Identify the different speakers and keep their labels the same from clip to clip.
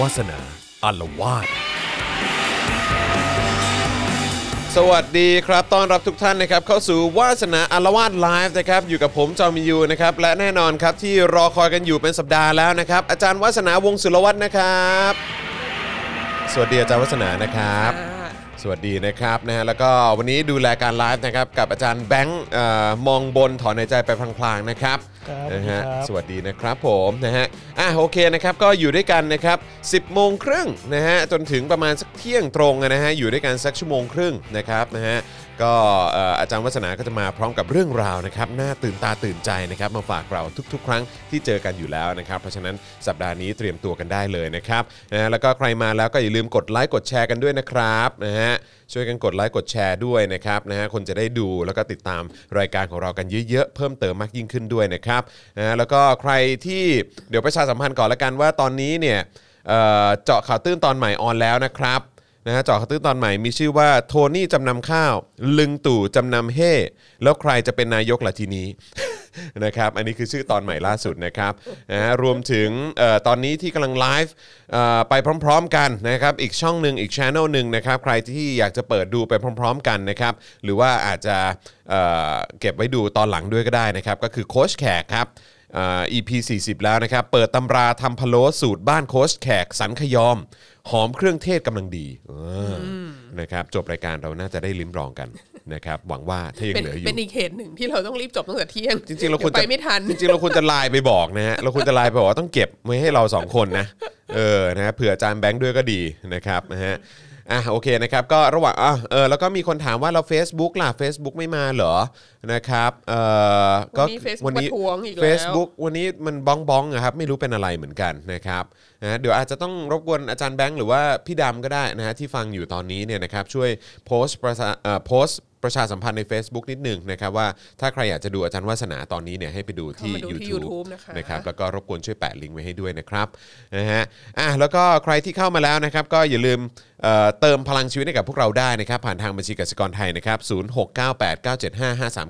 Speaker 1: วาสนาอารวาส
Speaker 2: สวัสดีครับต้อนรับทุกท่านนะครับเข้าสู่วาสนาอารวาสไลฟ์นะครับอยู่กับผมจอมยูนะครับและแน่นอนครับที่รอคอยกันอยู่เป็นสัปดาห์แล้วนะครับอาจารย์วาสนาวงศ์สุรวัตรนะครับ สวัสดีอาจารย์วาสนานะครับ สวัสดีนะครับนะฮะแล้วก็วันนี้ดูแลการไลฟ์นะครับกับอาจารย์แบงค์เอ่อมองบนถอนหายใจไปพลางๆนะครับ
Speaker 3: ครับ
Speaker 2: นะฮะ
Speaker 3: ครับ
Speaker 2: สวัสดีนะครับผมนะฮะอ่ะโอเคนะครับก็อยู่ด้วยกันนะครับ 10โมงครึ่งนะฮะจนถึงประมาณสักเที่ยงตรงนะฮะอยู่ด้วยกันสักชั่วโมงครึ่งนะครับนะฮะก็เอ่ออาจารย์วัฒนาก็จะมาพร้อมกับเรื่องราวนะครับน่าตื่นตาตื่นใจนะครับมาฝากเราทุก ๆ ครั้งที่เจอกันอยู่แล้วนะครับ เพราะฉะนั้นสัปดาห์นี้เตรียมตัวกันได้เลยนะครับนะฮะแล้วก็ใครมาแล้วก็อย่าลืมกดไลค์กดแชร์กันด้วยนะครับนะฮะ ช่วยกันกดไลค์กดแชร์ด้วยนะครับนะฮะคนจะได้ดูแล้วก็ติดตามรายการของเรากันเยอะๆ เพิ่มเติมมากยิ่งขึ้นด้วยนะครับนะฮะแล้วก็ใครที่เดี๋ยวประชาสัมพันธ์ก่อนละกันว่าตอนนี้เนี่ยเอ่อเจาะข่าวตื้นตอนใหม่ออนแล้วนะครับนะฮะเจาะข่าวตื้นตอนใหม่มีชื่อว่าโทนี่จำนำข้าว ลึงตู่จำนำเฮ่แล้วใครจะเป็นนายกล่ะทีนี้ นะครับอันนี้คือชื่อตอนใหม่ล่าสุดนะครับนะฮะรวมถึงเอ่อตอนนี้ที่กำลังไลฟ์เอ่อไปพร้อม ๆ กันนะครับอีกช่องหนึ่งอีกช anel หนึ่งนะครับใครที่อยากจะเปิดดูไปพร้อม ๆ กันนะครับหรือว่าอาจจะเอ่อเก็บไว้ดูตอนหลังด้วยก็ได้นะครับก็คือโค้ชแขกครับเอ่อ EP 40 แล้วนะครับเปิดตำราทำพะโล้สูตรบ้านโค้ชแขกสันขยอม หอมเครื่องเทศกำลังดีเอออนะครับจบรายการเราน่าจะได้ลิ้มรองกันนะครับหวังว่าถ้ายัง
Speaker 4: เป็น
Speaker 2: เหลืออยู่
Speaker 4: เป็นอีกเหตุหนึ่งที่เราต้องรีบจบตั้งแต่เที่ยง
Speaker 2: จริงๆเราควรจะ
Speaker 4: ดี๋ยวไปไม่ทัน
Speaker 2: จริงๆเราควรจะไลน์ไปบอกนะฮะเราควรจะไลน์ไปบอกว่าต้องเก็บไว้ให้เราสองคนนะเออนะฮะเผื่ออาจานแบงค์ด้วยก็ดีนะครับนะฮะอ่ะโอเคนะครับก็ระหว่างอ่ะเออแล้วก็มีคนถามว่าเรา Facebook ล่ะ Facebook ไม่มาเหรอนะครับเออก็
Speaker 4: วันนี้ Facebook ประท้วงอีกแล้ว
Speaker 2: เฟซบุ๊กวันนี้มันบ้องบ้องนะครับไม่รู้เป็นอะไรเหมือนกันนะครับนะฮะเดี๋ยวอาจจะต้องรบกวนอาจารย์แบงค์หรือว่าพี่ดำก็ได้นะฮะที่ฟังอยู่ตอนนี้เนี่ยนะครับช่วยโพสต์ประชาเอ่อโพสต์ ประชาสัมพันธ์ใน Facebook นิดหนึ่งนะครับว่าถ้าใครอยากจะดูอาจารย์วาสนาตอนนี้เนี่ยให้ไปดูที่
Speaker 4: เข้ามาดูที่
Speaker 2: YouTube
Speaker 4: YouTube นะคะ
Speaker 2: นะครับแล้วก็รบกวนช่วยแปะลิงก์ไว้ให้ด้วยนะครับนะฮะอ่ะแล้วก็ใครที่เข้ามาแล้วนะครับก็อย่าลืมเอ่อเติมพลังชีวิตให้กับพวกเราได้นะครับผ่านทางบัญชีกสิกรไทยนะครับ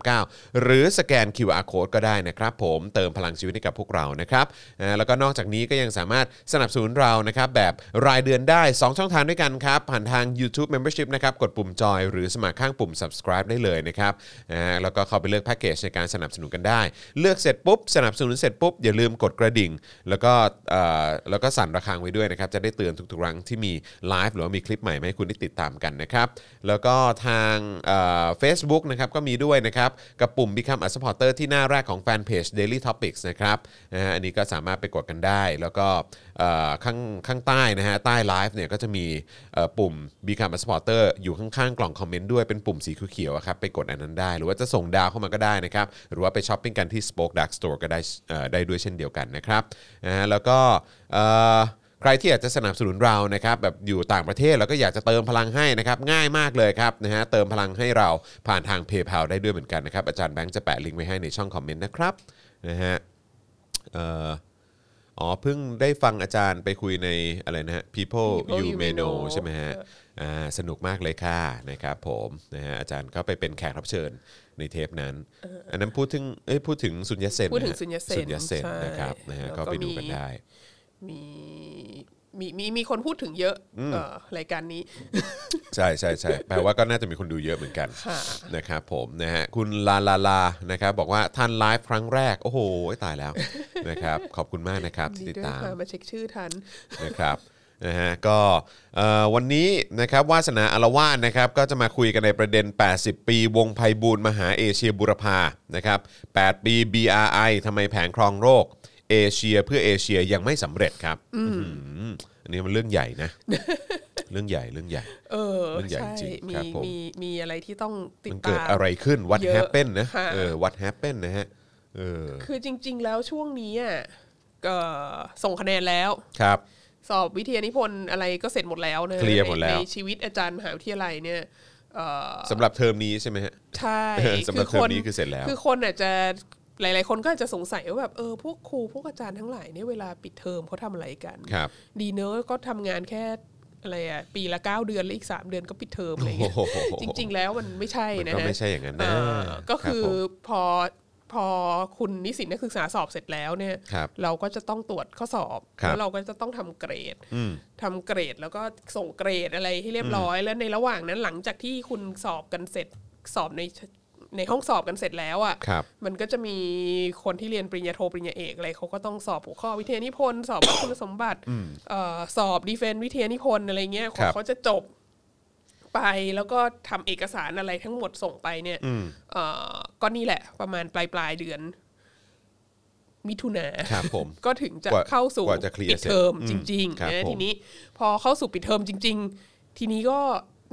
Speaker 2: 0698975539 หรือสแกน QR Code ก็ได้นะครับผมเติมพลังชีวิตให้กับพวกเรานะครับนะฮะแล้วก็นอกจากนี้ก็ยังสามารถสนับสนุนเรานะครับแบบรายเดือนได้ 2 ช่องทางด้วยกันครับผ่านทาง YouTube Membership นะครับกดปุ่มจอยหรือสมัครข้างปุ่ม subscribe ได้เลยนะครับนะฮะแล้วก็เข้าไปเลือกแพ็กเกจในการสนับสนุนกันได้ เลือกเสร็จปุ๊บ สนับสนุนเสร็จปุ๊บ อย่าลืมกดกระดิ่ง แล้วก็เอ่อแล้วก็สั่นระฆังไว้ด้วยนะครับ จะได้เตือนทุกๆครั้งที่มีไลฟ์หรือว่ามีคลิปใหม่มาให้คุณได้ติดตามกันนะครับ แล้วก็ทางเฟซบุ o กนะครับก็มีด้วยนะครับ กับปุ่ม Become a supporter ที่หน้าแรกของแฟนเพจ Daily Topics นะครับนะฮะอันนี้ก็สามารถไปกดกันได้ แล้วก็เอ่อข้างข้างใต้นะฮะใต้ไลฟ์เนี่ยก็จะมีเอ่อปุ่ม Become a supporter อยู่ข้างๆ กล่องคอมเมนต์ด้วยเป็นปุ่มสีเขียวๆอะครับไปกดอันนั้นได้ หรือว่าจะส่งดาวเข้ามาก็ได้นะครับ หรือว่าไปช้อปปิ้งกันที่ Spoke Dark Store ก็ได้เอ่อได้ด้วยเช่นเดียวกันนะครับนะฮะแล้วก็เอ่อใครที่อยากจะสนับสนุนเรานะครับแบบอยู่ต่างประเทศแล้วก็อยากจะเติมพลังให้นะครับง่ายมากเลยครับนะฮะเติมพลังให้เราผ่านทาง PayPal ได้ด้วยเหมือนกันนะครับอาจารย์แบงค์จะแปะลิงก์ไว้ให้ในช่องคอมเมนต์นะครับนะฮะเอ่ออ๋อเพิ่งได้ฟังอาจารย์ไปคุยในอะไรนะฮะ People
Speaker 4: People
Speaker 2: You
Speaker 4: You
Speaker 2: May
Speaker 4: May
Speaker 2: Know
Speaker 4: Know
Speaker 2: ใช่ไหมฮะ อ่าสนุกมากเลยค่ะนะครับผมนะฮะอาจารย์ก็ไปเป็นแขกรับเชิญในเทปนั้น อันนั้นพูดถึงเอ้ยพูดถึงสุญญเซน
Speaker 4: พูดถึ
Speaker 2: ะ
Speaker 4: ง
Speaker 2: ฮะ
Speaker 4: สุญญเซน
Speaker 2: สุญญเซน
Speaker 4: ใช่
Speaker 2: นะครับนะฮะ
Speaker 4: แล้วก็
Speaker 2: ก็ไปดูกันได้
Speaker 4: มีมีมีมีคนพูดถึงเยอะเอ่อรายการนี้
Speaker 2: ใช่ใช่ใช่แปลว่าก็น่าจะมีคนดูเยอะเหมือนกัน
Speaker 4: ค่ะ
Speaker 2: นะครับผมนะฮะคุณลาลาลานะครับบอกว่าท่านไลฟ์ครั้งแรก โอ้โห ตายแล้วนะครับขอบคุณมากนะครับที่ติด
Speaker 4: ด้วย
Speaker 2: ตาม
Speaker 4: ค่ะมาเช็คชื่อทัน
Speaker 2: นะครับ นะฮะก็เอ่อวันนี้นะครับวาสนาอารวาสนะครับก็จะมาคุยกันในประเด็น 80 ปีวงไพบูลย์มหาเอเชียบุรพานะครับ8ปี BRI ทำไมแผงครองโรค เอเชียเพื่อเอเชียยังไม่สำเร็จครับอื้อหืออันนี้มันเรื่องใหญ่ นะ เรื่องใหญ่เรื่องใหญ่
Speaker 4: เออ
Speaker 2: เรื่องใหญ่
Speaker 4: ใช่
Speaker 2: จริง
Speaker 4: มี
Speaker 2: ครับผม
Speaker 4: มีมีอะไรที่ต้องติด
Speaker 2: มัน
Speaker 4: ตา
Speaker 2: เกิด
Speaker 4: ม
Speaker 2: อะไรขึ้น what
Speaker 4: เยอะ
Speaker 2: happened นะ
Speaker 4: ค่ะ
Speaker 2: เออ what happened นะฮะเออ
Speaker 4: คือจริง ๆ แล้วช่วงนี้อ่ะเอ่อส่งคะแนนแล้ว
Speaker 2: ครับ
Speaker 4: สอบวิทยานิพนธ์อะไรก็เสร็จหมดแล้วนะ
Speaker 2: เคลียร์หมดแล้ว
Speaker 4: ในชีวิตอาจารย์มหาวิทยาลัยเนี่ยเอ่อ
Speaker 2: สำหรับเทอมนี้ใช่ไหมฮะ
Speaker 4: ใช่
Speaker 2: เออสำหรับเทอมนี้คือเสร็จแล้ว
Speaker 4: คือคนอาจจะหลาย ๆ คนก็อาจจะสงสัยว่าแบบเออพวกครูพวกอาจารย์ทั้งหลายเนี่ยเวลาปิดเทอมเขาทำอะไรกัน
Speaker 2: ครับ
Speaker 4: ดีเนอะก็ทำงานแค่อะไรอ่ะปีละ 9 เดือนแล้วอีก 3 เดือนก็ปิดเทอมอะไรเงี้ย
Speaker 2: โอ้โห
Speaker 4: จริง ๆ แล้วมันไม่ใช่นะ
Speaker 2: มันก็
Speaker 4: ฮะ
Speaker 2: ไม่ใช่อย่างนั้นนะ
Speaker 4: เออก็คือ
Speaker 2: รับผม
Speaker 4: พอ พอคุณนิสิตนักศึกษาสอบเสร็จแล้วเนี่ย
Speaker 2: ครับ
Speaker 4: เราก็จะต้องตรวจข้อสอบ
Speaker 2: ครับ
Speaker 4: แล้วเราก็จะต้องทำเกรด
Speaker 2: อืม
Speaker 4: ทำเกรดแล้วก็ส่งเกรดอะไรให้เรียบร้อย แล้วในระหว่างนั้นหลังจากที่คุณสอบกันเสร็จสอบในในห้องสอบกันเสร็จแล้วอ่ะ
Speaker 2: ครับ
Speaker 4: มันก็จะมีคนที่เรียนปริญญาโทปริญญาเอกอะไรเขาก็ต้องสอบหัวข้อวิทยานิพนธ์สอบ คุณสมบัติเอ่อสอบดีเฟนวิทยานิพนธ์อะไรเงี้ยข
Speaker 2: ค
Speaker 4: อ
Speaker 2: รั
Speaker 4: ง
Speaker 2: บ
Speaker 4: เขาจะจบไปแล้วก็ทำเอกสารอะไรทั้งหมดส่งไปเนี่ยเอ่อก็นี่แหละ ประมาณปลายปลายๆเดือน มิถุนา
Speaker 2: ครับผม
Speaker 4: ก็ถึงจะ
Speaker 2: กว่า
Speaker 4: เข้าสู่
Speaker 2: กว่าจะเคลียร์
Speaker 4: ปิดเทอม
Speaker 2: เสร็จ
Speaker 4: จริง
Speaker 2: อืมครับ
Speaker 4: ๆนะ
Speaker 2: ผม
Speaker 4: ทีนี้พอเข้าสู่ปิดเทอมจริง ๆ ทีนี้ก็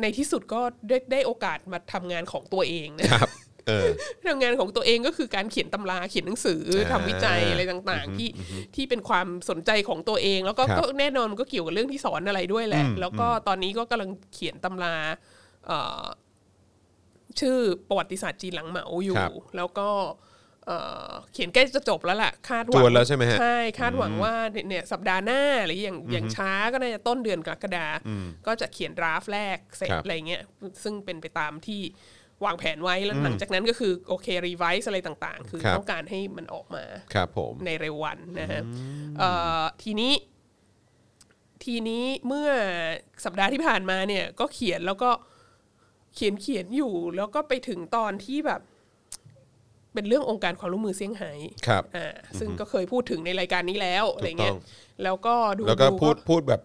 Speaker 4: ในที่สุดก็ได้ได้โอกาสมาทำงานของตัวเองนะ
Speaker 2: ครับ เออ
Speaker 4: ทำงานของตัวเองก็คือการเขียนตำราเขียนหนังสือ
Speaker 2: อ่า
Speaker 4: ทำวิจัยอะไรต่างๆ ที่ที่เป็นความสนใจของตัวเอง แล้วก็
Speaker 2: ครับ
Speaker 4: ก็แน่นอนมันก็เกี่ยวกับเรื่องที่สอนอะไรด้วยแหละ
Speaker 2: อืม
Speaker 4: แล้วก็ตอนนี้ก็กำลังเขียนตำราเอ่อชื่อประวัติศาสตร์จีนหลังเหมาอยู่ แล้วก็เอ่อเขียนใกล้จะจบแล้วล่ะคาดหวั
Speaker 2: จวนแล้วใช่ไหมฮะ
Speaker 4: ใช่คาดหวังว่าเนี่ยสัปดาห์หน้าหรืออย่างอย่างช้าก็น่าจะต้นเดือนกรกฎาก็จะเขียนดราฟต์แรกเสร็จ
Speaker 2: ครับ
Speaker 4: อะไรเงี้ยซึ่งเป็นไปตามที่วางแผนไว้แล้วหลังจากนั้นก็คือโอเครีไวซ์อะไรต่างๆ คือ
Speaker 2: ครับ
Speaker 4: ต้องการให้มันออกมา
Speaker 2: ครับผม
Speaker 4: ในเร็ววันนะฮะเอ่อทีนี้ ทีนี้เมื่อสัปดาห์ที่ผ่านมาเนี่ย ก็เขียนแล้วก็เขียนเขียนอยู่ แล้วก็ไปถึงตอนที่แบบ เป็นเรื่ององค์การความร่วมมือเซี่ยงไฮ้
Speaker 2: ครับ
Speaker 4: อ่าซึ่งก็เคยพูดถึงในรายการนี้แล้วอะไรเงี้
Speaker 2: ถู
Speaker 4: ย
Speaker 2: กต้
Speaker 4: แล้วก็ดู
Speaker 2: แล้วก็
Speaker 4: ๆ
Speaker 2: พูดพูดแบบ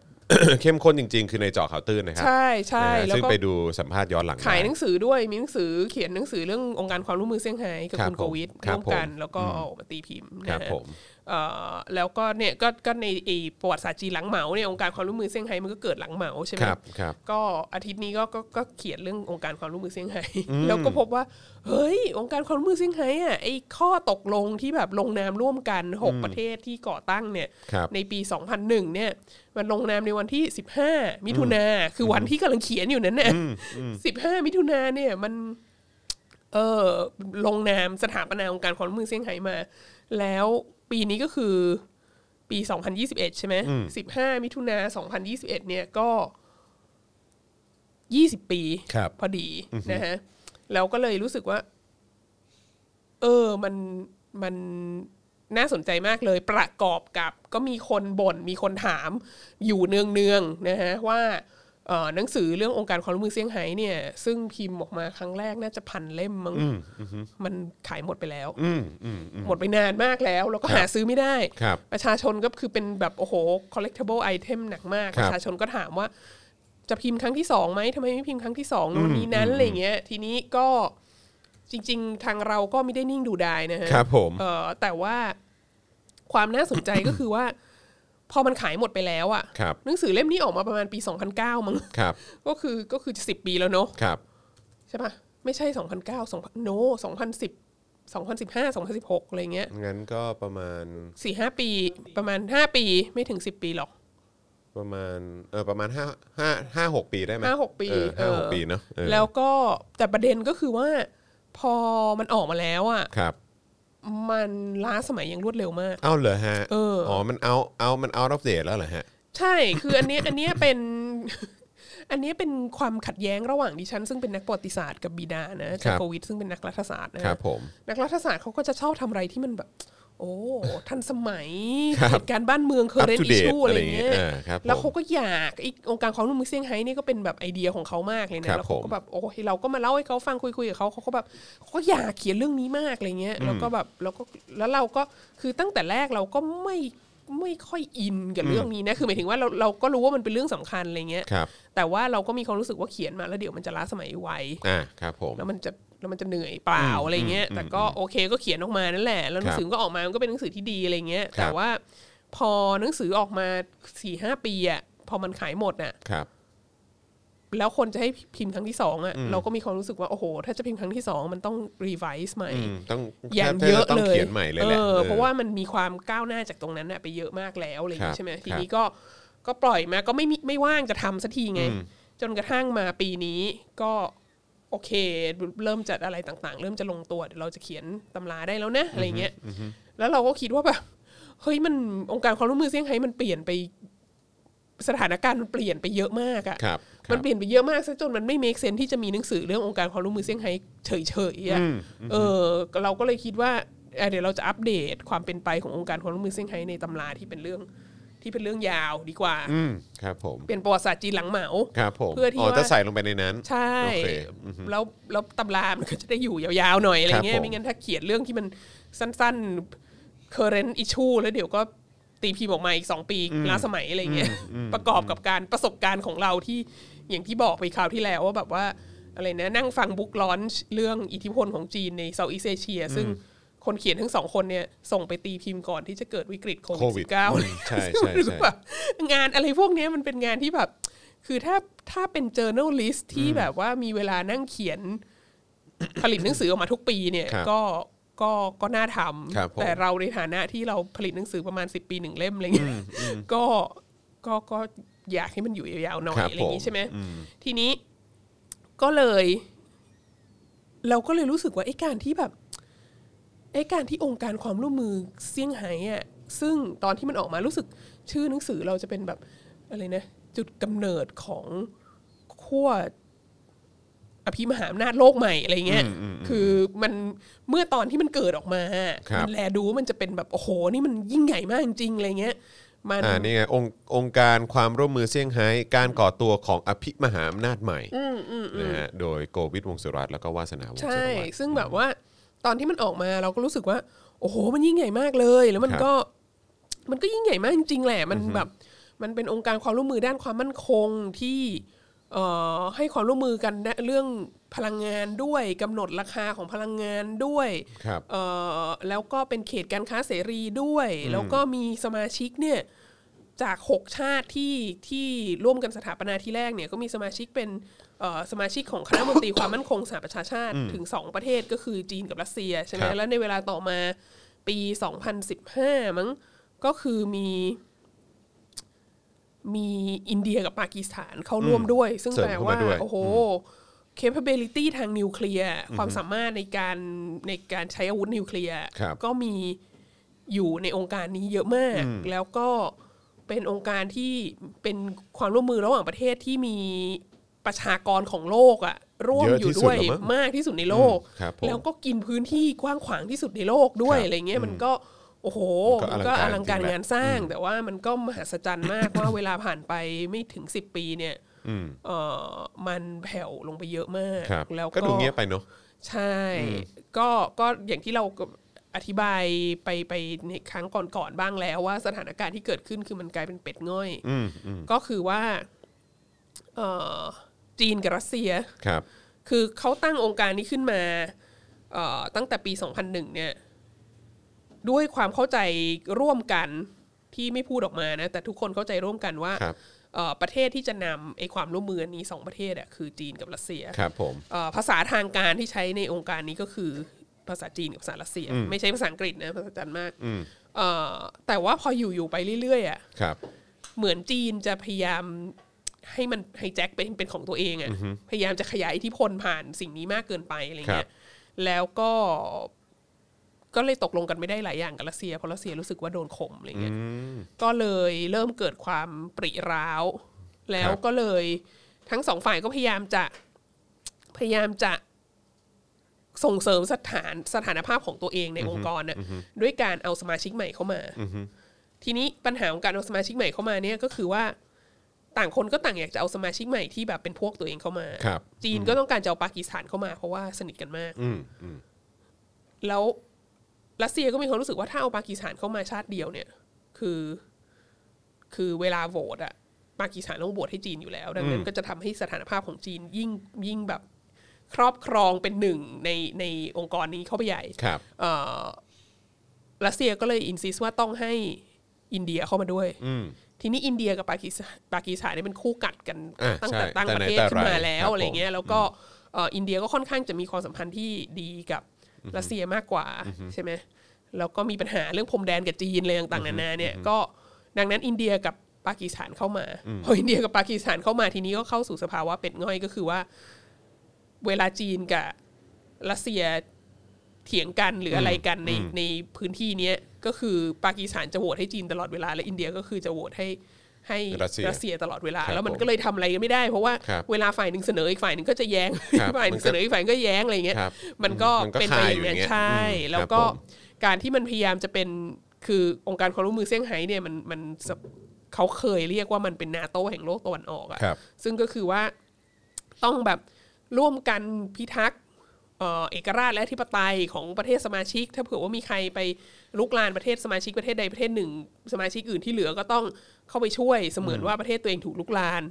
Speaker 2: เข้มข้นจริง ๆ คือในเจาะข่าวตื้นนะครั
Speaker 4: ใช่ใช่
Speaker 2: นะฮะ
Speaker 4: แล้ว
Speaker 2: ซึ่ง
Speaker 4: ก็
Speaker 2: ไปดูสัมภาษณ์ย้อนหลัง
Speaker 4: ขายห
Speaker 2: ได้
Speaker 4: นังสือด้วยมีหนังสือเขียนหนังสือเรื่ององค์การความร่วมมือเซี่ยงไฮ้กับ
Speaker 2: ครับ
Speaker 4: คุณโกวิท
Speaker 2: ผมครับ
Speaker 4: ร่วมกัน
Speaker 2: ผม
Speaker 4: แล้วก็เอาออกมาตีพิมพ์นะครับ ฮะ
Speaker 2: ผม
Speaker 4: เอ่อแล้วก็เนี่ยก็ก็ในไอ้ประวัติศาสตร์จีนหลังเหมาเนี่ยองค์การความร่วมมือเซี่ยงไฮ้มันก็เกิดหลังเหมาใช่ไหม
Speaker 2: ครับครับ
Speaker 4: ก็อาทิตย์นี้ก็ก็ก็เขียนเรื่ององค์การความร่วมมือเซี่ยงไฮ้แล้วก็พบว่าเฮ้ยองค์การความร่วมมือเซี่ยงไฮ้อะไอ้ข้อตกลงที่แบบลงนามร่วมกันหกประเทศที่ก่อตั้งเนี่ย
Speaker 2: ครับ
Speaker 4: ในปี 2001เนี่ยมันลงนามในวันที่ 15 มิถุนาคือวันที่กำลังเขียนอยู่นั้นเนี่ย สิบห้ามิถุนาเนี่ยมัน เออลงนามสถาปนาองค์การความร่วมมือเซี่ยงไฮ้มา แล้วปีนี้ก็คือปี 2021 ใช่ไหมสิบห้ามิถุนา2021 เนี่ยก็ 20 ปี
Speaker 2: ครับ
Speaker 4: พอดีนะฮะแล้วก็เลยรู้สึกว่า เออมันมันน่าสนใจมากเลย ประกอบกับก็มีคนบ่นมีคนถามอยู่เนืองเนืองๆนะฮะว่าเอ่อหนังสือเรื่ององค์การความร่วมมือเซี่ยงไฮ้เนี่ย ซึ่งพิมพ์ออกมาครั้งแรกน่าจะพันเล่มมั้งมันขายหมดไปแล้ว
Speaker 2: อืมอืมอืม
Speaker 4: หมดไปนานมากแล้ว แล้วก็
Speaker 2: ครับ
Speaker 4: หาซื้อไม่ได้
Speaker 2: ครับ
Speaker 4: ประชาชนก็คือเป็นแบบ โอ้โห collectible item หนักมาก
Speaker 2: ครับ
Speaker 4: ประชาชนก็ถามว่า จะพิมพ์ครั้งที่สองไหมทำไมไม่พิมพ์ครั้งที่สองนู่นนี้นั้นอะไรเงี้ย ทีนี้ก็จริง ๆ ทางเราก็ไม่ได้นิ่งดูดายนะฮะ
Speaker 2: ครับผม
Speaker 4: เออแต่ว่าความน่าสนใจก็คือว่า พอมันขายหมดไปแล้วอะ
Speaker 2: ครับ
Speaker 4: หนังสือเล่มนี้ออกมาประมาณปี 2009มั้ง
Speaker 2: ครับ
Speaker 4: ก็คือก็คือสิบปีแล้วเนอะ
Speaker 2: ครับ
Speaker 4: ใช่ปะไม่ใช่ 2009 2000โน2010 2015 2016 อะไรเงี้ย
Speaker 2: งั้นก็ประมาณ
Speaker 4: สี่ห้าปีประมาณ 5 ปีไม่ถึง 10 ปีหรอก
Speaker 2: ประมาณเออประมาณห้าห้าห้าหกปีได้ไหม
Speaker 4: ห้าหกปี
Speaker 2: เออห้าหก
Speaker 4: เออ
Speaker 2: ปีเนาะเออ
Speaker 4: แล้วก็แต่ประเด็นก็คือว่า พอมันออกมาแล้วอ่ะ
Speaker 2: ครับ
Speaker 4: มันล้าสมัยอย่างรวดเร็วมาก
Speaker 2: เอ้าเหรอฮะ
Speaker 4: เอออ๋
Speaker 2: อมันเอาเอามัน out of date แล้วเหรอฮะ
Speaker 4: ใช่คืออันเนี้ยอันเนี้ยเป็น อันเนี้ยเป็นความขัดแย้งระหว่างดิฉัน ซึ่งเป็นนักประวัติศาสตร์กับบิดานะจากโควิดซึ่งเป็นนักรัฐศาสตร์นะ
Speaker 2: ครับผม
Speaker 4: นักรัฐศาสตร์เขาก็จะชอบทำอะไรที่มันแบบ โอ้ทันสมัย
Speaker 2: ครับ
Speaker 4: เหตุการณ์บ้านเมือง
Speaker 2: Up to
Speaker 4: current
Speaker 2: date
Speaker 4: issue อะไรอย่างเงี้ย
Speaker 2: อะไรอย่างเงี้ยเออครับ
Speaker 4: แล้วเขาก็อยากไอองค์การความร่วมมือเซี่ยงไฮ้นี่ก็เป็นแบบไอเดียของเขามากเลย
Speaker 2: ครับ
Speaker 4: นะแล้วเขา
Speaker 2: ผ
Speaker 4: ก็
Speaker 2: ม
Speaker 4: แบบโอ้ยเราก็มาเล่าให้เขาฟังคุยๆกับเขาเขาก็แบบเขาก็อยากเขียนเรื่องนี้มากอะไรเงี้ยแล้วก็แบบแล้วก็แล้วเราก็คือตั้งแต่แรกเราก็ไม่ไม่ค่อยอินกับเรื่องนี้นะคือหมายถึงว่าเราเราก็รู้ว่ามันเป็นเรื่องสำคัญอะไรเงี้ย
Speaker 2: ครับ
Speaker 4: แต่ว่าเราก็มีความรู้สึกว่าเขียนมาแล้วเดี๋ยวมันจะล้าสมัยไว
Speaker 2: อ่าครับผม
Speaker 4: แล้วมันจะแล้วมันจะเหนื่อยเปล่าอะไรเงี้ย แต่ก็โอเคก็เขียนออกมานั่นแหละ แล้วหนังสือก็ออกมามันก็เป็นหนังสือที่ดีอะไรเงี้ย
Speaker 2: ครับ
Speaker 4: แต่ว่าพอหนังสือออกมาสี่ห้าปีอะพอมันขายหมดน่ะ
Speaker 2: ครับ
Speaker 4: แล้วคนจะให้พิมพ์ครั้งที่สองอะเราก็มีความรู้สึกว่าโอ้โห ถ้าจะพิมพ์ครั้งที่สองมันต้องรีไวซ์ใหม่
Speaker 2: อืมต้อง
Speaker 4: อย่าง
Speaker 2: แทบ
Speaker 4: เยอะ
Speaker 2: จะต้อง
Speaker 4: เลย
Speaker 2: เขียนใหม่เลยแหละ
Speaker 4: ออเพราะว่ามันมีความก้าวหน้าจากตรงนั้นน่ะไปเยอะมากแล้วอะไรอย่าง
Speaker 2: ครั
Speaker 4: งี้
Speaker 2: บ
Speaker 4: ใช่ไหม
Speaker 2: ค
Speaker 4: ที
Speaker 2: รับ
Speaker 4: นี้ก็ก็ปล่อยมาก็ไม่มีไม่ว่างจะทำสักทีไง จนกระทั่งมาปีนี้ก็โอเค เริ่มจัดอะไรต่างๆ เริ่มจะลงตัวเดี๋ยวเราจะเขียนตำราได้แล้วนะอะไรเงี้ยแล้วเราก็คิดว่าแบบเฮ้ยมันองค์การความร่วมมือเซี่ยงไฮ้มันเปลี่ยนไปสถานการณ์มันเปลี่ยนไปเยอะมาก
Speaker 2: ค
Speaker 4: อะ่ะ
Speaker 2: รับค
Speaker 4: มั
Speaker 2: รั
Speaker 4: น
Speaker 2: บ
Speaker 4: เปลี่ยนไปเยอะมากซะจนมันไม่เมคเซนที่จะมีหนังสือเรื่ององค์การความร่วมมือเซี่ยงไฮ้เฉยๆอะ่ะ เออเราก็เลยคิดว่า เอ่อเดี๋ยวเราจะอัปเดตความเป็นไปขององค์การความร่วมมือเซี่ยงไฮ้ในตำราที่เป็นเรื่องที่เป็นเรื่องยาวดีกว่า
Speaker 2: อืมครับผม
Speaker 4: เป็นประวัติศาสตร์จีนหลังเหมา
Speaker 2: ครับผม
Speaker 4: เพื่อที่
Speaker 2: อ๋อ
Speaker 4: ว่า
Speaker 2: ถ้าใส่ลงไปในนั้น
Speaker 4: ใช่
Speaker 2: โอเคอือฮึ
Speaker 4: แล้วแล้วตำรามันก็จะได้อยู่ยาวๆหน่อยอะไรเงี้
Speaker 2: ครับ
Speaker 4: ย
Speaker 2: ผม
Speaker 4: ไม่งั้นถ้าเขียนเรื่องที่มันสั้นๆ current issue แล้วเดี๋ยวก็ตีพิมพ์ออกมาอีก 2 ปีล้าสมัยอะไรเงี้ยประกอบกับการประสบการณ์ของเราที่อย่างที่บอกไปคราวที่แล้วว่าแบบว่าอะไรนะนั่งฟังบุ๊กลอนช์เรื่องอิทธิพลของจีนในเซาท์อีสเอเชีย ซึ่งคนเขียนทั้งสองคนเนี่ยส่งไปตีพิมพ์ก่อนที่จะเกิดวิกฤตโค
Speaker 2: โควิ
Speaker 4: วิ
Speaker 2: ด
Speaker 4: ด -19 เลย
Speaker 2: ใช่ใช่
Speaker 4: หรือ
Speaker 2: ใช่
Speaker 4: แบบงานอะไรพวกเนี้ยมันเป็นงานที่แบบ คือถ้าถ้าเป็น journalist ที่แบบว่ามีเวลานั่งเขียน ผลิตหนังสือออกมาทุกปีเนี่ย
Speaker 2: ครับ
Speaker 4: ก็ก็ก็น่าท
Speaker 2: ครับผม
Speaker 4: ำแต่เราในฐานะที่เราผลิตหนังสือประมาณ 10 ปีหนึ่งเล่มอะไรเงี้ยก็ก็ก็อยากให้มันอยู่ยาวๆหน่อย
Speaker 2: ครับ
Speaker 4: อะไรอย่าง
Speaker 2: ผม
Speaker 4: นี้ใช่ไหม
Speaker 2: อืม
Speaker 4: ทีนี้ก็เลย เราก็เลยรู้สึกว่าไอ้การที่แบบ ไอ้การที่องค์การความร่วมมือเซี่ยงไฮ้อะซึ่งตอนที่มันออกมารู้สึกชื่อหนังสือเราจะเป็นแบบอะไรนะ จุดกำเนิดของขั้วอภิมหาอำนาจโลกใหม่อะไรเงี้ยคือมันเมื่อตอนที่มันเกิดออกมา
Speaker 2: ครับ
Speaker 4: มัแลดูว่ามันจะเป็นแบบโอ้โห นี่มันยิ่งใหญ่มากจริงๆอะไรเงี้ย มัน
Speaker 2: อ่านี่ไงองค์องค์การความร่วมมือเซี่ยงไฮ้การก่อตัวของอภิมหาอำนาจใหม่นะฮะโดยโกวิดวงศ์สุรัตน์แล้วก็วาสนาวงศ์
Speaker 4: ใช่
Speaker 2: สุรัตน์
Speaker 4: ซึ่งแบบว่าตอนที่มันออกมาเราก็รู้สึกว่า โอ้โห มันยิ่งใหญ่มากเลย แล้วมัน
Speaker 2: ครับ
Speaker 4: ก็ มันก็ยิ่งใหญ่มากจริงๆแหละ มันแบบ มันเป็นองค์การความร่วมมือด้านความมั่นคงที่เอ่อให้ความร่วมมือกันเรื่องพลังงานด้วยกำหนดราคาของพลังงานด้วย
Speaker 2: ครับ
Speaker 4: เอ่อแล้วก็เป็นเขตการค้าเสรีด้วย แล้วก็มีสมาชิกเนี่ยจาก 6 ชาติที่ที่ร่วมกันสถาปนาที่แรกเนี่ยก็มีสมาชิกเป็นเอ่อสมาชิกของคณะมนตรี ความมั่นคงสหประชาชาติถึง 2 ประเทศก็คือจีนกับรัสเซียใช่ไหม
Speaker 2: ครับ
Speaker 4: แล้วในเวลาต่อมาปี 2015 มั้งก็คือมีมีอินเดียกับปากีสถานเข้าร่วมด้วย ซึ่ง
Speaker 2: เสริม
Speaker 4: แปล
Speaker 2: เข้า
Speaker 4: ว่า
Speaker 2: มาด้วย
Speaker 4: โอ้โห capability ทางนิวเคลียร์ความสามารถในการในการใช้อาวุธนิวเคลียร์
Speaker 2: ครับ
Speaker 4: ก็มีอยู่ในองค์การนี้เยอะมาก แล้วก็เป็นองค์การที่เป็นความร่วมมือระหว่างประเทศที่มีประชากรของโลกอะร่วมอยู่ด้วย
Speaker 2: เยอะที่สุดเหรอมั้ง
Speaker 4: มากที่สุดในโลก
Speaker 2: อืมครับผม
Speaker 4: แล้วก็กินพื้นที่กว้างขวางที่สุดในโลกด้วย
Speaker 2: ครับ
Speaker 4: อะไรเงี้ยมันก็โอ้โห
Speaker 2: มันก็
Speaker 4: ก็
Speaker 2: อ
Speaker 4: อ
Speaker 2: ลั
Speaker 4: ลั
Speaker 2: ง
Speaker 4: ง
Speaker 2: กา
Speaker 4: การ
Speaker 2: จ
Speaker 4: ร
Speaker 2: ริงๆแหละ
Speaker 4: งานสร้าง แต่ว่ามันก็มหัศจรรย์มากว่าเวลาผ่านไปไม่ถึงสิบปีเนี่ย
Speaker 2: อืม
Speaker 4: เอ่อมันแผ่วลงไปเยอะมาก
Speaker 2: ครับ
Speaker 4: แล้ว
Speaker 2: ก็ดูเงียบไปเนาะ
Speaker 4: ใช่ ก็ก็อย่างที่เราก็อธิบายไปไปในครั้งก่อนๆบ้างแล้วว่าสถานการณ์ที่เกิดขึ้นคือมันกลายเป็นเป็ดง่อย
Speaker 2: อืมอืม
Speaker 4: ก็คือว่าเอ่อจีนกับรัสเซีย
Speaker 2: ครับ
Speaker 4: คือเขาตั้งองค์การนี้ขึ้นมาเอ่อตั้งแต่ปี 2001 เนี่ย ด้วยความเข้าใจร่วมกันที่ไม่พูดออกมานะ แต่ทุกคนเข้าใจร่วมกันว่า
Speaker 2: ครับ
Speaker 4: เอ่อประเทศที่จะนำไอ้ความร่วมมืออันนี้สองประเทศอะคือจีนกับรัสเซีย
Speaker 2: ครับผม
Speaker 4: เอ่อภาษาทางการที่ใช้ในองค์การนี้ก็คือภาษาจีนกับภาษารัสเซีย ไม่ใช่ภาษาอังกฤษนะภาษาจันมาก
Speaker 2: อืม
Speaker 4: เอ่อแต่ว่าพออยู่อยู่ๆไปเรื่อยๆอะ
Speaker 2: ครับ
Speaker 4: เหมือนจีนจะพยายามให้มันให้แจ็คเป็นเป็นของตัวเองอะพยายามจะขยายอิทธิพลผ่านสิ่งนี้มากเกินไปอะไรเงี้ยแล้วก็ก็เลยตกลงกันไม่ได้หลายอย่างกับรัสเซียเพราะรัสเซียรู้สึกว่าโดนข่มอะไรเงี้ย
Speaker 2: อืม
Speaker 4: ก็เลยเริ่มเกิดความปริร้าว แล้
Speaker 2: คว รับ
Speaker 4: ก็เลยทั้งสองฝ่ายก็พยายามจะพยายามจะส่งเสริมสถานสถานภาพของตัวเองในองค์กรน่ะด้วยการเอาสมาชิกใหม่เข้ามา ทีนี้ปัญหาของการเอาสมาชิกใหม่เข้ามาเนี่ยก็คือว่าต่างคนก็ต่างอยากจะเอาสมาชิกใหม่ที่แบบเป็นพวกตัวเองเข้ามา
Speaker 2: ครับ
Speaker 4: จีนก็ต้องการจะเอาปากีสถานเข้ามาเพราะว่าสนิทกันมาก
Speaker 2: อืมอืม
Speaker 4: แล้วรัสเซียก็มีความรู้สึกว่าถ้าเอาปากีสถานเข้ามาชาติเดียวเนี่ย คือ คือเวลาโหวตอะปากีสถานต้องโหวตให้จีนอยู่แล้ว ดังนั้นก็จะทำให้สถานภาพของจีนยิ่งยิ่งแบบครอบครองเป็นหนึ่งในในองค์กรนี้เข้าไปใหญ่
Speaker 2: ครับ
Speaker 4: เอ่อรัสเซียก็เลยอินซิสว่าต้องให้อินเดียเข้ามาด้วย
Speaker 2: อืม
Speaker 4: ทีนี้อินเดียกับปากีสถานปากีสถานเนี่ยเป็นคู่กัดกัน
Speaker 2: อ่ะ
Speaker 4: ตั้ง
Speaker 2: ใช่
Speaker 4: แต่ตั้งประเทศ
Speaker 2: แต่ไหนแต่
Speaker 4: ขึ้นมา
Speaker 2: ไร
Speaker 4: แล้
Speaker 2: คว รับ
Speaker 4: อะไรเงี้ยแล้วก็เอ่ออินเดียก็ค่อนข้างจะมีความสัมพันธ์ที่ดีกับรัสเซียมากกว่าใช่ไหมแล้วก็มีปัญหาเรื่องพรมแดนกับจีนอะไรต่างๆนานาเนี่ยก็ดังนั้นอินเดียกับปากีสถานเข้ามาพออินเดียกับปากีสถานเข้ามาทีนี้ก็เข้าสู่สภาวะเป็ดง่อยก็คือว่า เวลาจีนกับรัสเซียเถียงกันหรืออะไรกันในในพื้นที่เนี้ยก็คือปากีสถานจะโหวตให้จีนตลอดเวลา และอินเดียก็คือจะโหวตให้ให้
Speaker 2: รัสเซีย
Speaker 4: รัสเซียตลอดเวลา
Speaker 2: ครับ
Speaker 4: แล้วมั
Speaker 2: ผ
Speaker 4: น
Speaker 2: ม
Speaker 4: ก็เลยทำอะไรกันไม่ได้เพราะว่า
Speaker 2: ครับ
Speaker 4: เวลาฝ่ายหนึ่งเสนออีก ฝ่ายหนึ่งก็จะแย้ง
Speaker 2: ครับ
Speaker 4: ฝ่ายหนึ่งเสนออีกฝ่ายหนึ่งก็แย้งอะไรเงี้ย
Speaker 2: ครับ
Speaker 4: มันก็
Speaker 2: มันก็
Speaker 4: เป็นไป
Speaker 2: คา
Speaker 4: อ
Speaker 2: อยู่
Speaker 4: ย่า
Speaker 2: อย่าง
Speaker 4: ง
Speaker 2: เงี้
Speaker 4: เงี้
Speaker 2: ย
Speaker 4: ยใช่
Speaker 2: อืม
Speaker 4: แล้ว
Speaker 2: ครับ
Speaker 4: ก็
Speaker 2: ผม
Speaker 4: การที่มันพยายามจะเป็นคือองค์การความร่วมมือเซี่ยงไฮ้เนี่ยมันมันเขาเคยเรียกว่ามันเป็นนาโตแห่งโลกตะวันออก
Speaker 2: ครั
Speaker 4: อะ่ะ
Speaker 2: บ
Speaker 4: ซึ่งก็คือว่าต้องแบบร่วมกันพิทักษ์เอ่อเอกราชและอธิปไตยของประเทศสมาชิก ถ้าเผื่อว่ามีใครไปลุกลานประเทศสมาชิกประเทศใดประเทศหนึ่ง สมาชิกอื่นที่เหลือก็ต้องเข้าไปช่วยเสมือนว่าประเทศตัวเองถูกลุกลาน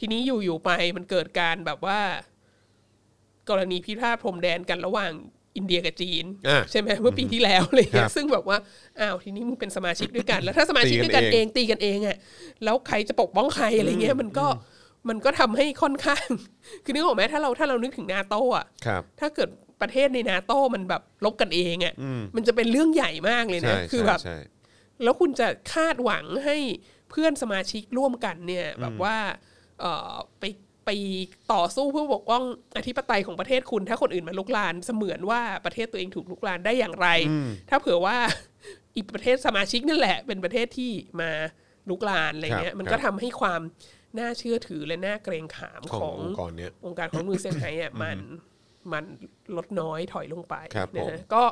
Speaker 4: ทีนี้อยู่ๆไปมันเกิดการแบบว่า กรณีพิพาทพรมแดนกันระหว่างอินเดียกับจีน
Speaker 2: อ่ะ
Speaker 4: ใช่ไหมเมื่อปีที่แล้วอะไรเล
Speaker 2: ครั
Speaker 4: ย
Speaker 2: บ
Speaker 4: ซึ่งแบบว่าอ้าวทีนี้มึงเป็นสมาชิกด้วยกัน แล้วถ้าสมาชิก
Speaker 2: ตีกัน
Speaker 4: ด้วยกัน
Speaker 2: เอง
Speaker 4: เองตีกันเองอ่ะแล้วใครจะปกป้องใครอะไรเงี้ยมันก็มันก็ทำให้ค่อนข้าง คือนึกออกไหมถ้าเราถ้าเรานึกถึงนาโต้อะ
Speaker 2: ครับ
Speaker 4: ถ้าเกิดประเทศในนาโต้มันแบบลบกันเองอ่ะมันจะเป็นเรื่องใหญ่มากเลย
Speaker 2: ใช่
Speaker 4: นะคือแบบ
Speaker 2: ใช่ใช่
Speaker 4: แล้วคุณจะคาดหวังให้เพื่อนสมาชิกร่วมกันเนี่ยแบบว่าเอ่อไปไปต่อสู้เพื่อปกป้องอธิปไตยของประเทศคุณ ถ้าคนอื่นมาลุกลานเสมือนว่าประเทศตัวเองถูกลุกลานได้อย่างไร ถ้าเผื่อว่า อีกประเทศสมาชิกนั่นแหละ เป็นประเทศที่มาลุกลานอะไรเงี้
Speaker 2: ครั
Speaker 4: ย
Speaker 2: บ
Speaker 4: มันก็
Speaker 2: ครั
Speaker 4: ทำ
Speaker 2: บ
Speaker 4: ให้ความน่าเชื่อถือและน่าเกรงขาม
Speaker 2: ขอ
Speaker 4: ของ
Speaker 2: อง
Speaker 4: ง
Speaker 2: ค์กรเนี้ย
Speaker 4: องค์การความร่วมมือเซี่ยงไฮ้อะมันมันลดน้อยถอยลงไป
Speaker 2: ครับ
Speaker 4: นะ
Speaker 2: ผม
Speaker 4: ฮะก็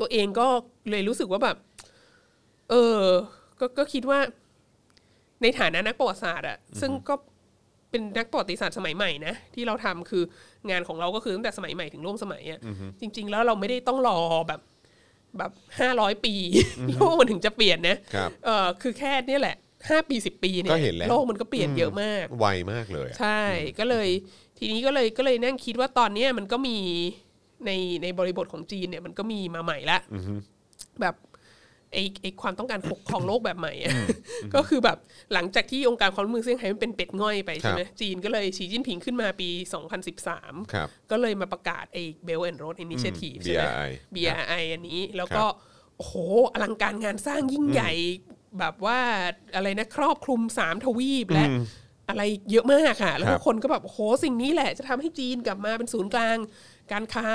Speaker 4: ตัวเองก็เลยรู้สึกว่าแบบ เออ ก็ก็คิดว่า ในฐานะนักประวัติศาสตร์อะซึ่งก็เป็นนักประวัติศาสตร์สมัยใหม่นะที่เราทำคืองานของเราก็คือตั้งแต่สมัยใหม่ถึงร่วมสมัยอะจริง ๆ แล้วเราไม่ได้ต้องรอแบบ แบบห้าร้อยปีโลกมันถึงจะเปลี่ยนนะครับ เออคือแค่เนี่ยแหละห้าปีสิบปีเนี่ย
Speaker 2: ก็เห็นแล้ว
Speaker 4: โลกมันก็เปลี่ยนเยอะมาก
Speaker 2: ไวมากเลยอะ
Speaker 4: ใช่ ก็เลย ทีนี้ก็เลยก็เลยนั่งคิดว่าตอนเนี้ยมันก็มีในในบริบทของจีนเนี่ยมันก็มีมาใหม่ละแบบไอไอความต้องการปกครองโลกแบบใหม่อะก็คือแบบหลังจากที่องค์การความร่วมมือเซี่ยงไฮ้มันเป็นเป็ดง่อยไปใช่ไหมจีนก็เลยฉีจิ้นผิงขึ้นมาปี 2013
Speaker 2: ครับ
Speaker 4: ก็เลยมาประกาศไอ้ Belt and Road Initiative
Speaker 2: อืม
Speaker 4: ใช่ไหม
Speaker 2: BRI
Speaker 4: BRI อันนี้ แล้วก็ โอ้โห อลังการงานสร้างยิ่งใหญ่แบบว่าอะไรนะ ครอบคลุมสามทวีปและอะไรเยอะมากค่ะ แล้ว
Speaker 2: ครั
Speaker 4: ทุ
Speaker 2: บ
Speaker 4: กคนก็แบบ โอ้โห สิ่งนี้แหละจะทำให้จีนกลับมาเป็นศูนย์กลาง การค้า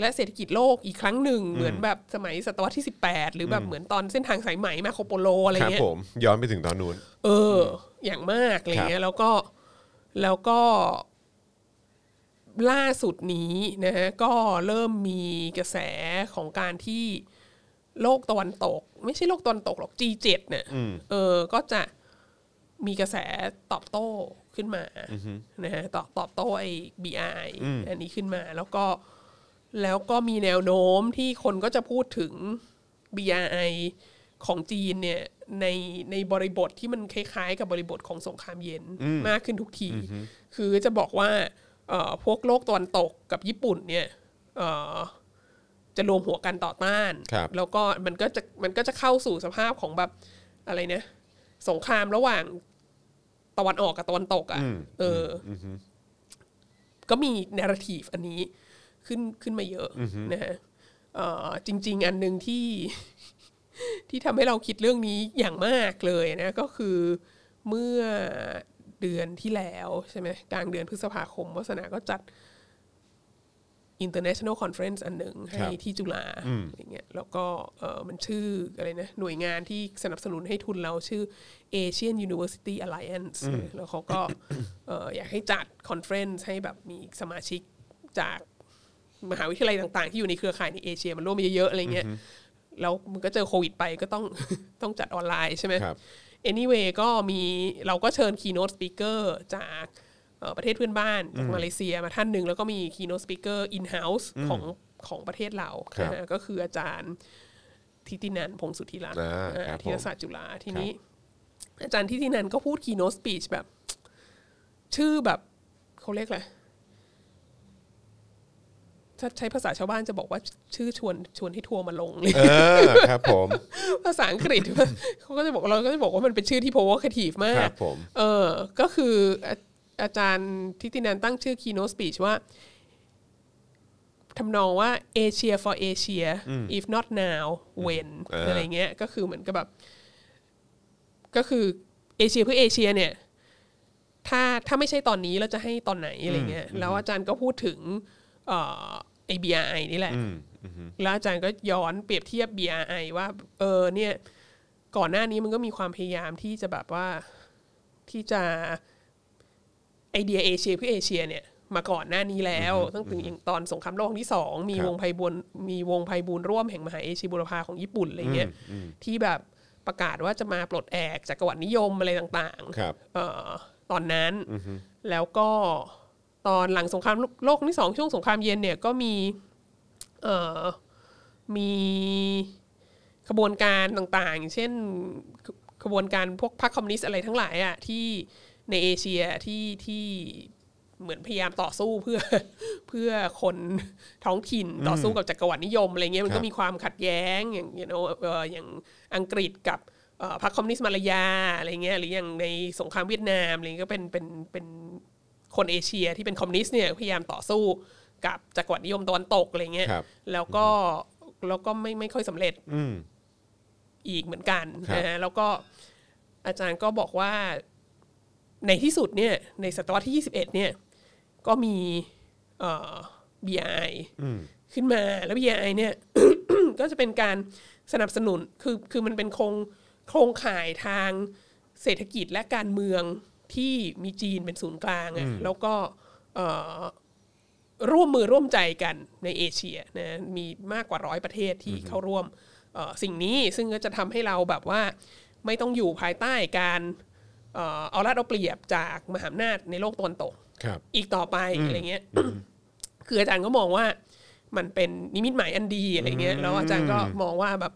Speaker 4: และเศรษฐกิจโลกอีกครั้งหนึ่ง เหมือนแบบสมัยศตวรรษที่ 18 หรือแบบเหมือนตอนเส้นทางสายไหมมาโคโปโลอะไร
Speaker 2: ครับ
Speaker 4: เงี้ย
Speaker 2: ผมย้อนไปถึงตอนนู้น
Speaker 4: เอออ อย่างมากอะไรเงี้ยแล้วก็แล้วก็ ล่าสุดนี้นะฮะก็เริ่มมีกระแสของการที่โลกตะวันตก ไม่ใช่โลกตะวันตกหรอก G7 เนี่ยเออ ก็จะมีกระแสตอบโต้ขึ้นมานะฮะตอบตอบโต้ไอ้ BI อันนี้ขึ้นมา แล้วก็แล้วก็มีแนวโน้มที่คนก็จะพูดถึง BRI ของจีนเนี่ยในในบริบทที่มันคล้ายๆ กับบริบทของสงครามเย็นมากขึ้นทุกที คือจะบอกว่าเอ่อพวกโลกตะวันตกกับญี่ปุ่นเนี่ยเอ่อจะรวมหัวกันต่อต้าน
Speaker 2: ครับ
Speaker 4: แล้วก็มันก็จะมันก็จะเข้าสู่สภาพของแบบอะไรนะสงครามระหว่างตะวันออกกับตะวันตกอะ่ะเอออก็มีน r ร t i v e อันนี้ขึ้นขึ้นมาเยอะนะฮะเอ่อจริง ๆ อันหนึ่งที่ ที่ทำให้เราคิดเรื่องนี้อย่างมากเลยนะ ก็คือเมื่อเดือนที่แล้วใช่ไหมกลางเดือนพฤษภาคมวัสนาก็จัด international conference อันหนึ่งให้
Speaker 2: ครับ
Speaker 4: ที่จุฬาอะไรเงี้ยแล้วก็เออมันชื่ออะไรนะ หน่วยงานที่สนับสนุนให้ทุนเราชื่อ Asian University Alliance แล้วเขาก็เอ่ออยากให้จัดคอนเฟรนซ์ให้แบบมีสมาชิกจาก มหาวิทยาลัยต่าง ๆ ที่อยู่ในเครือข่ายในเอเชียมันร่วมเยอะๆอะไรเงี้ย แล้วมันก็เจอโควิดไปก็ต้อง ต้องจัดออนไลน์ใช่ไหม
Speaker 2: ครับ
Speaker 4: anyway ก็มีเราก็เชิญ keynote speaker จากเอ่อประเทศเพื่อนบ้านจากมาเลเซียมาท่านหนึ่ง แล้วก็มี keynote speaker in house ของของประเทศเรา
Speaker 2: ครับ
Speaker 4: นะฮะก็คืออาจารย์ทิตินันท์พงศ์สุทธิรัตน์
Speaker 2: อ่า
Speaker 4: อ่า
Speaker 2: ครับผม
Speaker 4: ที่ศาสตร์จุฬาทีนี้ อาจารย์ทิตินันท์ก็พูด keynote speech แบบ ชื่อแบบเขาเรียกอะไร ถ้าใช้ภาษาชาวบ้านจะบอกว่าชื่อชวนชวนให้ทัวร์มาลงเลย
Speaker 2: เออครับผม
Speaker 4: ภาษาอังกฤษ เขาก็จะบอกเราก็จะบอกว่ามันเป็นชื่อที่ provocative มา
Speaker 2: ค
Speaker 4: ก
Speaker 2: รับผม
Speaker 4: เออก็คืออาอาจารย์ทิตินันตั้งชื่อ keynote speech ว่าทำนองว่า Asia for Asia if not now when
Speaker 2: อ่า
Speaker 4: อะไรเงี้ยก็คือเหมือนกับแบบ ก็คือเอเชียเพื่อเอเชียเนี่ย ถ้าถ้าไม่ใช่ตอนนี้เราจะให้ตอนไหนอะไรเงี้ยแล้วอาจารย์ก็พูดถึงเอ่อ ABRI นี่แหละ แล้วอาจารย์ก็ย้อนเปรียบเทียบ BRI ว่าเออเนี่ย ก่อนหน้านี้มันก็มีความพยายามที่จะแบบว่าที่จะไอเดียเอเชียเพื่อเอเชียเนี่ย มาก่อนหน้านี้แล้วตั้งแต่อย่างตอนสงครามโลกครั้งที่สองมี
Speaker 2: ครับ
Speaker 4: วงไพบูลย์มีวงไพบูลย์ร่วมแห่งมหาเอชิบุรพาของญี่ปุ่นอะไรเงี้ยที่แบบประกาศว่าจะมาปลดแอกจากกวรรดินิยมอะไรต่างๆ
Speaker 2: ครับ
Speaker 4: เอ่อตอนนั้นแล้วก็ตอนหลังสงครามโลกครั้งที่สองช่วงสงครามเย็นเนี่ยก็มีเอ่อมีขบวนการต่างๆอย่างเช่นขขบวนการพวกพรรคคอมมิวนิสต์อะไรทั้งหลายอะที่ในเอเชียที่ที่เหมือนพยายามต่อสู้เพื่อ เพื่อคนท้องถิ่นต่อสู้กับจักรวรรดินิยมอะไรเงี้ยมัน
Speaker 2: ครั
Speaker 4: ก็
Speaker 2: บ
Speaker 4: มีความขัดแย้งอย่าง you know เอ่ออย่างอังกฤษกับเอ่อพรรคคอมมิวนิสต์มาลายาอะไรเงี้ยหรืออย่างในสงครามเวียดนามอะไรเงี้ยก็เป็นเป็นเป็นคนเอเชียที่เป็นคอมมิวนิสต์เนี่ยพยายามต่อสู้กับจักรวรรดินิยมตะวันตกอะไรเงี้ย
Speaker 2: ครับ
Speaker 4: แล้วก็แล้วก็ไม่ไม่ค่อยสำเร็จ
Speaker 2: อืม
Speaker 4: อีกเหมือนกัน
Speaker 2: ครับ
Speaker 4: นะฮะแล้วก็อาจารย์ก็บอกว่าในที่สุดเนี่ยในศตวรรษที่ 21 เนี่ยก็มีเอ่อ BI ขึ้นมาแล้ว BI เนี่ย ก็จะเป็นการสนับสนุนคือคือมันเป็นโครงโครงข่ายทางเศรษฐกิจและการเมืองที่มีจีนเป็นศูนย์กลางอะแล้วก็เอ่อ ร่วมมือร่วมใจกันในเอเชียนะมีมากกว่าร้อยประเทศที่เข้าร่วมเอ่อสิ่งนี้ซึ่งก็จะทำให้เราแบบว่าไม่ต้องอยู่ภายใต้การเอ่อเอารัดเอาเปรียบจากมหาอำนาจในโลกตะวันตก
Speaker 2: ครับ
Speaker 4: อีกต่อไปอะไรเงี้ย คืออาจารย์ก็มองว่ามันเป็นนิมิตหมายอันดีอะไรเงี้ย แล้วอาจารย์ก็มองว่าแบบ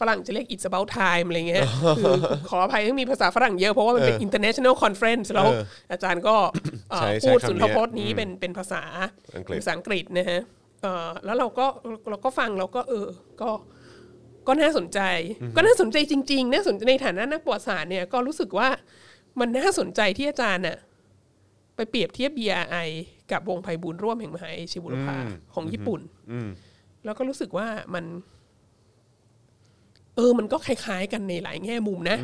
Speaker 4: ฝรั่งจะเรียก it's about time อะไรเงี้ย คือขออภัยที่มีภาษาฝรั่งเยอะ เพราะว่ามันเป็น
Speaker 2: เออ
Speaker 4: international conference แล้ว
Speaker 2: เออ
Speaker 4: อาจารย์ก็เอ่อ
Speaker 2: ใช้ใช้
Speaker 4: พูด
Speaker 2: คำ
Speaker 4: สุนทรพจน์นี้
Speaker 2: เนี้ย
Speaker 4: เป็นเป็นภาษา
Speaker 2: อังกฤษ
Speaker 4: ภาษาอังกฤษนะฮะเอ่อแล้วเราก็เราก็ฟังเราก็เออ ก็ก็น่าสนใจ ก็น่าสนใจจริงๆน่าสนใจในฐานะนักประวัติศาสตร์เนี่ยก็รู้สึกว่ามันน่าสนใจที่อาจารย์น่ะ ไปเปรียบเทียบ BRI กับวงไพบูลย์ร่วมแห่งมหาเอชิบุรพาของญี่ปุ่น แล้วก็รู้สึกว่ามัน เออ มันก็คล้ายๆกันในหลายแง่มุมนะ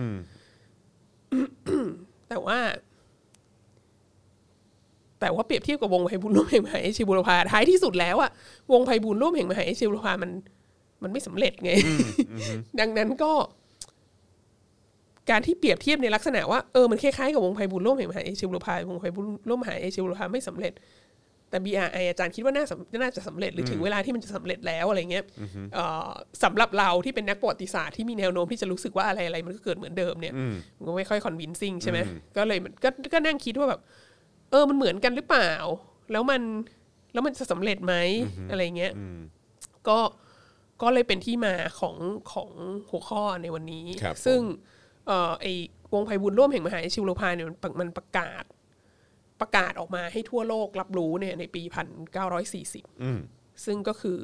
Speaker 4: แต่ว่า แต่ว่าเปรียบเทียบกับวงไพบูลย์ร่วมแห่งมหาเอชิบุรพาท้ายที่สุดแล้วอะวงไพบูลย์ร่วมแห่งมหาเอชิบุรพามัน มันไม่สำเร็จไง ดังนั้นก็ การที่เปรียบเทียบในลักษณะว่าเออมันคล้ายๆกับวงไพบูลย์ร่วมแห่งมหาเอเชียบุรพาวงไพบูลย์ร่วมมหาเอเชียบุรพาไม่สำเร็จ แต่ BRI อาจารย์คิดว่าน่าสำน่าจะสำเร็จหรือถึงเวลาที่มันจะสำเร็จแล้วอะไรเงี้ยเอ่อสำหรับเราที่เป็นนักประวัติศาสตร์ที่มีแนวโน้มที่จะรู้สึกว่าอะไรอะไรๆมันก็เกิดเหมือนเดิมเนี่ยมันก็ไม่ค่อยคอนวินซิ่งใช่ไหมก็เลยมันก็ก็นั่งคิดว่าแบบ เออมันเหมือนกันหรือเปล่า แล้วมันแล้วมันจะสำเร็จไหมอะไรเงี้ยก็ก็เลยเป็นที่มาของของหัวข้อในวันนี้
Speaker 2: ครับผม
Speaker 4: ซึ่งเอ่อไอวงไพบุญร่วมแห่งมหาชิวโลพาเนี่ยมันประมันประกาศ ประกาศออกมาให้ทั่วโลกรับรู้เนี่ยในปี 1940 ซึ่งก็คือ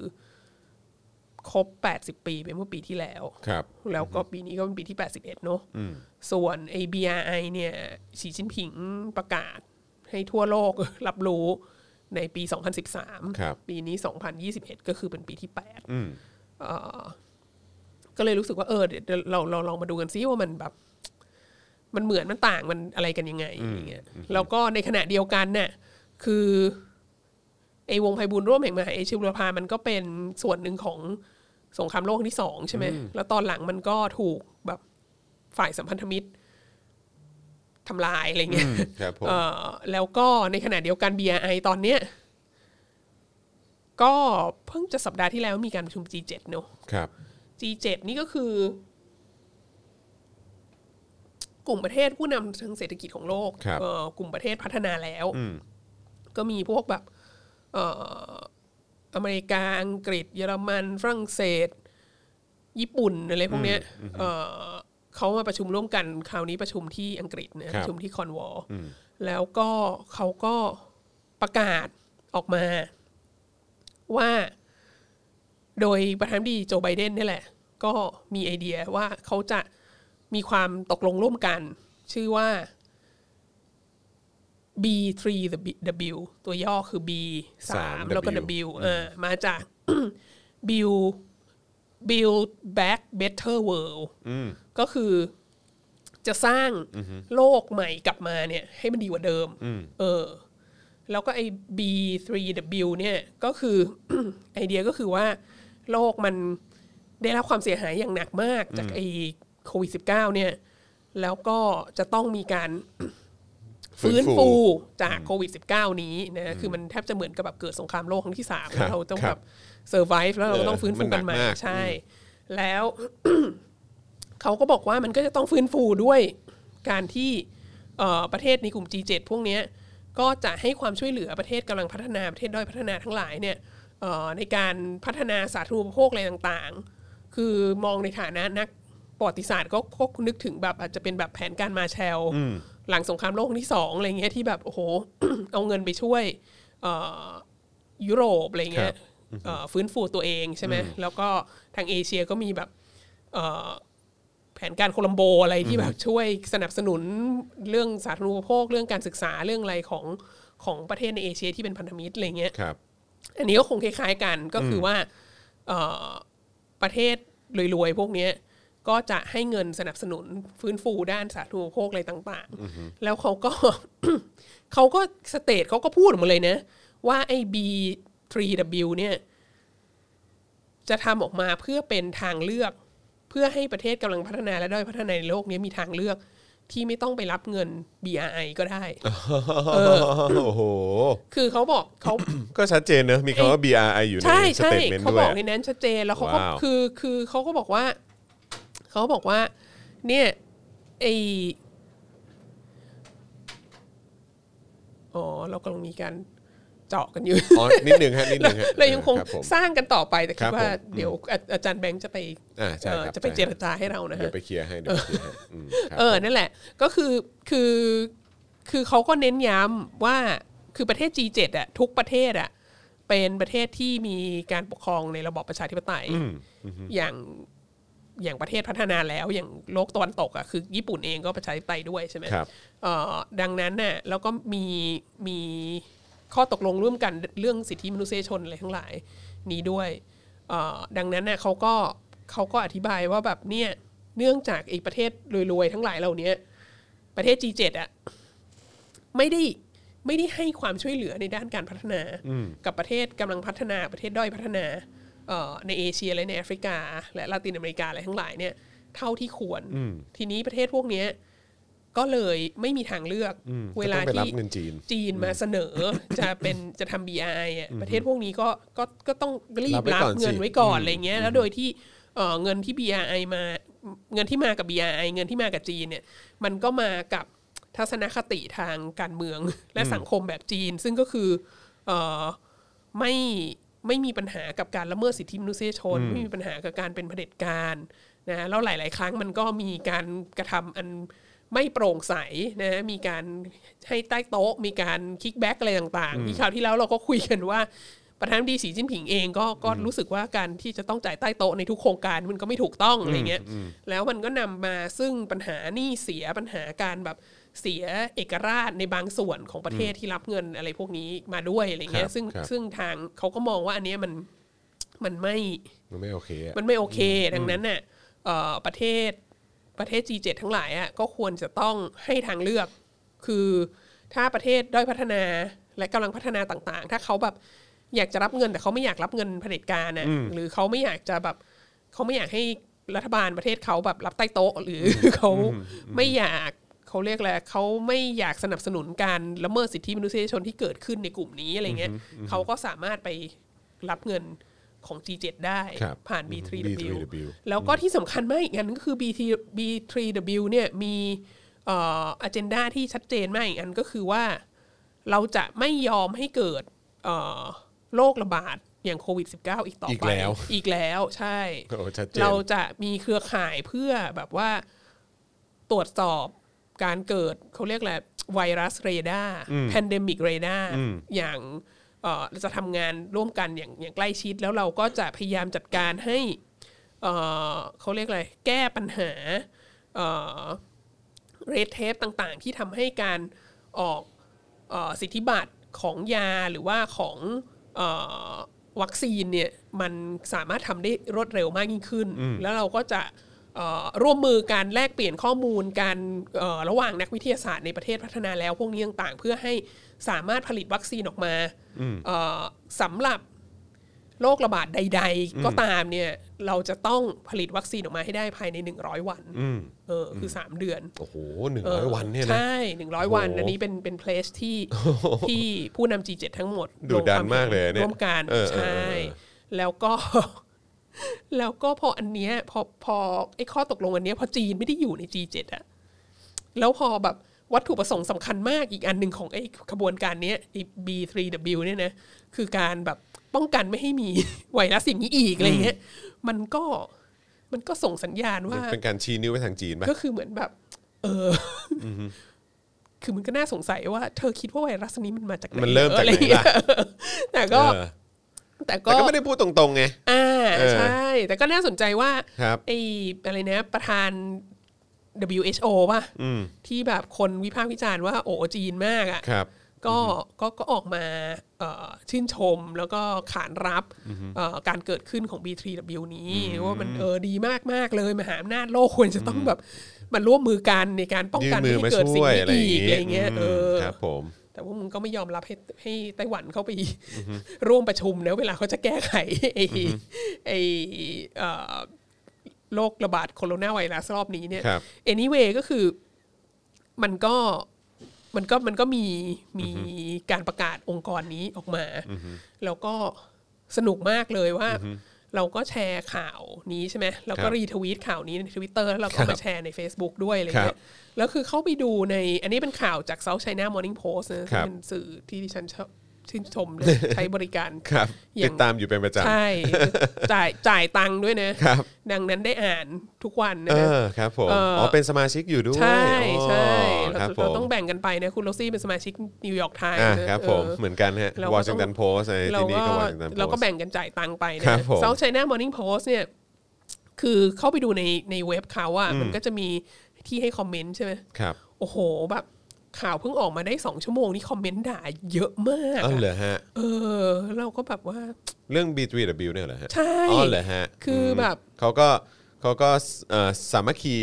Speaker 4: ครบ 80 ปีไปเมื่อปีที่แล้ว
Speaker 2: ครับ
Speaker 4: แล้วก็ปีนี้ก็เป็นปีที่ 81 เนอะส่วน a BRI เนี่ยสีจิ้นผิงประกาศให้ทั่วโลก รับรู้ในปี
Speaker 2: ครับ
Speaker 4: 2013 ปีนี้ 2021 ก็คือเป็นปีที่ 8
Speaker 2: อืม
Speaker 4: ก็เลยรู้สึกว่าเออเดี๋ยวเราเราลองมาดูกันซิว่ามันแบบ มันเหมือนมันต่างมันอะไรกันยังไงอย่างเงี้ยแล้วก็ในขณะเดียวกันเนี่ยคือไอวงไพบุญร่วมแห่งมหาเอเชียบุรพามันก็เป็นส่วนหนึ่งของสงครามโลกครั้งที่สองใช่ไหมแล้วตอนหลังมันก็ถูกแบบฝ่ายสัมพันธมิตรทำลายอะไรเงี้ย
Speaker 2: ครับผม
Speaker 4: เอ่อแล้วก็ในขณะเดียวกัน BRI ตอนเนี้ยก็เพิ่งจะสัปดาห์ที่แล้วมีการประชุม G7 เนอะ
Speaker 2: ครับ
Speaker 4: G7 นี่ก็คือ กลุ่มประเทศผู้นำทางเศรษฐกิจของโลก
Speaker 2: ครับ
Speaker 4: เอ่อกลุ่มประเทศพัฒนาแล้ว ก็มีพวกแบบเอ่ออเมริกา อังกฤษ เยอรมัน ฝรั่งเศส ญี่ปุ่นอะไรพวกเนี้ยเอ่อเขามาประชุมร่วมกัน คราวนี้ประชุมที่อังกฤษนะครับ ประชุมที่คอนวอลล์แล้วก็เขาก็ประกาศออกมาว่า โดยประธานาธิบดีโจไบเดนนี่แหละ ก็มีไอเดียว่าเขาจะมีความตกลงร่วมกัน ชื่อว่า B3W ตัวย่อคือ B สาม
Speaker 2: 3W
Speaker 4: แล้วก็ W เออมาจาก Build Build Back Better World ก็คือจะสร้างโลกใหม่กลับมาเนี่ย ให้มันดีกว่าเดิม เออ แล้วก็ไอ้ B3W เนี่ยก็คือ ไอเดียก็คือว่า โลกมันได้รับความเสียหายอย่างหนักมากจากไอ้โควิด -19 เนี่ย แล้วก็จะต้องมีการ ฟื้
Speaker 2: ฟื้น
Speaker 4: น
Speaker 2: ฟู
Speaker 4: ฟูจากโควิด -19 นี้นะคือมันแทบจะเหมือนกับแบบเกิดสงครามโลกครั้งที่สาม
Speaker 2: ครับ
Speaker 4: เราต้อง
Speaker 2: ครั
Speaker 4: แบบ บเซอร์ไวฟ์แล้วเราก็ต้องฟื้นฟูกัน
Speaker 2: มั
Speaker 4: มาน
Speaker 2: หนักมาก
Speaker 4: ใช่ แล้ว เขาก็บอกว่ามันก็จะต้องฟื้นฟูด้วยการที่เอ่อประเทศในกลุ่ม G7 พวกเนี้ยก็จะให้ความช่วยเหลือประเทศกำลังพัฒนาประเทศด้อยพัฒนาทั้งหลายเนี่ยเอ่อในการพัฒนาสาธารณูปโภคอะไรต่างๆ คือมองในฐานะนักประวัติศาสตร์ก็ก็นึกถึงแบบอาจจะเป็นแบบแผนการมาแชล หลังสงครามโลกครั้งที่สองอะไรเงี้ยที่แบบโอ้โห เอาเงินไปช่วยเอ่อ ยุโรปอะไร
Speaker 2: ค
Speaker 4: เงี้
Speaker 2: รั
Speaker 4: ย
Speaker 2: บ
Speaker 4: เอ่อฟื้นฟูตัวเองใช่ไหมแล้วก็ทางเอเชียก็มีแบบเอ่อแผนการโคลัมโบอะไรที่แบบช่วยสนับสนุนเรื่องสาธารณูปโภคเรื่องการศึกษาเรื่องอะไรของของประเทศในเอเชียที่เป็นพันธมิตรอะไรเงี้ย
Speaker 2: ครับ
Speaker 4: อันนี้ก็คงคล้ายๆกันก็คือว่าเอ่อประเทศรวยๆพวกเนี้ยก็จะให้เงินสนับสนุนฟื้นฟูด้านสาธารณูปโภคอะไรต่างๆ แล้วเขาก็ เขาก็สเตทเขาก็พูดออกมาเลยนะ ว่าไอ้ B3W เนี่ย จะทำออกมาเพื่อเป็นทางเลือก เพื่อให้ประเทศกำลังพัฒนาและด้อยพัฒนาในโลกเนี้ยมีทางเลือกที่ไม่ต้องไปรับเงิน BRI ก็ได้
Speaker 2: โอ้โห
Speaker 4: คือเขาบอกเขา
Speaker 2: ก็ชัดเจนเนอะมีคำว่า BRI อยู่ใน
Speaker 4: ใช่
Speaker 2: ส
Speaker 4: ใช่
Speaker 2: เตทเมนต์
Speaker 4: เขา
Speaker 2: ด้ว
Speaker 4: บ
Speaker 2: ย
Speaker 4: อกในนั้นชัดเจนแล้วเขาก็
Speaker 2: ว้าว
Speaker 4: คือคือเขาก็บอกว่า เขาบอกว่า เนี่ยไออ๋อเรากำลังมีการเจาะกันอยู่
Speaker 2: อ๋อนิดหนึ่งฮะนิดห
Speaker 4: เรา
Speaker 2: นึ่งฮะ
Speaker 4: เรายังคง
Speaker 2: รับผม
Speaker 4: สร้างกันต่อไปแต่
Speaker 2: ค
Speaker 4: คิ
Speaker 2: รั
Speaker 4: ด
Speaker 2: บ
Speaker 4: ว่า
Speaker 2: ผม
Speaker 4: เดี๋ยวอาอาจารย์แบงค์จะไป
Speaker 2: อ่าใช่
Speaker 4: เอ่อ
Speaker 2: ครับ
Speaker 4: จะไป
Speaker 2: ใช่
Speaker 4: เจรจาให้เรานะ
Speaker 2: เดี๋ย
Speaker 4: ฮะ
Speaker 2: วไปเคลียร์ให้เดี๋ยวไปเคลียร์ให้อืมครับ
Speaker 4: เออ นั่นแหละ ก็คือคือ คือเขาก็เน้นย้ำว่า คือประเทศ G7 อะทุกประเทศอะเป็นประเทศที่มีการปกครองในระบอบประชาธิปไตย อย่าง อย่างประเทศพัฒนาแล้ว อย่างโลกตะวันตกอะคือ ญี่ปุ่นเองก็ประชาธิปไตยด้วยใช่ไหม
Speaker 2: ครับ
Speaker 4: เอ่อดังนั้นน่ะแล้วก็มีมีข้อตกลงร่วมกันเรื่องสิทธิมนุษยชนอะไรทั้งหลายนี้ด้วยเอ่อดังนั้นน่ะเขาก็เขาก็อธิบายว่าแบบเนี่ยเนื่องจากไอ้ประเทศรวยๆทั้งหลายเหล่านี้ประเทศ G7 อ่ะไม่ได้ไม่ได้ให้ความช่วยเหลือในด้านการพัฒนา กับประเทศกำลังพัฒนาประเทศด้อยพัฒนาเอ่อในเอเชียและในแอฟริกา และลาตินอเมริกาอะไรทั้งหลายเนี่ยเท่าที่ควร ทีนี้ประเทศพวกเนี้ย ก็เลยไม่มีทางเลือกเวลา
Speaker 2: ก็ต้องไปรับ
Speaker 4: ที่
Speaker 2: เงินจีน
Speaker 4: จีนมาเสนอ จะเป็นจะทำ BRI อ่ะประเทศพวกนี้ก็ก็ก็ต้องรี
Speaker 2: รั
Speaker 4: บบ
Speaker 2: ไว้
Speaker 4: รับ
Speaker 2: ก่อนสิ
Speaker 4: เงินไว้ก่อนอะไรเงี้ยแล้วโดยที่เอ่อเงินที่ BRI มาเงินที่มากับ BRI เงินที่มากับจีนเนี่ย มันก็มากับทัศนคติทางการเมือง และสังคมแบบจีน ซึ่งก็คือเอ่อไม่ไม่มีปัญหากับการละเมิดสิทธิมนุษยชน ไม่มีปัญหากับการเป็นเผด็จการนะแล้วหลาย ๆ ครั้งมันก็มีการกระทำอันไม่โปร่งใสนะมีการให้ใต้โต๊ะ มีการคิกแบ็กอะไรต่าง ๆ ที่คราวที่แล้วเราก็คุยกันว่า ประธานาธิบดีสีจิ้นผิงเองก็ก็รู้สึกว่าการที่จะต้องจ่ายใต้โต๊ะในทุกโครงการมันก็ไม่ถูกต้องอะไรเงี้ยแล้วมันก็นำมาซึ่งปัญหาหนี้เสียปัญหาการแบบเสียเอกราชในบางส่วนของประเทศที่รับเงินอะไรพวกนี้มาด้วยอะไรเงี้
Speaker 2: ครั
Speaker 4: ย
Speaker 2: บ
Speaker 4: ซึ่ง
Speaker 2: ครับ
Speaker 4: ซึ่งทางเขาก็มองว่าอันเนี้ยมันมันไม่
Speaker 2: มันไม่โอเคอะ
Speaker 4: มันไม่โอเค ดังนั้นน่ะเอ่อประเทศประเทศ G7 ทั้งหลายอ่ะก็ควรจะต้องให้ทางเลือก คือถ้าประเทศด้อยพัฒนาและกำลังพัฒนาต่างๆ ถ้าเขาแบบอยากจะรับเงินแต่เขาไม่อยากรับเงินเผด็จการนะหรือเขาไม่อยากจะแบบเขาไม่อยากให้รัฐบาลประเทศเขาแบบรับใต้โต๊ะ หรืออเขาไม่อยากเขาเรียกอะไรเขาไม่อยากสนับสนุนการละเมิดสิทธิมนุษยชนที่เกิดขึ้นในกลุ่มนี้อะไรเงี้ยเขาก็สามารถไปรับเงินของ G7 ได้
Speaker 2: ครับ
Speaker 4: ผ่าน B3W
Speaker 2: B3W
Speaker 4: แล้วก็ที่สำคัญมากอีกอันนึงก็คือ BT B3W เนี่ยมีเอ่อ agenda ที่ชัดเจนมากอีกอันก็คือว่าเราจะไม่ยอมให้เกิดเอ่อโรคระบาดอย่างโควิด -19 อีกต่อ
Speaker 2: อีก
Speaker 4: ไป
Speaker 2: แล้ว
Speaker 4: อีกแล้วใช่
Speaker 2: โอ้ชัดเจน
Speaker 4: เราจะมีเครือข่ายเพื่อแบบว่าตรวจสอบการเกิดเขาเรียกแหละไรไวรัสเรดาร์แพนเดมิกเรดาร์อย่างเอ่อจะทำงานร่วมกันอย่างอย่างใกล้ชิด แล้วเราก็จะพยายามจัดการให้เอ่อเขาเรียกอะไรแก้ปัญหาเอ่อ เรดเทปต่างๆ ที่ทำให้การออกเออสิทธิบัตรของยาหรือว่าของเออวัคซีนเนี่ยมันสามารถทำได้รวดเร็วมากยิ่งขึ้น แล้วเราก็จะเอ่อร่วมมือการแลกเปลี่ยนข้อมูลการเอ่อระหว่างนักวิทยาศาสตร์ในประเทศพัฒนาแล้วพวกนี้ต่างๆ เพื่อให้สามารถผลิตวัคซีนออกมาเอ่อสำหรับ โรคระบาดใด ๆ ก็ตามเนี่ยเราจะต้องผลิตวัคซีนออกมาให้ได้ภายใน 100 วัน
Speaker 2: อืม
Speaker 4: เออคือ 3 เดือน
Speaker 2: โอ้โหหนึ่งร้อยวันเนี่ยนะ
Speaker 4: ใช่หนึ่งร้อยวัน
Speaker 2: โอ้โห
Speaker 4: อันนี้เป็นเป็นเพลสที่ ที่ผู้นำ G7 ทั้งหมด
Speaker 2: ดุดันมากเลยเนี่ย
Speaker 4: ร่วมกัน
Speaker 2: เออเออเออ
Speaker 4: ใช่ แล้วก็ แล้วก็พออันเนี้ยพอพอไอ้ข้อตกลงอันเนี้ยพอจีนไม่ได้อยู่ใน G7 อะแล้วพอแบบวัตถุประสงค์สำคัญมากอีกอันหนึ่งของไอ้ขบวนการเนี้ยไอ้ B3W เนี่ยนะคือการแบบป้องกันไม่ให้มี ไวรัสอย่างนี้อีกอะไรเงี้ยมันก็มันก็ส่งสัญญาณว่า
Speaker 2: เป็นการชี้นิ้วไปทางจีนป่ะ
Speaker 4: ก็คือเหมือนแบบ เอออคือมันก็น่าสงสัยว่า เธอคิดว่าไวรัสนี้มันมาจากไหน
Speaker 2: มันเริ่มจากไหน
Speaker 4: อออรเงี้
Speaker 2: ล่ะ
Speaker 4: ย แต่ก็
Speaker 2: เออ
Speaker 4: แต่ก็
Speaker 2: แต่ก็ไม่ได้พูดตรงๆไง
Speaker 4: อ่า
Speaker 2: เออ
Speaker 4: ใช่ แต่ก็น่าสนใจว่า
Speaker 2: ครับ
Speaker 4: ไอ้อะไรนะ ประธาน WHO ป่ะที่แบบคนวิพากษ์วิจารณ์ว่าโอ้จีนมากอ่ะ
Speaker 2: ครับ
Speaker 4: ก็ก็ก็ออกมาเอ่อชื่นชมแล้วก็ขานรับเอ่อการเกิดขึ้นของ B3W นี้ว่ามันเออดีมากมากๆเลยมหาอำนาจโลกควรจะต้องแบบมันร่วมมือกันในการป้อง
Speaker 2: ยื่น
Speaker 4: กัน
Speaker 2: มือมา
Speaker 4: ไม่ให้เกิด
Speaker 2: ช่
Speaker 4: สิ่ง
Speaker 2: วย
Speaker 4: นี้
Speaker 2: อะไรอ
Speaker 4: อี
Speaker 2: ย่าง
Speaker 4: กอะไรเงี้ยเออ
Speaker 2: ครับผม
Speaker 4: แต่ว่ามึงก็ไม่ยอมรับให้ให้ไต้หวันเข้าไปร่วมประชุมนะเวลาเขาจะแก้ไขไอ้ไอ้เอ่อโรคระบาดโคโรนาไวรัสรอบนี้เนี่ย
Speaker 2: ครับ
Speaker 4: anyway ก็คือมันก็มันก็มันก็มีมีการประกาศองค์กรนี้ออกมา แล้วก็สนุกมากเลยว่า เราก็แชร์ข่าวนี้ใช่ไหมแล้ว
Speaker 2: ค
Speaker 4: ก็
Speaker 2: รับ
Speaker 4: รีทวีตข่าวนี้ในทวิตเตอร์แล้วเรา
Speaker 2: ค
Speaker 4: ก็
Speaker 2: รับ
Speaker 4: มาแชร์ใน Facebook ด้วยอะไร
Speaker 2: ครั
Speaker 4: เงี้
Speaker 2: บ
Speaker 4: ยแล้วคือเข้าไปดูใน อันนี้เป็นข่าวจาก South China Morning Post นะ
Speaker 2: ครับ
Speaker 4: ซึ่งเป็นสื่อที่ดิฉันชอบชื่นชมและ ใช้บริการ
Speaker 2: ครับ
Speaker 4: อย่าง
Speaker 2: ติดตามอยู่เป็นประจำ
Speaker 4: ใช่ จ่ายจ่ายตังค์ด้วยนะ
Speaker 2: ครับ
Speaker 4: ดังนั้นได้อ่านทุกวันนะ
Speaker 2: เอ
Speaker 4: นะ
Speaker 2: อครับผม
Speaker 4: เอ่ออ๋
Speaker 2: อ๋อเป็นสมาชิกอยู่ด้วย
Speaker 4: ใช่ใช่
Speaker 2: อ๋อ
Speaker 4: เรา
Speaker 2: ครับผ
Speaker 4: เรา
Speaker 2: ม
Speaker 4: ต้องแบ่งกันไปนะคุณโรซี่เป็นสมาชิกนิวยอร์กไทม์
Speaker 2: อ่า
Speaker 4: นะครับ
Speaker 2: ผม
Speaker 4: เออ
Speaker 2: เหมือนกันฮะ
Speaker 4: เราก็ต้อง
Speaker 2: วอชิงตันโพสต์ใน
Speaker 4: เรา
Speaker 2: ที่นี่
Speaker 4: ก็
Speaker 2: ก็วอชิงตันโพสต์
Speaker 4: เราก็แบ่งกันจ่ายตังค์ไปนะครับ
Speaker 2: ผม
Speaker 4: เซาท์ไชน่ามอร์นิ่งโพสเนี่ยคือเข้าไปดูในในเว็บเขาอะมันก็จะมีที่ให้คอมเมนต์ใช่ไหม
Speaker 2: ครับ
Speaker 4: โอ้โหแบบข่าวเพิ่งออกมาได้สองชั่วโมงนี่คอมเมนต์ด่าเยอะมาก
Speaker 2: เอ้า
Speaker 4: อะ
Speaker 2: เหรอฮะ
Speaker 4: เออ เราก็แบบว่า
Speaker 2: เรื่อง B3W เนี่ยเหรอฮะ
Speaker 4: ใช่
Speaker 2: อ๋อเหรอฮะ
Speaker 4: คือแบบ
Speaker 2: เขาก็เขาก็เอ่อสามัคคี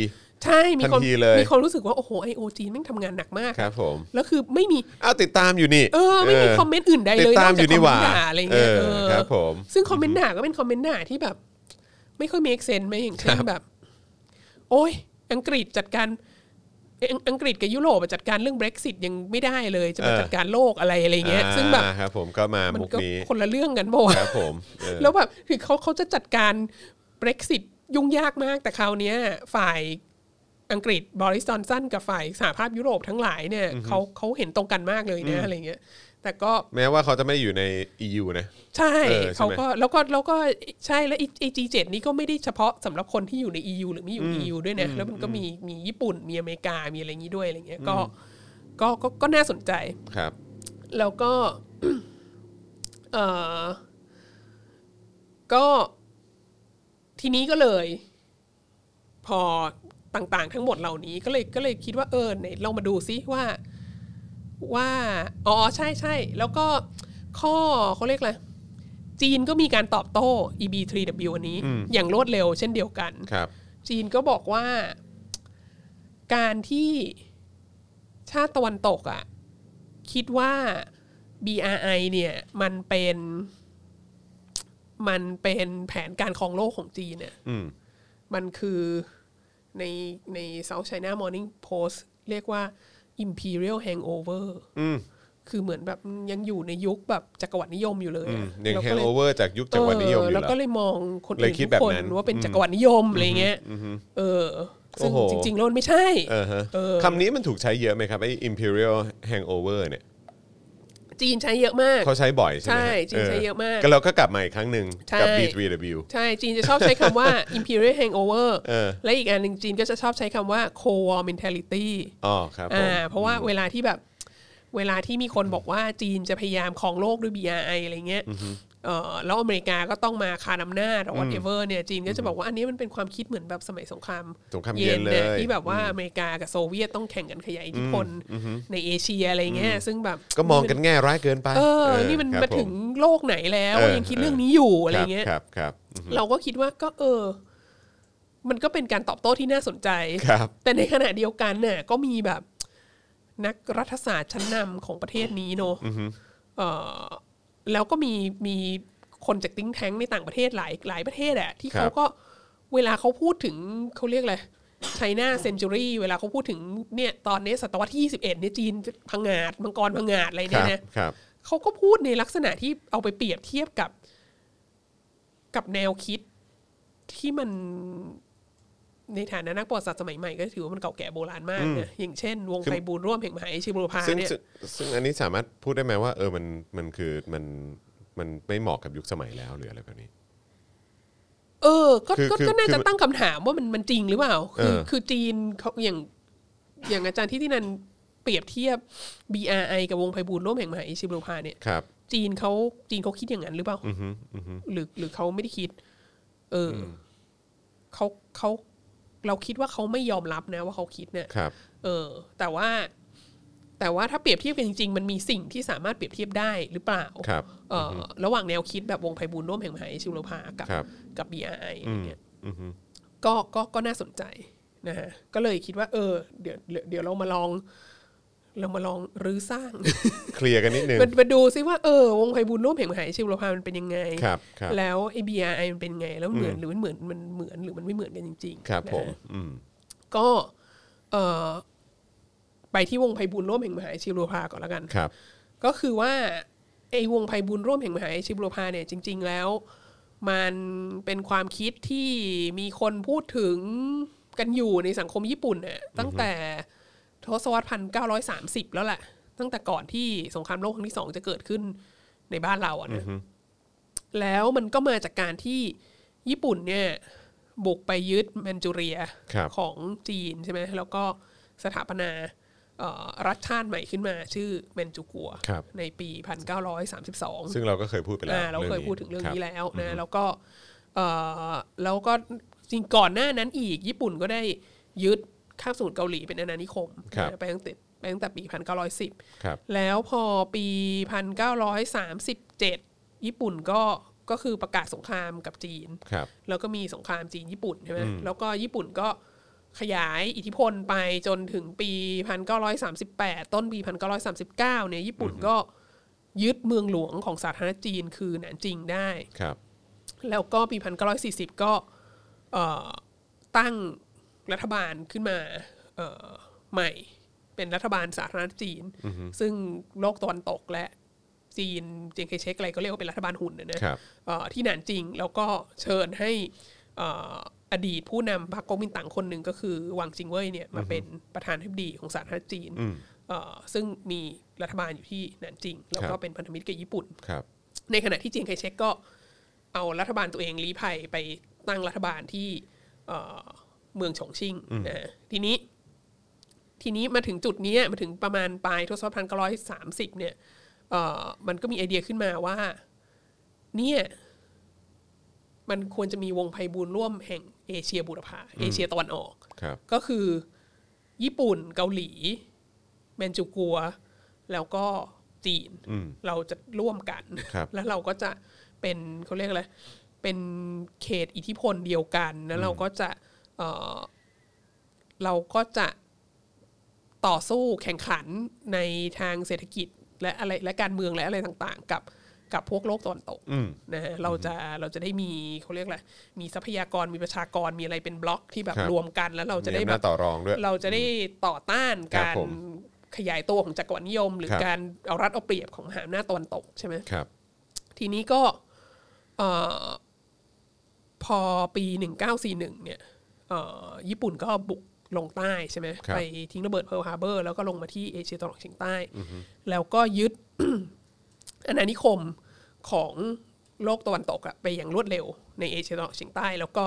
Speaker 4: ใช่มีค
Speaker 2: ทั
Speaker 4: น
Speaker 2: นทีเลย
Speaker 4: มีคนรู้สึกว่า โอ้โหไอโอจีนแม่งทำงานหนักมาก
Speaker 2: ครับผม
Speaker 4: แล้วคือไม่มี
Speaker 2: อ้าวติดตามอยู่นี่
Speaker 4: เออไม่มีคอมเมนต์อื่นใด
Speaker 2: ติ
Speaker 4: เล
Speaker 2: ด
Speaker 4: ย
Speaker 2: ตามอยู่นี่หว่า
Speaker 4: อกจกคอมเมนต์ด่าอะไรเงี้ย
Speaker 2: อ
Speaker 4: เออ
Speaker 2: ครับผม
Speaker 4: ซึ่งคอมเมนต์ด่าก็เป็นคอมเมนต์ด่าที่แบบ ไม่ค่อย make sense ไหมอย่างเช่นแบบ โอ้ย อังกฤษจัดการเอ้ยอังอังกฤษกับยุโรปอะจัดการเรื่อง Brexit ยังไม่ได้เลยจะมา
Speaker 2: เออ
Speaker 4: จัดการโลกอะไรอะไรเงี้ย
Speaker 2: อ่า
Speaker 4: ซึ่งแบบ
Speaker 2: ครับผมก็มา
Speaker 4: มัน
Speaker 2: มุก
Speaker 4: ก็
Speaker 2: นี้
Speaker 4: คนละเรื่องกันบ่
Speaker 2: ครับผมเออ
Speaker 4: แล้วแบบคือเขาเขาจะจัดการ Brexit ยุ่งยากมากแต่คราวเนี้ย ฝ่ายอังกฤษบริสจอนสันกับฝ่ายสหภาพยุโรปทั้งหลายเนี่ยเขาเขาเห็นตรงกันมากเลยนะอะไรเงี้ย แต่ก็
Speaker 2: แม้ว่าเขาจะไม่ได้อยู่ใน EU นะ
Speaker 4: ใช่
Speaker 2: เออใช่
Speaker 4: เขา
Speaker 2: ไหม
Speaker 4: ก็แล้วก็แล้วก็ใช่แล้วไอจีเจ็ดนี้ก็ไม่ได้เฉพาะสำหรับคนที่อยู่ใน EU หรือไม่อยู่ใน EU ด้วยนะแล้วมันก็มีมีญี่ปุ่นมีอเมริกามีอะไรอย่างนี้ด้วยอะไรเงี้ยก็ก็ก็ก็น่าสนใจ
Speaker 2: ครับ
Speaker 4: แล้วก็ เออก็ทีนี้ก็เลย พอต่างๆ ทั้งหมดเหล่านี้ก็เลยก็เลยคิดว่าเออไหนลองมาดูซิว่า ว่าอ๋อใช่ใช่แล้วก็ข้อเขาเรียกอะไรจีนก็มีการตอบโต้ EB3W อันนี้ อย่างรวดเร็วเช่นเดียวกัน
Speaker 2: ครับ
Speaker 4: จีนก็บอกว่าการที่ชาติตะวันตกอะคิดว่า BRI เนี่ยมันเป็นมันเป็นแผนการครองโลกของจีนเนี่ย
Speaker 2: อืม
Speaker 4: มันคือในใน South China Morning Post เรียกว่า Imperial Hangover
Speaker 2: อืม
Speaker 4: คือเหมือนแบบยังอยู่ในยุคแบบจักรวรรดินิยมอยู่เลย
Speaker 2: อื
Speaker 4: อะ
Speaker 2: มยัง
Speaker 4: เรา
Speaker 2: แฮ
Speaker 4: ก็
Speaker 2: ง
Speaker 4: เลย
Speaker 2: โอเวอร์จากยุคจักรวรรดินิยมอยู่
Speaker 4: แล้ว
Speaker 2: เหรอ
Speaker 4: ก็เลยมองคน
Speaker 2: เล
Speaker 4: อื่
Speaker 2: ย
Speaker 4: น
Speaker 2: คิด
Speaker 4: ทุก
Speaker 2: แบบ
Speaker 4: คน
Speaker 2: นั้น
Speaker 4: ว่าเป็นจักรวรรดินิยมอะไรเงี้ยเออ ซึ่ง
Speaker 2: โอ้โห
Speaker 4: จริงๆแล้วมันไม่ใช่
Speaker 2: เออฮะคำนี้มันถูกใช้เยอะไหมครับไอ้ imperial hangover เนี่ย
Speaker 4: จีนใช้เยอะมาก
Speaker 2: เขาใช้บ่อยใช่ไหม
Speaker 4: ใช่
Speaker 2: ฮะ
Speaker 4: จีนใช้เยอะมาก
Speaker 2: ก็เราก็กลับมาอีกครั้งหนึ่ง
Speaker 4: ใช่
Speaker 2: กับ B3W
Speaker 4: ใช่จีนจะชอบใช้คำว่า imperial hangover
Speaker 2: เออ
Speaker 4: และอีกอันหนึ่งจีนก็จะชอบใช้คำว่า cold war mentality
Speaker 2: อ๋อครับผม
Speaker 4: อ่าเพราะว่าเวลาที่แบบเวลาที่มีคนบอกว่าจีนจะพยายามครองโลกด้วย BRI อะไรเงี้ยเออแล้วอเมริกาก็ต้องมาคานอำนาจ or whatever เนี่ยจีนก็จะบอกว่าอันนี้มันเป็นความคิดเหมือนแบบสมัยสงคราม
Speaker 2: สงครามเย็นเลย
Speaker 4: ะที่แบบว่าอเมริกากับโซเวียตต้องแข่งกันขยายอิทธิพลในเอเชียอะไรเงี้ยซึ่งแบบ
Speaker 2: ก็มองกันแง่ร้ายเกินไป
Speaker 4: เออ นี่มัน
Speaker 2: ครับ
Speaker 4: มาถึง
Speaker 2: ผ
Speaker 4: โลกไหนแล้วยังคิดเรื่องนี้อยู่อะไรเงี้ย
Speaker 2: ครับครับครับ
Speaker 4: เราก็คิดว่าก็เออ มันก็เป็นการตอบโต้ที่น่าสนใจ
Speaker 2: ครับ
Speaker 4: แต่ในขณะเดียวกันเนี่ยก็มีแบบนักรัฐศาสตร์ชั้นนำของประเทศนี้เนอะเออแล้วก็มีมี คนจากติ้งแท้งในต่างประเทศหลายหลายประเทศอะที่
Speaker 2: ครับ
Speaker 4: เขาก็เวลาเขาพูดถึงเขาเรียกอะไรไชน่าเซนจูรี่เวลาเขาพูดถึงเนี่ยตอนนี้ศตวรรษที่ 21เนี่ยจีนพังงาดมังกรพังงาดอะไร
Speaker 2: ค
Speaker 4: เนี่
Speaker 2: รับ
Speaker 4: ยนะ
Speaker 2: ครับ
Speaker 4: เขาก็พูดในลักษณะที่เอาไปเปรียบเทียบกับ กับแนวคิดที่มันในฐานะนักประวัติศาสตร์สมัยใหม่ก็ถือว่ามันเก่าแก่โบราณมากนะอย่างเช่น วงไพบูลย์ร่วมแห่งมหาเอชิบุรพา
Speaker 2: ซึ่ง
Speaker 4: เนี่ย
Speaker 2: ซึ่งซึ่งอันนี้สามารถพูดได้ไหมว่าเออมันมันคือมันมันไม่เหมาะกับยุคสมัยแล้วหรืออะไรแบบนี้
Speaker 4: เออก็
Speaker 2: คือ
Speaker 4: ก็
Speaker 2: คือ
Speaker 4: ก็น่าจะ
Speaker 2: คือ
Speaker 4: ตั้งคำถามว่ามันมันจริงหรือเปล่า คือ
Speaker 2: เออ
Speaker 4: คือจีนเขาอย่าง อย่างอาจารย์ที่ที่นันเปรียบเทียบ BRI กับวงไพบูลย์ร่วมแห่งมหาเอชิบุรพาเนี่ย
Speaker 2: ครับ
Speaker 4: จีนเขาจีนเขาคิดอย่างนั้นหรือเปล่า
Speaker 2: อือฮึอือฮึ
Speaker 4: หรือหรือเขาไม่ได้คิด เอออเขาเขาเราคิดว่าเขาไม่ยอมรับนะว่าเขาคิดเนี่ย
Speaker 2: ครับ
Speaker 4: เออ แต่ว่า แต่ว่าถ้าเปรียบเทียบกันจริงๆ มันมีสิ่งที่สามารถเปรียบเทียบได้หรือเปล่า
Speaker 2: ครับ
Speaker 4: เอออระหว่างแนวคิดแบบวงไพบูลย์ร่วมแห่งมหาอิชิโรพากับ
Speaker 2: ครับ
Speaker 4: กับ BRI อะ
Speaker 2: อื
Speaker 4: ไร
Speaker 2: ม
Speaker 4: เงี้ย
Speaker 2: อือฮึ
Speaker 4: ก็ก็ก็น่าสนใจนะฮะก็เลยคิดว่า เออเดี๋ยวเดี๋ยวเรามาลอง เรามาลองรื้อส ร้าง
Speaker 2: เคลียร์กันนิดนึง
Speaker 4: มันมาดูซิว่าเออวงไพบูลย์ร่วมแห่งมหาอิชิโรพามันเป็นยังไง
Speaker 2: ครับครับ
Speaker 4: แล้วไอบีไอมันเป็นไง แล้วเหมือนหรือมันเหมือนมันเหมือนหรือมันไม่เหมือนกันจริงๆ
Speaker 2: ครับ
Speaker 4: นะฮะ
Speaker 2: ผมอืม
Speaker 4: ก็เออไปที่วงไพบุญร่วมแห่งมหาชิโรพาก่อนแล้วกัน
Speaker 2: ครับ
Speaker 4: ก็คือว่าไอวงไพบุญร่วมแห่งมหาชิโรพาเนี่ยจริง ๆ แล้ว มันเป็นความคิดที่มีคนพูดถึงกันอยู่ในสังคมญี่ปุ่นเนี่ยตั้งแต่ทศวรรษพันเก้าร้อยสามสิบแล้วแหละ ตั้งแต่ก่อนที่สงครามโลกครั้งที่สองจะเกิดขึ้นในบ้านเราอะนะ แล้วมันก็มาจากการที่ญี่ปุ่นเนี่ยบุกไปยึดแมนจูเรีย
Speaker 2: ครับ
Speaker 4: ของจีนใช่ไหมแล้วก็สถาปนาเอ่อรัฐชาติใหม่ขึ้นมาชื่อแมนจูกัว
Speaker 2: ครับ
Speaker 4: ในปี 1932
Speaker 2: ซึ่งเราก็เคยพูดไปแล้ว
Speaker 4: อ่าเราเคย
Speaker 2: นี้
Speaker 4: พูดถึงเรื่อง
Speaker 2: ค
Speaker 4: นี้
Speaker 2: บ
Speaker 4: แล้วนะแล้วก็เอ่อแล้วก็จริงก่อนหน้านั้นอีก ญี่ปุ่นก็ได้ยึดคาบสมุทรเกาหลีเป็นอาณานิคม
Speaker 2: ครับ
Speaker 4: นะไปตั้งแต่ไปตั้งแต่ปี 1910
Speaker 2: ครับ
Speaker 4: แล้วพอปี 1937 ญี่ปุ่นก็ก็คือประกาศสงครามกับจีน
Speaker 2: ครับ
Speaker 4: แล้วก็มีสงครามจีนญี่ปุ่นใช่ไหมแล้วก็ญี่ปุ่นก็ขยายอิทธิพลไปจนถึงปี 1938 ต้นปี 1939 เนี่ยญี่ปุ่นก็ยึดเมืองหลวงของสาธารณจีนคือหนานจิงได้
Speaker 2: ครับ
Speaker 4: แล้วก็ปี 1940 ก็เอ่อตั้งรัฐบาลขึ้นมาเอ่อใหม่ เป็นรัฐบาลสาธารณรัฐจีน ซึ่งโลกตะวันตกและจีนเจียงไคเชกอะไรก็เรียกว่าเป็นรัฐบาลหุ่นนะนะครับ เอ่อที่หนานจริงแล้วก็เชิญให้เอ่ออดีตผู้นำพรรคก๊กมินตั๋งคนหนึ่งก็คือหวังจิงเว่ยเนี่ยมาเป็นประธานาธิบดีของสาธารณรัฐจีนเอ่อซึ่งมีรัฐบาลอยู่ที่หนานจริง แล้ว
Speaker 2: ครั
Speaker 4: ก็
Speaker 2: บ
Speaker 4: เป็นพันธมิตรกับญี่ปุ่น
Speaker 2: ครับ
Speaker 4: ในขณะที่จีนไคเชกก็เอารัฐบาลตัวเองลี้ภัยไปตั้งรัฐบาลที่เอ่อเมืองฉงชิ่งนะฮะทีนี้ ทีนี้มาถึงจุดเนี้ยมาถึงประมาณปลายทศวรรษพันเก้าร้อยสามสิบเนี่ยเอ่อมันก็มีไอเดียขึ้นมาว่า เนี่ย มันควรจะมีวงไพบูลย์ร่วมแห่งเอเชียบุรพาเอเชียตะวันออก
Speaker 2: ครับ
Speaker 4: ก็คือ ญี่ปุ่นเกาหลี แมนจูกัว แล้วก็จีนเราจะร่วมกัน
Speaker 2: ครับ
Speaker 4: แล้วเราก็จะเป็นเขาเรียกอะไรเป็นเขตอิทธิพลเดียวกัน แล้วเราก็จะเอ่อเราก็จะต่อสู้แข่งขันในทางเศรษฐกิจ และอะไรและการเมืองและอะไรต่างๆ กับกับพวกโลกตะวันตกนะฮะเราจะเราจะได้มีเขาเรียกอะไรมีทรัพยากรมีประชากรมีอะไรเป็นบล็อกที่แบบ
Speaker 2: ครับ
Speaker 4: รวมกันแล้วเราจะได้
Speaker 2: มีอำนา
Speaker 4: แบบ
Speaker 2: จต่อรองด้วย
Speaker 4: เราจะได้ต่อต้าน
Speaker 2: ครับ
Speaker 4: การ
Speaker 2: ผม
Speaker 4: ขยายตัวของจักรวรรดินิยม หรือ
Speaker 2: ครับ
Speaker 4: การเอารัดเอาเปรียบของมหาอำนาจตะวันตกใช่ไหม
Speaker 2: ครับ
Speaker 4: ทีนี้ก็เอ่อพอปี 1941 เนี่ยเอ่อญี่ปุ่นก็บุกลงใต้ใช่ไหม
Speaker 2: ครับ
Speaker 4: ไปทิ้งระเบิดเพิร์ลฮาร์เบอร์ แล้วก็ลงมาที่เอเชียตะวันออกเฉียงใต้ แล้วก็ยึด อาณานิคมของโลกตะวันตกอะไปอย่างรวดเร็วในเอเชียตะวันออกเฉียงใต้ แล้วก็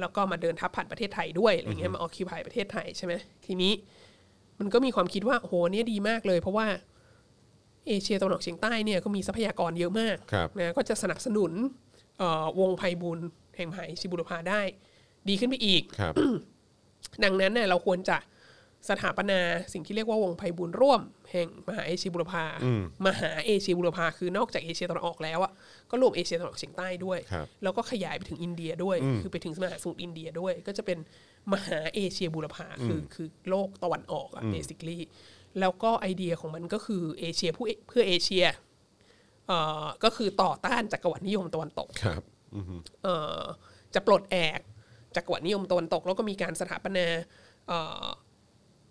Speaker 4: แล้วก็มาเดินทับผ่านประเทศไทยด้วยอะไรเงี้ยมาออคิวพายประเทศไทยใช่ไหมทีนี้ มันก็มีความคิดว่าโอ้โหเนี่ยดีมากเลย เพราะว่าเอเชียตะวันออกเฉียงใต้เนี่ยก็มีทรัพยากรเยอะมาก
Speaker 2: ครับ
Speaker 4: นะก็จะสนับสนุนเอ่อวงไพบุญแห่งมหาอิชิบุรพาได้ ดีขึ้นไปอีก
Speaker 2: ครับ
Speaker 4: ดังนั้นเนี่ยเราควรจะสถาปนาสิ่งที่เรียกว่าวงไพบุญร่วม แห่งมหาเอเชียบุรพามหาเอเชียบุรพาคือนอกจากเอเชียตะวันออกแล้วอ่ะก็รวมเอเชียตะวันออกเฉียงใต้ด้วย
Speaker 2: ครับ
Speaker 4: แล้วก็ขยายไปถึงอินเดียด้วย คือไปถึงมหาสมุทรอินเดียด้วย ก็จะเป็นมหาเอเชียบุรพาคือคือโลกตะวันออกอะ basically แล้วก็ไอเดียของมันก็คือเอเชียผู้เพื่อเอเชีย เอ่อก็คือต่อต้านจักรวรรดินิยมตะวันตก
Speaker 2: ครับ
Speaker 4: เอ่อจะปลดแอกจักรวรรดินิยมตะวันตก แล้วก็มีการสถาปนาเอ่อ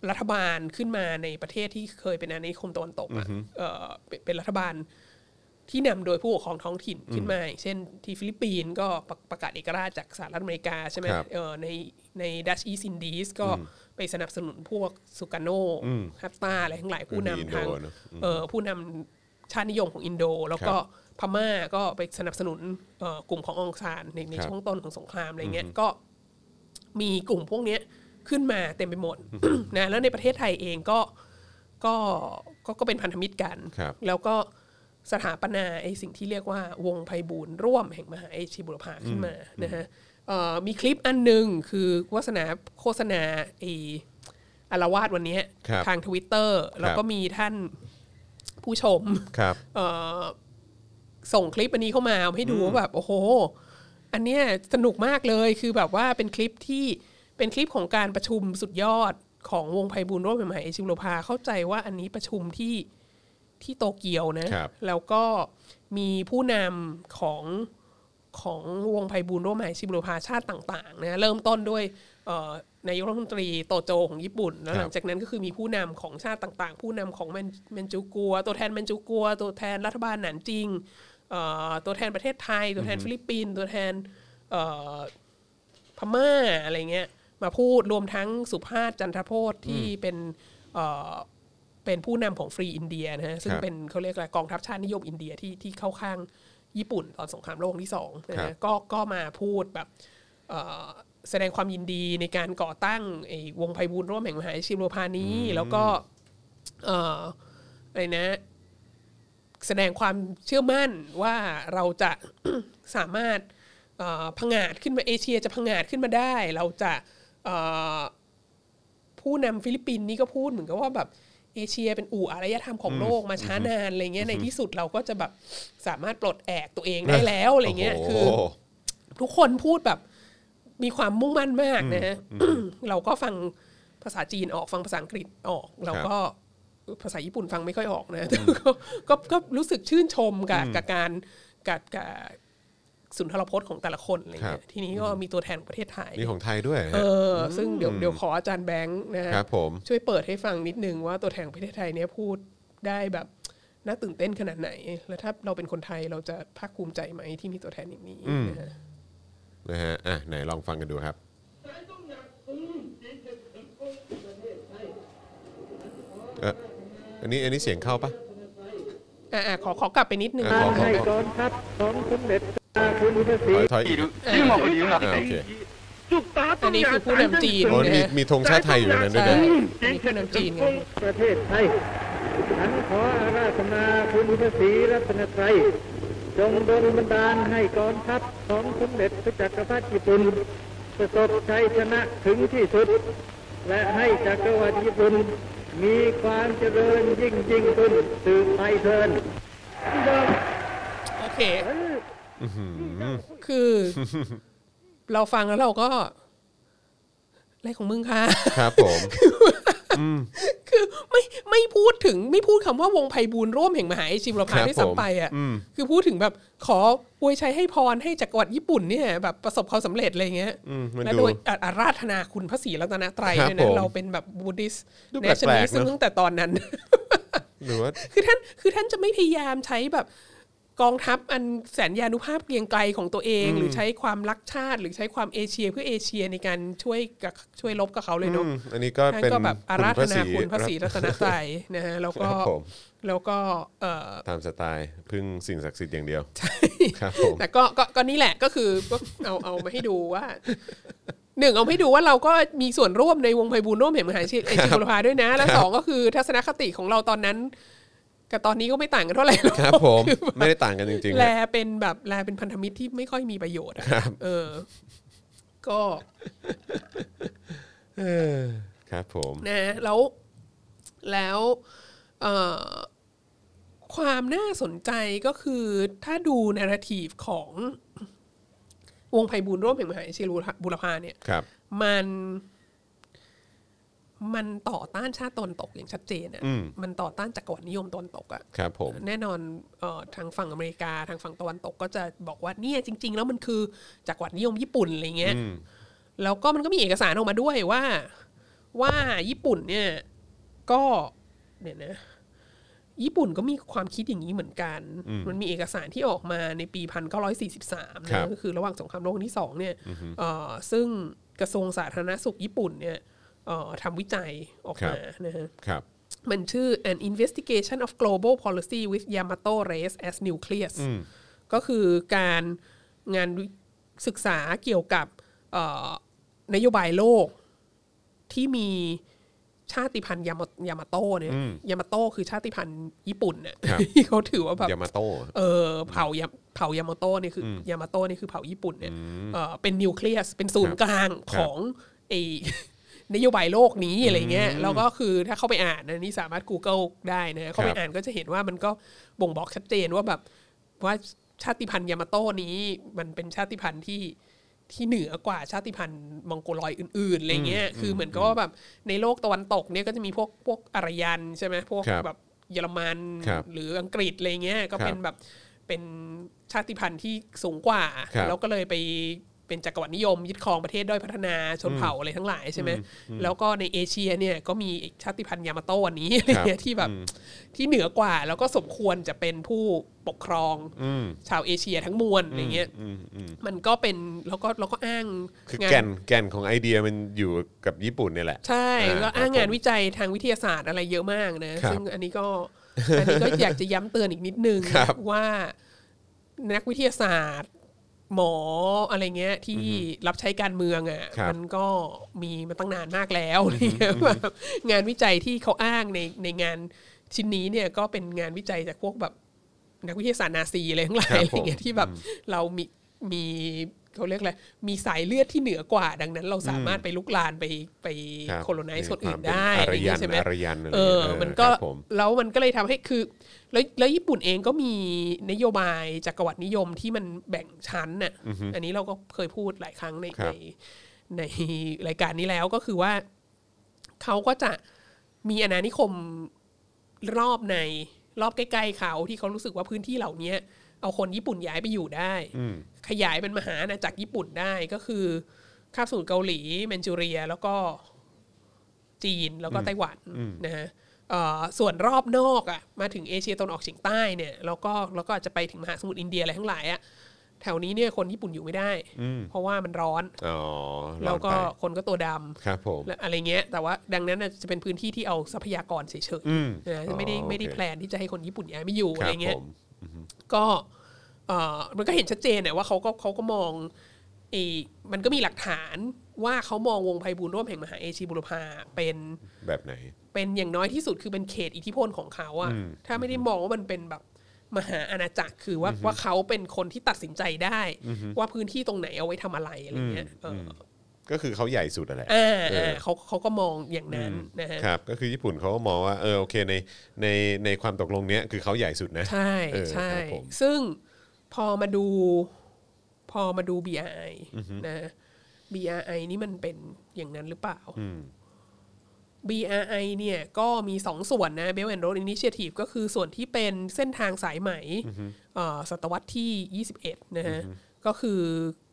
Speaker 4: รัฐบาลขึ้นมาในประเทศที่เคยเป็นอาณานิคมตะวันตกอะเอ่อเป็นเป็นรัฐบาลที่นำโดยผู้ปกครองท้องถิ่นขึ้นมาอย่างเช่นที่ฟิลิปปินส์ก็ประประกาศเอกราชจากสหรัฐอเมริกาใช่ไหม
Speaker 2: ครับ
Speaker 4: เอ่อในในดัชอีซินดีสก็ไปสนับสนุนพวกสุการโนฮัตตาอะไรทั้งหลายผู้นำทาง
Speaker 2: อินโดเนอะ
Speaker 4: เอ่อผู้นำชาตินิยมของอินโด แล้วก็
Speaker 2: ครับ
Speaker 4: พม่าก็ไปสนับสนุนเอ่อกลุ่มขององซานในใน
Speaker 2: ครับ
Speaker 4: ช่วงต้นของสงครามอะไรเงี้ยก็มีกลุ่มพวกเนี้ยขึ้นมาเต็มไปหมดนะแล้วในประเทศไทยเองก็ก็ก็ก็เป็นพันธมิตรกัน
Speaker 2: ครับ
Speaker 4: แล้วก็สถาปนาไอ้สิ่งที่เรียกว่าวงไพบูลย์ร่วมแห่งมหาเอชีบุรพาขึ้นมานะฮะเอ่อมีคลิปอันหนึ่งคือวาสนาโฆษณาไอ้อารวาสวันเนี้ย
Speaker 2: ครับ
Speaker 4: ทางทวิตเตอร์แล้ว
Speaker 2: ครับ
Speaker 4: ก็มีท่านผู้ชม
Speaker 2: ครับ
Speaker 4: เอ่อส่งคลิปอันนี้เข้ามาเอาให้ดูว่าแบบโอ้โห อันเนี้ยสนุกมากเลยคือแบบว่าเป็นคลิปที่เป็นคลิปของการประชุมสุดยอดของวงไพบูลย์ร่วมใหม่เอชิวโลพาเข้าใจว่าอันนี้ประชุมที่ที่โตเกียวนะ
Speaker 2: ครับ
Speaker 4: แล้วก็มีผู้นำของของวงไพบูลย์ร่วมใหม่ชิบุรพาชาติต่างๆนะเริ่มต้นด้วยเอ่อนายกรัฐมนตรีโตโจของญี่ปุ่นแล้ว
Speaker 2: ครับ
Speaker 4: หลังจากนั้นก็คือมีผู้นำของชาติต่างๆ ผู้นำของแมนแมนจูกัว ตัวแทนแมนจูกัว ตัวแทนรัฐบาลหนานจริงเอ่อตัวแทนประเทศไทย ตัวแทนฟิลิปปินส์ตัวแทนเอ่อ พม่าอะไรเงี้ยมาพูดรวมทั้งสุภาพจันทโพธที่เป็นเอ่อเป็นผู้นำของฟรีอินเดียนะฮะซึ่ง
Speaker 2: ครับ
Speaker 4: เป็นเขาเรียกอะไรกองทัพชาตินิยมอินเดียที่ที่เข้าข้างญี่ปุ่นตอนสงครามโลกครั้งที่สองนะ
Speaker 2: ครั
Speaker 4: ฮะ
Speaker 2: บ
Speaker 4: ก็ก็มาพูดแบบเอ่อแสดงความยินดีในการก่อตั้งไอ้วงไพบูลย์ร่วมแห่งมหาอาชีพโลพานี้ แล้วก็เอ่ออะไรนะ แสดงความเชื่อมั่นว่าเราจะ สามารถเอ่อผงาดขึ้นมาเอเชียจะผงาดขึ้นมาได้ เราจะเอ่อผู้นำฟิลิปปินส์นี่ก็พูดเหมือนกับว่าแบบเอเชียเป็นอู่อารยธรรมของโลกมาช้านานอะไรเงี้ยในที่สุดเราก็จะแบบสามารถปลดแอกตัวเองได้แล้วอะไรเงี้ย
Speaker 2: โอ้โห
Speaker 4: คือ ทุกคนพูดแบบมีความมุ่งมั่นมากนะฮะ เราก็ฟังภาษาจีนออกฟังภาษาอังกฤษออก เราก็ภาษาญี่ปุ่นฟังไม่ค่อยออกนะแต่ ก็ก็ก็รู้สึกชื่นชมกับกับการกับกับสุนทรพจน์ของแต่ละคนอะไร
Speaker 2: ครั
Speaker 4: เงี้
Speaker 2: บ
Speaker 4: ยทีนี้ก็มีตัวแทนของประเทศไทย
Speaker 2: มีของไทยด้วย
Speaker 4: เอ
Speaker 2: ฮะ
Speaker 4: อซึ่งเดี๋ยวเดี๋ยวขออาจารย์แบงค์นะฮะ
Speaker 2: ครับผม
Speaker 4: ช่วยเปิดให้ฟังนิดนึงว่าตัวแทนของประเทศไทยเนี่ยพูดได้แบบน่าตื่นเต้นขนาดไหน แล้วถ้าเราเป็นคนไทยเราจะภาคภูมิใจไหมที่มีตัวแทนอย่างนี้นะฮะ
Speaker 2: นะฮะอ่ะไหนลองฟังกันดูครับ
Speaker 3: ฉันต้องอยากฟื้นจิตจะถึงองค์ประเทศไทย
Speaker 2: เอ่ออันนี้อันนี้เสียงเข้าปะ
Speaker 4: อ่าขอขอกลับไปนิดนึง
Speaker 2: อ่ะขอขอ
Speaker 5: ให้สอนทัพสองสมเด็จพระคุณพระศรี
Speaker 2: ถอยถอยอีก
Speaker 6: ชื่อหมอกหลิวเหรอ
Speaker 2: อ่ะโอเค
Speaker 3: จุกตาต้
Speaker 4: อั
Speaker 3: อน ง
Speaker 4: นี้
Speaker 3: อยา
Speaker 4: คื
Speaker 3: ก
Speaker 4: อผู้นำจีน
Speaker 2: โอ้ยมี
Speaker 4: นะ
Speaker 2: มีธงชาติไทยอยู่ในนั้นด้วยนะ
Speaker 4: อันนี้ผู้นำจีนไง
Speaker 5: ประเทศไทย ฉันขออาราธนาคุณพระศรีรัตนตรัยจงดลบันดาลให้กองทัพของสมเด็จพระจักรพรรดิญี่ปุ่นประสบชัยชนะถึงที่สุด และให้จักรวรรดิญี่ปุ่นมีความเจริญยิ่งยิ่งขึ้นสืบไปเทิน
Speaker 4: โอเค คือ เราฟังแล้วเราก็อะไรของมึงคะ
Speaker 2: ครับผม
Speaker 4: คือไม่ไม่พูดถึงไม่พูดคำว่าวงไพบูลย์ร่วมแห่งมหาอาชีพร
Speaker 2: ค
Speaker 4: พา
Speaker 2: รับ
Speaker 4: ด้วย
Speaker 2: ผม
Speaker 4: ซ้ำไปอ่ะคือพูดถึงแบบขออวยชัยให้พรให้จักรวรรดิญี่ปุ่นเนี่ยแบบประสบความสำเร็จอะไรเงี้ย
Speaker 2: อืมมัน
Speaker 4: และ
Speaker 2: ดู
Speaker 4: โดยอ่ะอาราธนาคุณพระศรีรัตนตรัย
Speaker 2: ครับ
Speaker 4: ด้วย
Speaker 2: ผม
Speaker 4: นะเราเป็นแบบบูดิส
Speaker 2: ดูแป
Speaker 4: เน
Speaker 2: ลกๆ
Speaker 4: ชั่นนิส
Speaker 2: เนอะ
Speaker 4: ตั้งแต่ตอนนั้น
Speaker 2: หรือว่า
Speaker 4: คือท่านคือท่านจะไม่พยายามใช้แบบกองทัพอันแสนยานุภาพเกรียงไกลของตัวเอง หรือใช้ความรักชาติ หรือใช้ความเอเชียเพื่อเอเชียในการช่วยกับช่วยลบกับเขาเลยเนาะ
Speaker 2: อืมอันนี้ก็
Speaker 4: ท่าน
Speaker 2: เป็น
Speaker 4: ก็แบบอาราธนาคุณพระศรี
Speaker 2: ค
Speaker 4: รั
Speaker 2: บ
Speaker 4: ตนตรัยนะฮะแล้วก็
Speaker 2: ครับผม
Speaker 4: แล้วก็เอ่อ
Speaker 2: ตามสไตล์พึ่งสิ่งศักดิ์สิทธิ์อย่างเดียว ครับผม
Speaker 4: แต่ก็ก็ก็นี่แหละก็คือก็เอาเอามาให้ดูว่าหนึ่งเอาให้ดูว่าเราก็มีส่วนร่วมในวงไพบูลย์ร่วมเห็นมหาชีพเอชิบุรพาด้วยนะ และสองก็คือทัศนคติของเราตอนนั้น กับตอนนี้ก็ไม่ต่างกันเท่าไหร่หรอก
Speaker 2: ครับผมไม่ได้ต่างกันจริงๆ
Speaker 4: แล
Speaker 2: ฮะ
Speaker 4: เป็นแบบแลเป็นพันธมิตรที่ไม่ค่อยมีประโยชน์อะ
Speaker 2: ครับ
Speaker 4: เออ ก็
Speaker 2: ครับผม
Speaker 4: นะแล้วแล้วเอ่อความน่าสนใจก็คือถ้าดูนาราทีฟของวงไพบูลย์ร่วมแห่งมหาเอเชียบูรพาเนี่ย
Speaker 2: ครับ
Speaker 4: มัน มันต่อต้านชาติตะวันตกอย่างชัดเจนอะ
Speaker 2: อืม
Speaker 4: มันต่อต้านจักรวรรดินิยมตะวันตกอะ
Speaker 2: ครับผม
Speaker 4: แน่นอนเอ่อทางฝั่งอเมริกาทางฝั่งตะวันตกก็จะบอกว่าเนี่ยจริง ๆ แล้วมันคือจากรวรรดินิยมญี่ปุ่นอะไรเงี้ย
Speaker 2: อืม
Speaker 4: แล้วก็มันก็มีเอกสารออกมาด้วยว่า ว่าญี่ปุ่นเนี่ยก็เดี๋ยวนะ ญี่ปุ่นก็มีความคิดอย่างนี้เหมือนกัน มันมีเอกสารที่ออกมาในปี 1943
Speaker 2: ครับ
Speaker 4: นะก็คือระหว่างสงครามโลกครั้งที่สองเนี่ยเอ่อซึ่งกระทรวงสาธารณสุขญี่ปุ่นเนี่ยเอ่อทำวิจัยออกมานะฮะ
Speaker 2: ครับ
Speaker 4: มันชื่อ an investigation of global policy with Yamato race as nucleus ก็คือการงานวิศึกษาเกี่ยวกับเอ่อนโยบายโลกที่มีชาติพันธุ์ยามายามาโต้เนี่ยยามาโต้คือชาติพันธุ์ญี่ปุ่นเนี่ย
Speaker 2: ครับ
Speaker 4: ที่เขาถือว่าแบบ
Speaker 2: ยามาโต้
Speaker 4: เออเผ่ายาเผ่ายามาโต้เนี่ยคืออยามาโต้เนี่ยคือเผ่าญี่ปุ่นเนี่ยเออเป็นนิวเคลียสเป็นศูนย์กลางของไอ นโยบายโลกนี้อะไรเงี้ยแล้วก็คือถ้าเข้าไปอ่านนะนี่สามารถ Google ได้นะเข้าไป
Speaker 2: ครับ
Speaker 4: อ่านก็จะเห็นว่ามันก็บ่งบอกชัดเจนว่าแบบว่าชาติพันธุ์ยามาโต้นี้มันเป็นชาติพันธุ์ที่ที่เหนือกว่าชาติพันธุ์มองโกลอยด์อื่นๆอะไรเงี้ยคือเหมือนกับว่าแบบในโลกตะวันตกเนี่ยก็จะมีพวกพวกอารยันใช่ไหมพวก
Speaker 2: ครับ
Speaker 4: แบบเยอรมัน
Speaker 2: ครับ
Speaker 4: หรืออังกฤษอะไรเงี้ยก็เป็
Speaker 2: ครั
Speaker 4: น
Speaker 2: บ
Speaker 4: แบบเป็นชาติพันธุ์ที่สูงกว่า
Speaker 2: ครับ
Speaker 4: แล้วก็เลยไปเป็นจักรวรรดินิยม ยึดครองประเทศด้อยพัฒนาชนเผ่าอะไรทั้งหลายใช่ไหมแล้วก็ในเอเชียเนี่ยก็มีชาติพันธุ์ยามาโต้อันนี้อะไรเงี้ย ที่แบบที่เหนือกว่า แล้วก็สมควรจะเป็นผู้ปกครองชาวเอเชียทั้งมวลอะไรเงี้ยมันก็เป็นแล้วก็แล้วก็อ้าง
Speaker 2: คือง
Speaker 4: าน
Speaker 2: แก่นแก่นของไอเดียมันอยู่กับญี่ปุ่นเนี่ยแหละ
Speaker 4: ใช่แล้ว
Speaker 2: อ่า
Speaker 4: อ้าง
Speaker 2: ครับ
Speaker 4: งานวิจัยทางวิทยาศาสตร์อะไรเยอะมากนะครับ ซึ่งอันนี้ก็ อันนี้ก็อยากจะย้ำเตือนอีกนิดนึง
Speaker 2: ครับ
Speaker 4: ว่านักวิทยาศาสตร์ หมออะไรเงี้ย ที่รับใช้การเมืองอ่ะ
Speaker 2: ครับ
Speaker 4: มันก็มีมาตั้งนานมากแล้วอะไรเงี้ยแบบงานวิจัยที่เขาอ้างในในงานชิ้นนี้เนี่ยก็เป็นงานวิจัยจากพวกแบบนักวิทยาศาสตร์นาซีอะไรทั้งหลา
Speaker 2: ครั
Speaker 4: ย
Speaker 2: บ
Speaker 4: อะไรเงี้ย
Speaker 2: ผม
Speaker 4: ที่แบบเรามีมีเขาเรียกอะไรมีสายเลือดที่เหนือกว่า ดังนั้นเราสามารถไปลุกลานไปไป
Speaker 2: รับ
Speaker 4: โคโลนไนซ์คนอื่น
Speaker 2: ใ
Speaker 4: ได้
Speaker 2: ควา
Speaker 4: อะ
Speaker 2: ม
Speaker 4: ไร
Speaker 2: เป็
Speaker 4: อย่างงี้ใช่ไหม
Speaker 2: อารยันอะไร
Speaker 4: เอ
Speaker 2: อย่าง
Speaker 4: อ
Speaker 2: เงี้ย
Speaker 4: มันก็
Speaker 2: ครับผม
Speaker 4: แล้วมันก็เลยทำให้คือแล้วแล้วญี่ปุ่นเองก็มีนโยบายจักรวรรดินิยมที่มันแบ่งชั้นน่ะอันนี้เราก็เคยพูดหลายครั้งใน
Speaker 2: ครั
Speaker 4: ใน
Speaker 2: บ
Speaker 4: ในรายการนี้แล้วก็คือว่าเขาก็จะมีอาณานิคมรอบในรอบใกล้ๆเขาที่เขารู้สึกว่าพื้นที่เหล่านี้เอาคนญี่ปุ่นย้ายไปอยู่ได้ ขยายเป็นมหาอาณาจักรญี่ปุ่นได้ก็คือคาบสมุทรเกาหลีแมนจูเรีย แล้วก็จีนแล้วก็ไต้หวันนะฮะเอ่อส่วนรอบนอกอะมาถึงเอเชียตะวันออกเฉียงใต้เนี่ยแล้วก็แล้วก็อาจจะไปถึงมหาสมุทรอินเดียอะไรทั้งหลายอะแถวนี้เนี่ยคนญี่ปุ่นอยู่ไม่ได้ เพราะว่ามันร้อน
Speaker 2: อ๋อล
Speaker 4: แล้
Speaker 2: อ
Speaker 4: ว
Speaker 2: งไป
Speaker 4: ก็คนก็ตัวด
Speaker 2: ครับผม
Speaker 4: ำและอะไรเงี้ยแต่ว่าดังนั้นน่ะจะเป็นพื้นที่ที่เอาทรัพยากรเฉย
Speaker 2: อืม
Speaker 4: ๆนะไม่ได้
Speaker 2: อ๋อ
Speaker 4: ไม่ได้
Speaker 2: โอเค
Speaker 4: แพลนที่จะให้คนญี่ปุ่นย้ายไม่อยู่
Speaker 2: ค
Speaker 4: อะไร
Speaker 2: รับ
Speaker 4: เงี้
Speaker 2: ผ
Speaker 4: ย
Speaker 2: ม
Speaker 4: ก็เอ่อมันก็เห็นชัดเจนเนี่ยว่าเขาก็เขาก็มองไอ้มันก็มีหลักฐานว่าเขามองวงไพบูลย์ร่วมแห่งมหาเอเชียบุรพาเป็น
Speaker 2: แบบไหน
Speaker 4: เป็นอย่างน้อยที่สุดคือเป็นเขตอิทธิพลของเขาอะถ้าไม่ได้มองว่ามันเป็นแบบมหาอาณาจักรคือว่าว่าเขาเป็นคนที่ตัดสินใจได้ ว่าพื้นที่ตรงไหนเอาไว้ทำอะไรอะไรเงี้ยเอออ
Speaker 2: ก็คือเขาใหญ่สุดอะแหละ
Speaker 4: อ่า
Speaker 2: เออ
Speaker 4: อ่าเขาเขาก็มองอย่างนั้นนะฮะ
Speaker 2: ครับ ก็คือญี่ปุ่นเขาก็มองว่าเออโอเคในในในความตกลงเนี้ยคือเขาใหญ่สุดนะ
Speaker 4: ใช่
Speaker 2: เออ
Speaker 4: ใช่
Speaker 2: ครับผม
Speaker 4: ซึ่งพอมาดูพอมาดู BRI นะ BRI นี่มันเป็นอย่างนั้นหรือเปล่า BRI เนี่ยก็มีสองส่วนนะ Belt and Road Initiative ก็คือส่วนที่เป็นเส้นทางสายไหมเอ่อศตวรรษที่ 21 นะฮะ ก็คือ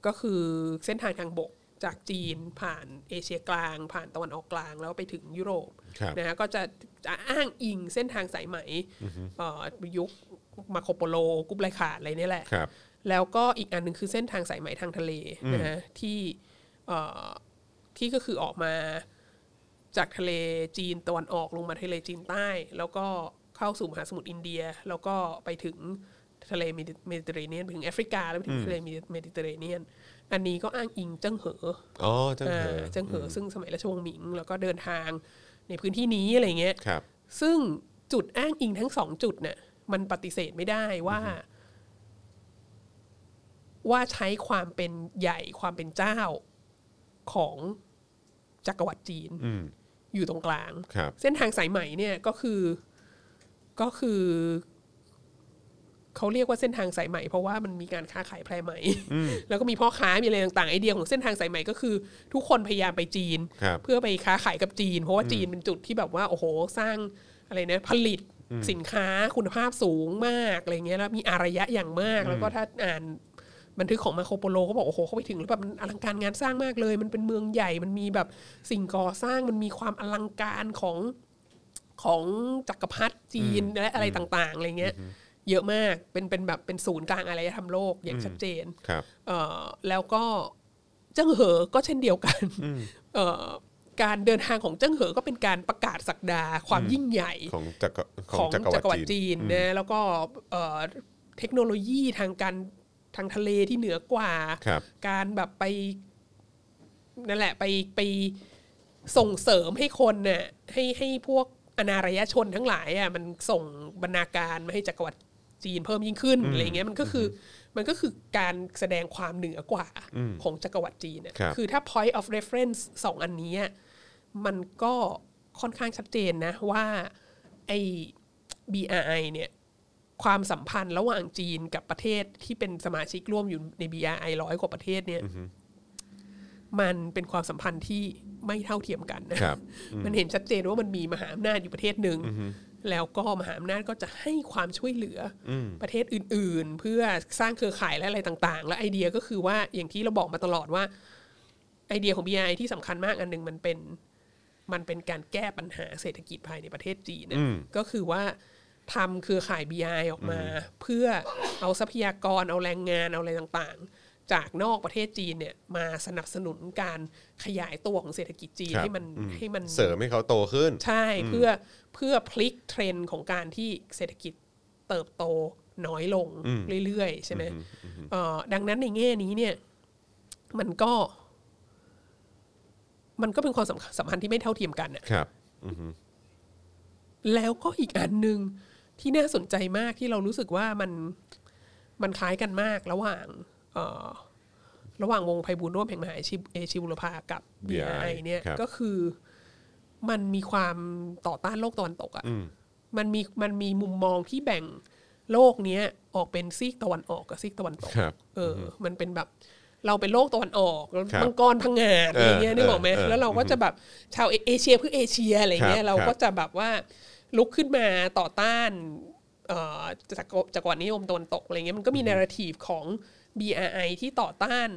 Speaker 4: ก็คือเส้นทางทางบกจากจีนผ่านเอเชียกลาง ผ่านตะวันออกกลางแล้วไปถึงยุโรป
Speaker 2: ครับ
Speaker 4: นะฮะก็จะจะอ้างอิงเส้นทางสายไหมเอ่อยุคมาโคโปโลกรุ๊ปไรขาดอะไรเนี่ยแหละ
Speaker 2: ครับ
Speaker 4: แล้วก็อีกอันหนึ่งคือเส้นทางสายไหมทางทะเลนะฮะที่เอ่อที่ก็คือออกมาจากทะเลจีนตะวันออกลงมาทะเลจีนใต้ แล้วก็เข้าสู่มหาสมุทรอินเดีย แล้วก็ไปถึงทะเลเมดิเมดิเตอร์เรเนียนไปถึงแอฟริกา แล้วไปถึงทะเลเมดิเตอร์เรเนียน อันนี้ก็อ้างอิงเจิ้งเหอ
Speaker 2: อ๋อจังเหอ
Speaker 4: อ่าเจิ้งเหอซึ่งสมัยราชวงศ์หมิง แล้วก็เดินทางในพื้นที่นี้อะไรเงี้ย
Speaker 2: ครับ
Speaker 4: ซึ่งจุดอ้างอิงทั้งสองจุดเนี่ยมันปฏิเสธไม่ได้ว่า ว่าใช้ความเป็นใหญ่ความเป็นเจ้าของจักรวรรดิจีนอยู่ตรงกลาง
Speaker 2: ครับ
Speaker 4: เส้นทางสายไหมเนี่ยก็คือก็คือ เขาเรียกว่าเส้นทางสายใหม่เพราะว่ามันมีการค้าขายแพรใหม่ แล้วก็มีพ่อค้ามีอะไรต่างๆไอเดียของเส้นทางสายใหม่ก็คือ ทุกคนพยายามไปจีน
Speaker 2: ครับ
Speaker 4: เพื่อไปค้าขายกับจีน เพราะว่าจีนเป็นจุดที่แบบว่าโอ้โหสร้างอะไรนะผลิตสินค้าคุณภาพสูงมากอะไรเงี้ยแล้วมีอารยะอย่างมาก แล้วก็ถ้าอ่านบันทึกของมาโคโปโลก็บอกโอ้โหเขาไปถึงแล้วแบบมันอลังการงานสร้างมากเลย มันเป็นเมืองใหญ่มันมีแบบสิ่งก่อสร้างมันมีความอลังการของ ของจักรพรรดิจีนและอะไรต่างๆอะไรเงี้ยเยอะมากเป็นเป็นแบบเป็นศูนย์กลางอารยธรรมโลกอย่างชัดเจน
Speaker 2: ครับ
Speaker 4: เอ่อแล้วก็เจิ้งเหอก็เช่นเดียวกันเอ่อการเดินทางของเจิ้งเหอก็เป็นการประกาศศักดาความยิ่งใหญ่
Speaker 2: ของจักรข
Speaker 4: ข
Speaker 2: อ
Speaker 4: อง ง
Speaker 2: จั
Speaker 4: จั
Speaker 2: กร
Speaker 4: กร
Speaker 2: ว
Speaker 4: ว
Speaker 2: ร
Speaker 4: ร
Speaker 2: ร
Speaker 4: ร
Speaker 2: ดิ
Speaker 4: ดิ
Speaker 2: จีน
Speaker 4: จีนนะแล้วก็เอ่อเทคโนโลยีทางการทางทะเลที่เหนือกว่า
Speaker 2: ครับ
Speaker 4: การแบบไปนั่นแหละไปไปส่งเสริมให้คนน่ะให้ให้พวกอนารยชนทั้งหลายอ่ะมันส่งบรรณาการมาให้จักรวรรดิจีนเพิ่มยิ่งขึ้นอะไรเงี้ยมันก็คืออมันก็คือการแสดงความเหนือกว่าของจักรวรรดิจีนน่ะ
Speaker 2: ครับ
Speaker 4: คือถ้า point of reference สองอันเนี้ยมันก็ค่อนข้างชัดเจนนะว่าไอ้ BRI เนี่ย ความสัมพันธ์ระหว่างจีนกับประเทศที่เป็นสมาชิกร่วมอยู่ใน BRI ร้อยกว่าประเทศเนี่ย มันเป็นความสัมพันธ์ที่ไม่เท่าเทียมกันนะครับ มันเห็นชัดเจนว่ามันมีมหาอำนาจอยู่ประเทศหนึ่ง แล้วก็มหาอำนาจก็จะให้ความช่วยเหลืออประเทศอื่น ๆ เพื่อสร้างเครือข่ายและอะไรต่าง ๆ และไอเดียก็คือว่าอย่างที่เราบอกมาตลอดว่า ไอเดียของ BRI ที่สำคัญมากอันหนึงมันเป็น มันเป็นการแก้ปัญหาเศรษฐกิจภายในประเทศจีนนะก็คือว่าทำเครือข่าย BI ออกมา เพื่อเอาทรัพยากรเอาแรงงานเอาอะไรต่างๆ จากนอกประเทศจีนเนี่ยมาสนับสนุนการขยายตัวของเศรษฐกิจจีน
Speaker 2: ครับ
Speaker 4: ให้มันให้มัน
Speaker 2: เสริมให้เขาโตขึ้น
Speaker 4: ใช่เพื่อเพื่อพลิกเทรนด์ของการที่เศรษฐกิจเติบโตน้อยลงเรื่อยๆ ใช่ไหมเอ่อดังนั้นในแง่นี้เนี่ย มันก็ มันก็เป็นความสำคัญสัมพันธ์ที่ไม่เท่าเทียมกันน่ะ
Speaker 2: ครับ
Speaker 4: แล้วก็อีกอันหนึ่งที่น่าสนใจมากที่เรารู้สึกว่ามันมันคล้ายกันมากระหว่างเอ่อระหว่างวงไพบูลย์ร่วมแห่งมหาอาชีพเอชีบุรพากับ
Speaker 2: BRI
Speaker 4: BRI เนี่ย
Speaker 2: ครับ
Speaker 4: ก็คือมันมีความต่อต้านโลกตะวันตกอะ่ะมันมีมันมีมุมมองที่แบ่งโลกเนี้ยออกเป็นซีกตะวันออกกับซีกตะวันตก
Speaker 2: ครับ
Speaker 4: เอออมันเป็นแบบเราเป็นโลกตะวันออกแล้ว
Speaker 2: ครับ
Speaker 4: มังกรพังงาด
Speaker 2: เออ
Speaker 4: อะไรเงี้ยนึกออกไหม
Speaker 2: เออ
Speaker 4: แล้วเราก็จะแบบชาวเอเอเชียเพื่อเอเชียอะไร
Speaker 2: ค
Speaker 4: เงี้
Speaker 2: รับ
Speaker 4: ยเรา
Speaker 2: ครับ
Speaker 4: ก็จะแบบว่าลุกขึ้นมาต่อต้านเอ่อจากรจักรวรรดินิยมตะวันตกอะไรเงี้ยมันก็มีนาราทีฟของ BRI ที่ต่อต้าน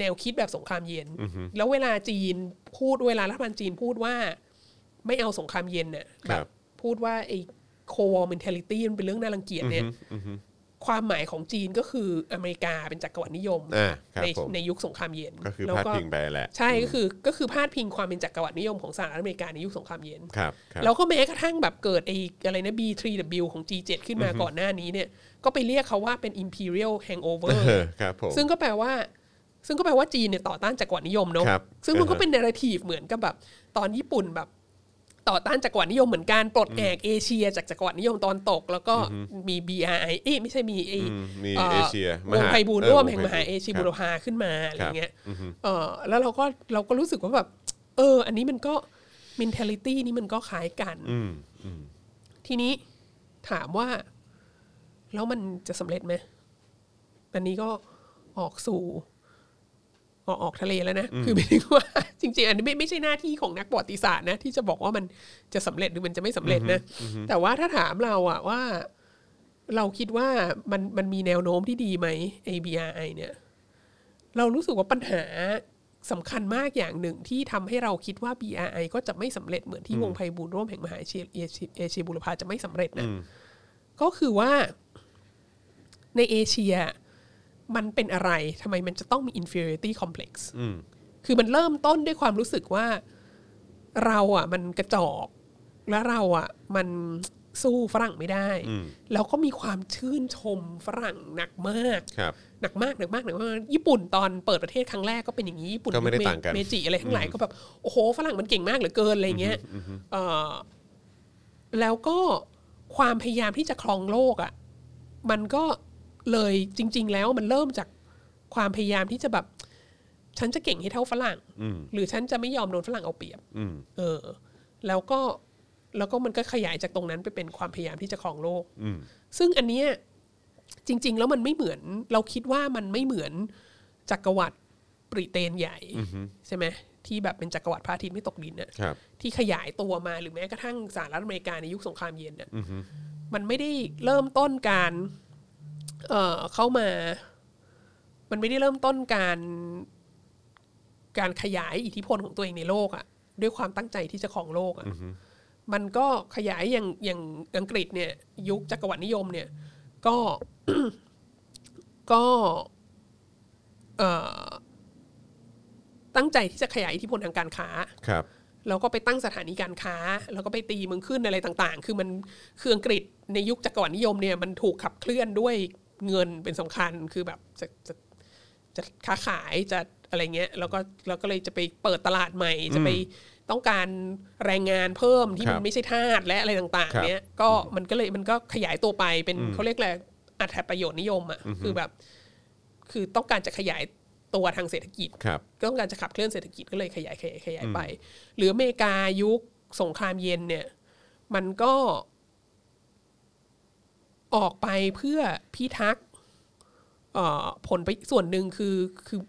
Speaker 4: แนวคิดแบบสงครามเย็น แล้วเวลาจีนพูดเวลารัฐบาลจีนพูดว่า ไม่เอาสงครามเย็นเนี่ย
Speaker 2: ค
Speaker 4: แบ
Speaker 2: รั
Speaker 4: บบ พูดว่าไอ้โควอลเมนเทลิตี้มันเป็นเรื่องน่ารังเกียจเนี่ย ความหมายของจีนก็คืออเมริกาเป็นจักรวรรดินิยม
Speaker 2: อ่าครับ
Speaker 4: ใน
Speaker 2: ผม
Speaker 4: ในยุคสงครามเย็น
Speaker 2: ก็คือ
Speaker 4: แล้ว
Speaker 2: พาดพิงไปแหละ
Speaker 4: ใช่ก็คือก็คือพาดพิงความเป็นจักรวรรดินิยมของสหรัฐอเมริกาในยุคสงครามเย็น
Speaker 2: ครับครับ
Speaker 4: แล้วก็แม้กระทั่งแบบเกิดไอ้อะไรนะ B3W ของ G7 ขึ้นมาก่อนหน้านี้เนี่ย ก็ไปเรียกเขาว่าเป็น Imperial Hangover
Speaker 2: เออครับผม
Speaker 4: ซึ่งก็แปลว่า ซึ่งก็แปลว่าจีนเนี่ยต่อต้านจักรวรรดินิยมเนอะ
Speaker 2: ครับ
Speaker 4: ซึ่งมันก็
Speaker 2: อ่าฮะ
Speaker 4: เป็นนาราทีฟเหมือนกับแบบตอนญี่ปุ่นแบบ ต่อต้านจักรวรรดินิยมเหมือนกันปลดแอกเอเชีย จากจักรวรรดินิยมตอนตก แล้วก็มี BRI เอ้ยไม่ใช่มีไอ
Speaker 2: อืมมี
Speaker 4: อ่อ
Speaker 2: เอเชียม
Speaker 4: วง
Speaker 2: หา
Speaker 4: ไพบูลย์
Speaker 2: เออ
Speaker 4: ร่วม
Speaker 2: วง
Speaker 4: แห่ง
Speaker 2: ไพบูลย์
Speaker 4: มหาเอเชีย
Speaker 2: ครับ
Speaker 4: บุรพาขึ้นมาอะไรเงี้ย
Speaker 2: ครับอือฮึ
Speaker 4: เออแล้วเราก็เราก็รู้สึกว่าแบบเออ อันนี้มันก็ mentality นี่มันก็คล้ายกัน
Speaker 2: อืม
Speaker 4: ทีนี้ถามว่า แล้วมันจะสำเร็จไหมอันนี้ก็ออกสู่ ออกออกทะเลแล้วนะ คือหมายถึงว่า จริง ๆ อันนี้ไม่ไม่ใช่หน้าที่ของนักประวัติศาสตร์นะ ที่จะบอกว่ามันจะสำเร็จหรือมันจะไม่สำเร็จนะ แต่ว่าถ้าถามเราอะว่า เราคิดว่ามันมันมีแนวโน้มที่ดีไหม ABRI เนี่ย เรารู้สึกว่าปัญหาสำคัญมากอย่างหนึ่งที่ทำให้เราคิดว่า BRI ก็จะไม่สำเร็จเหมือนที่วงไพบูลย์ร่วมแห่งมหาเอเชียเอเชียเอเชียบุรพาจะไม่สำเร็จนะก็คือว่าในเอเชียมันเป็นอะไรทำไมมันจะต้องมี inferiority complex คือมันเริ่มต้นด้วยความรู้สึกว่า เราอ่ะ มันกระจอก แล้วเราอ่ะ มันสู้ฝรั่งไม่ได้ แล้วก็มีความชื่นชมฝรั่งหนักมาก
Speaker 2: ครับ
Speaker 4: หนักมากหนักมากหนักมากญี่ปุ่นตอนเปิดประเทศครั้งแรกก็เป็นอย่างนี้ญี่ปุ่น
Speaker 2: ก็ไม่ได้
Speaker 4: เ
Speaker 2: ต่างกัน
Speaker 4: เมจิอะไรทั้งหลายก็แบบโอ้โหฝรั่งมันเก่งมากเหลือเกินอะไรเงี้ยเอ่อแล้วก็ความพยายามที่จะครองโลกอ่ะ มันก็เลยจริง ๆ แล้วมันเริ่มจากความพยายามที่จะแบบ ฉันจะเก่งให้เท่าฝรั่งหรือฉันจะไม่ยอมโดนฝรั่งเอาเปรียบเออ แล้วก็ แล้วก็มันก็ขยายจากตรงนั้นไปเป็นความพยายามที่จะครองโลก
Speaker 2: อืม
Speaker 4: ซึ่งอันเนี้ยจริง ๆ แล้วมันไม่เหมือนเราคิดว่ามันไม่เหมือนจักรวรรดิปริเตนใหญ่
Speaker 2: อือฮึ
Speaker 4: ใช่ไหมที่แบบเป็นจักรวรรดิพระอาทิตย์ไม่ตกดินน่ะ
Speaker 2: ครับ
Speaker 4: ที่ขยายตัวมาหรือแม้กระทั่งสหรัฐอเมริกาในยุคสงครามเย็นน่ะ
Speaker 2: อือฮึ
Speaker 4: มันไม่ได้เริ่มต้นการเอ่อเข้ามา มันไม่ได้เริ่มต้นการการขยายอิทธิพลของตัวเองในโลกอะด้วยความตั้งใจที่จะครองโลกอะ มันก็ขยายอย่างอย่างอังกฤษเนี่ย ยุคจักรวรรดินิยมเนี่ย ก็ ก็เอ่อตั้งใจที่จะขยายอิทธิพลทางการค้า
Speaker 2: ครับ
Speaker 4: แล้วก็ไปตั้งสถานีการค้า แล้วก็ไปตีเมืองขึ้นอะไรต่าง ๆ คือมันคืออังกฤษในยุคจักรวรรดินิยมเนี่ยมันถูกขับเคลื่อนด้วยเงินเป็นสำคัญคือแบบจะจะจะค้าขายจะอะไรเงี้ยแล้วก็แล้วก็เลยจะไปเปิดตลาดใหม่ จะไปต้องการแรงงานเพิ่มที่มันไม่ใช่ทาสและอะไรต่าง ๆ เนี้ยก็มันก็เลยมันก็ขยายตัวไปเป็นเขาเรียกอะไรอัตประโยชน์นิยมอ่ะคือแบบ คือต้องการจะขยายตัวทางเศรษฐกิจ
Speaker 2: ครับ
Speaker 4: ก็ต้องการจะขับเคลื่อนเศรษฐกิจก็เลยขยายขยายขยายไป หรืออเมริกายุคสงครามเย็นเนี่ย มันก็ออกไปเพื่อพิทักษ์เอ่อผลไปส่วนหนึ่งคือคือ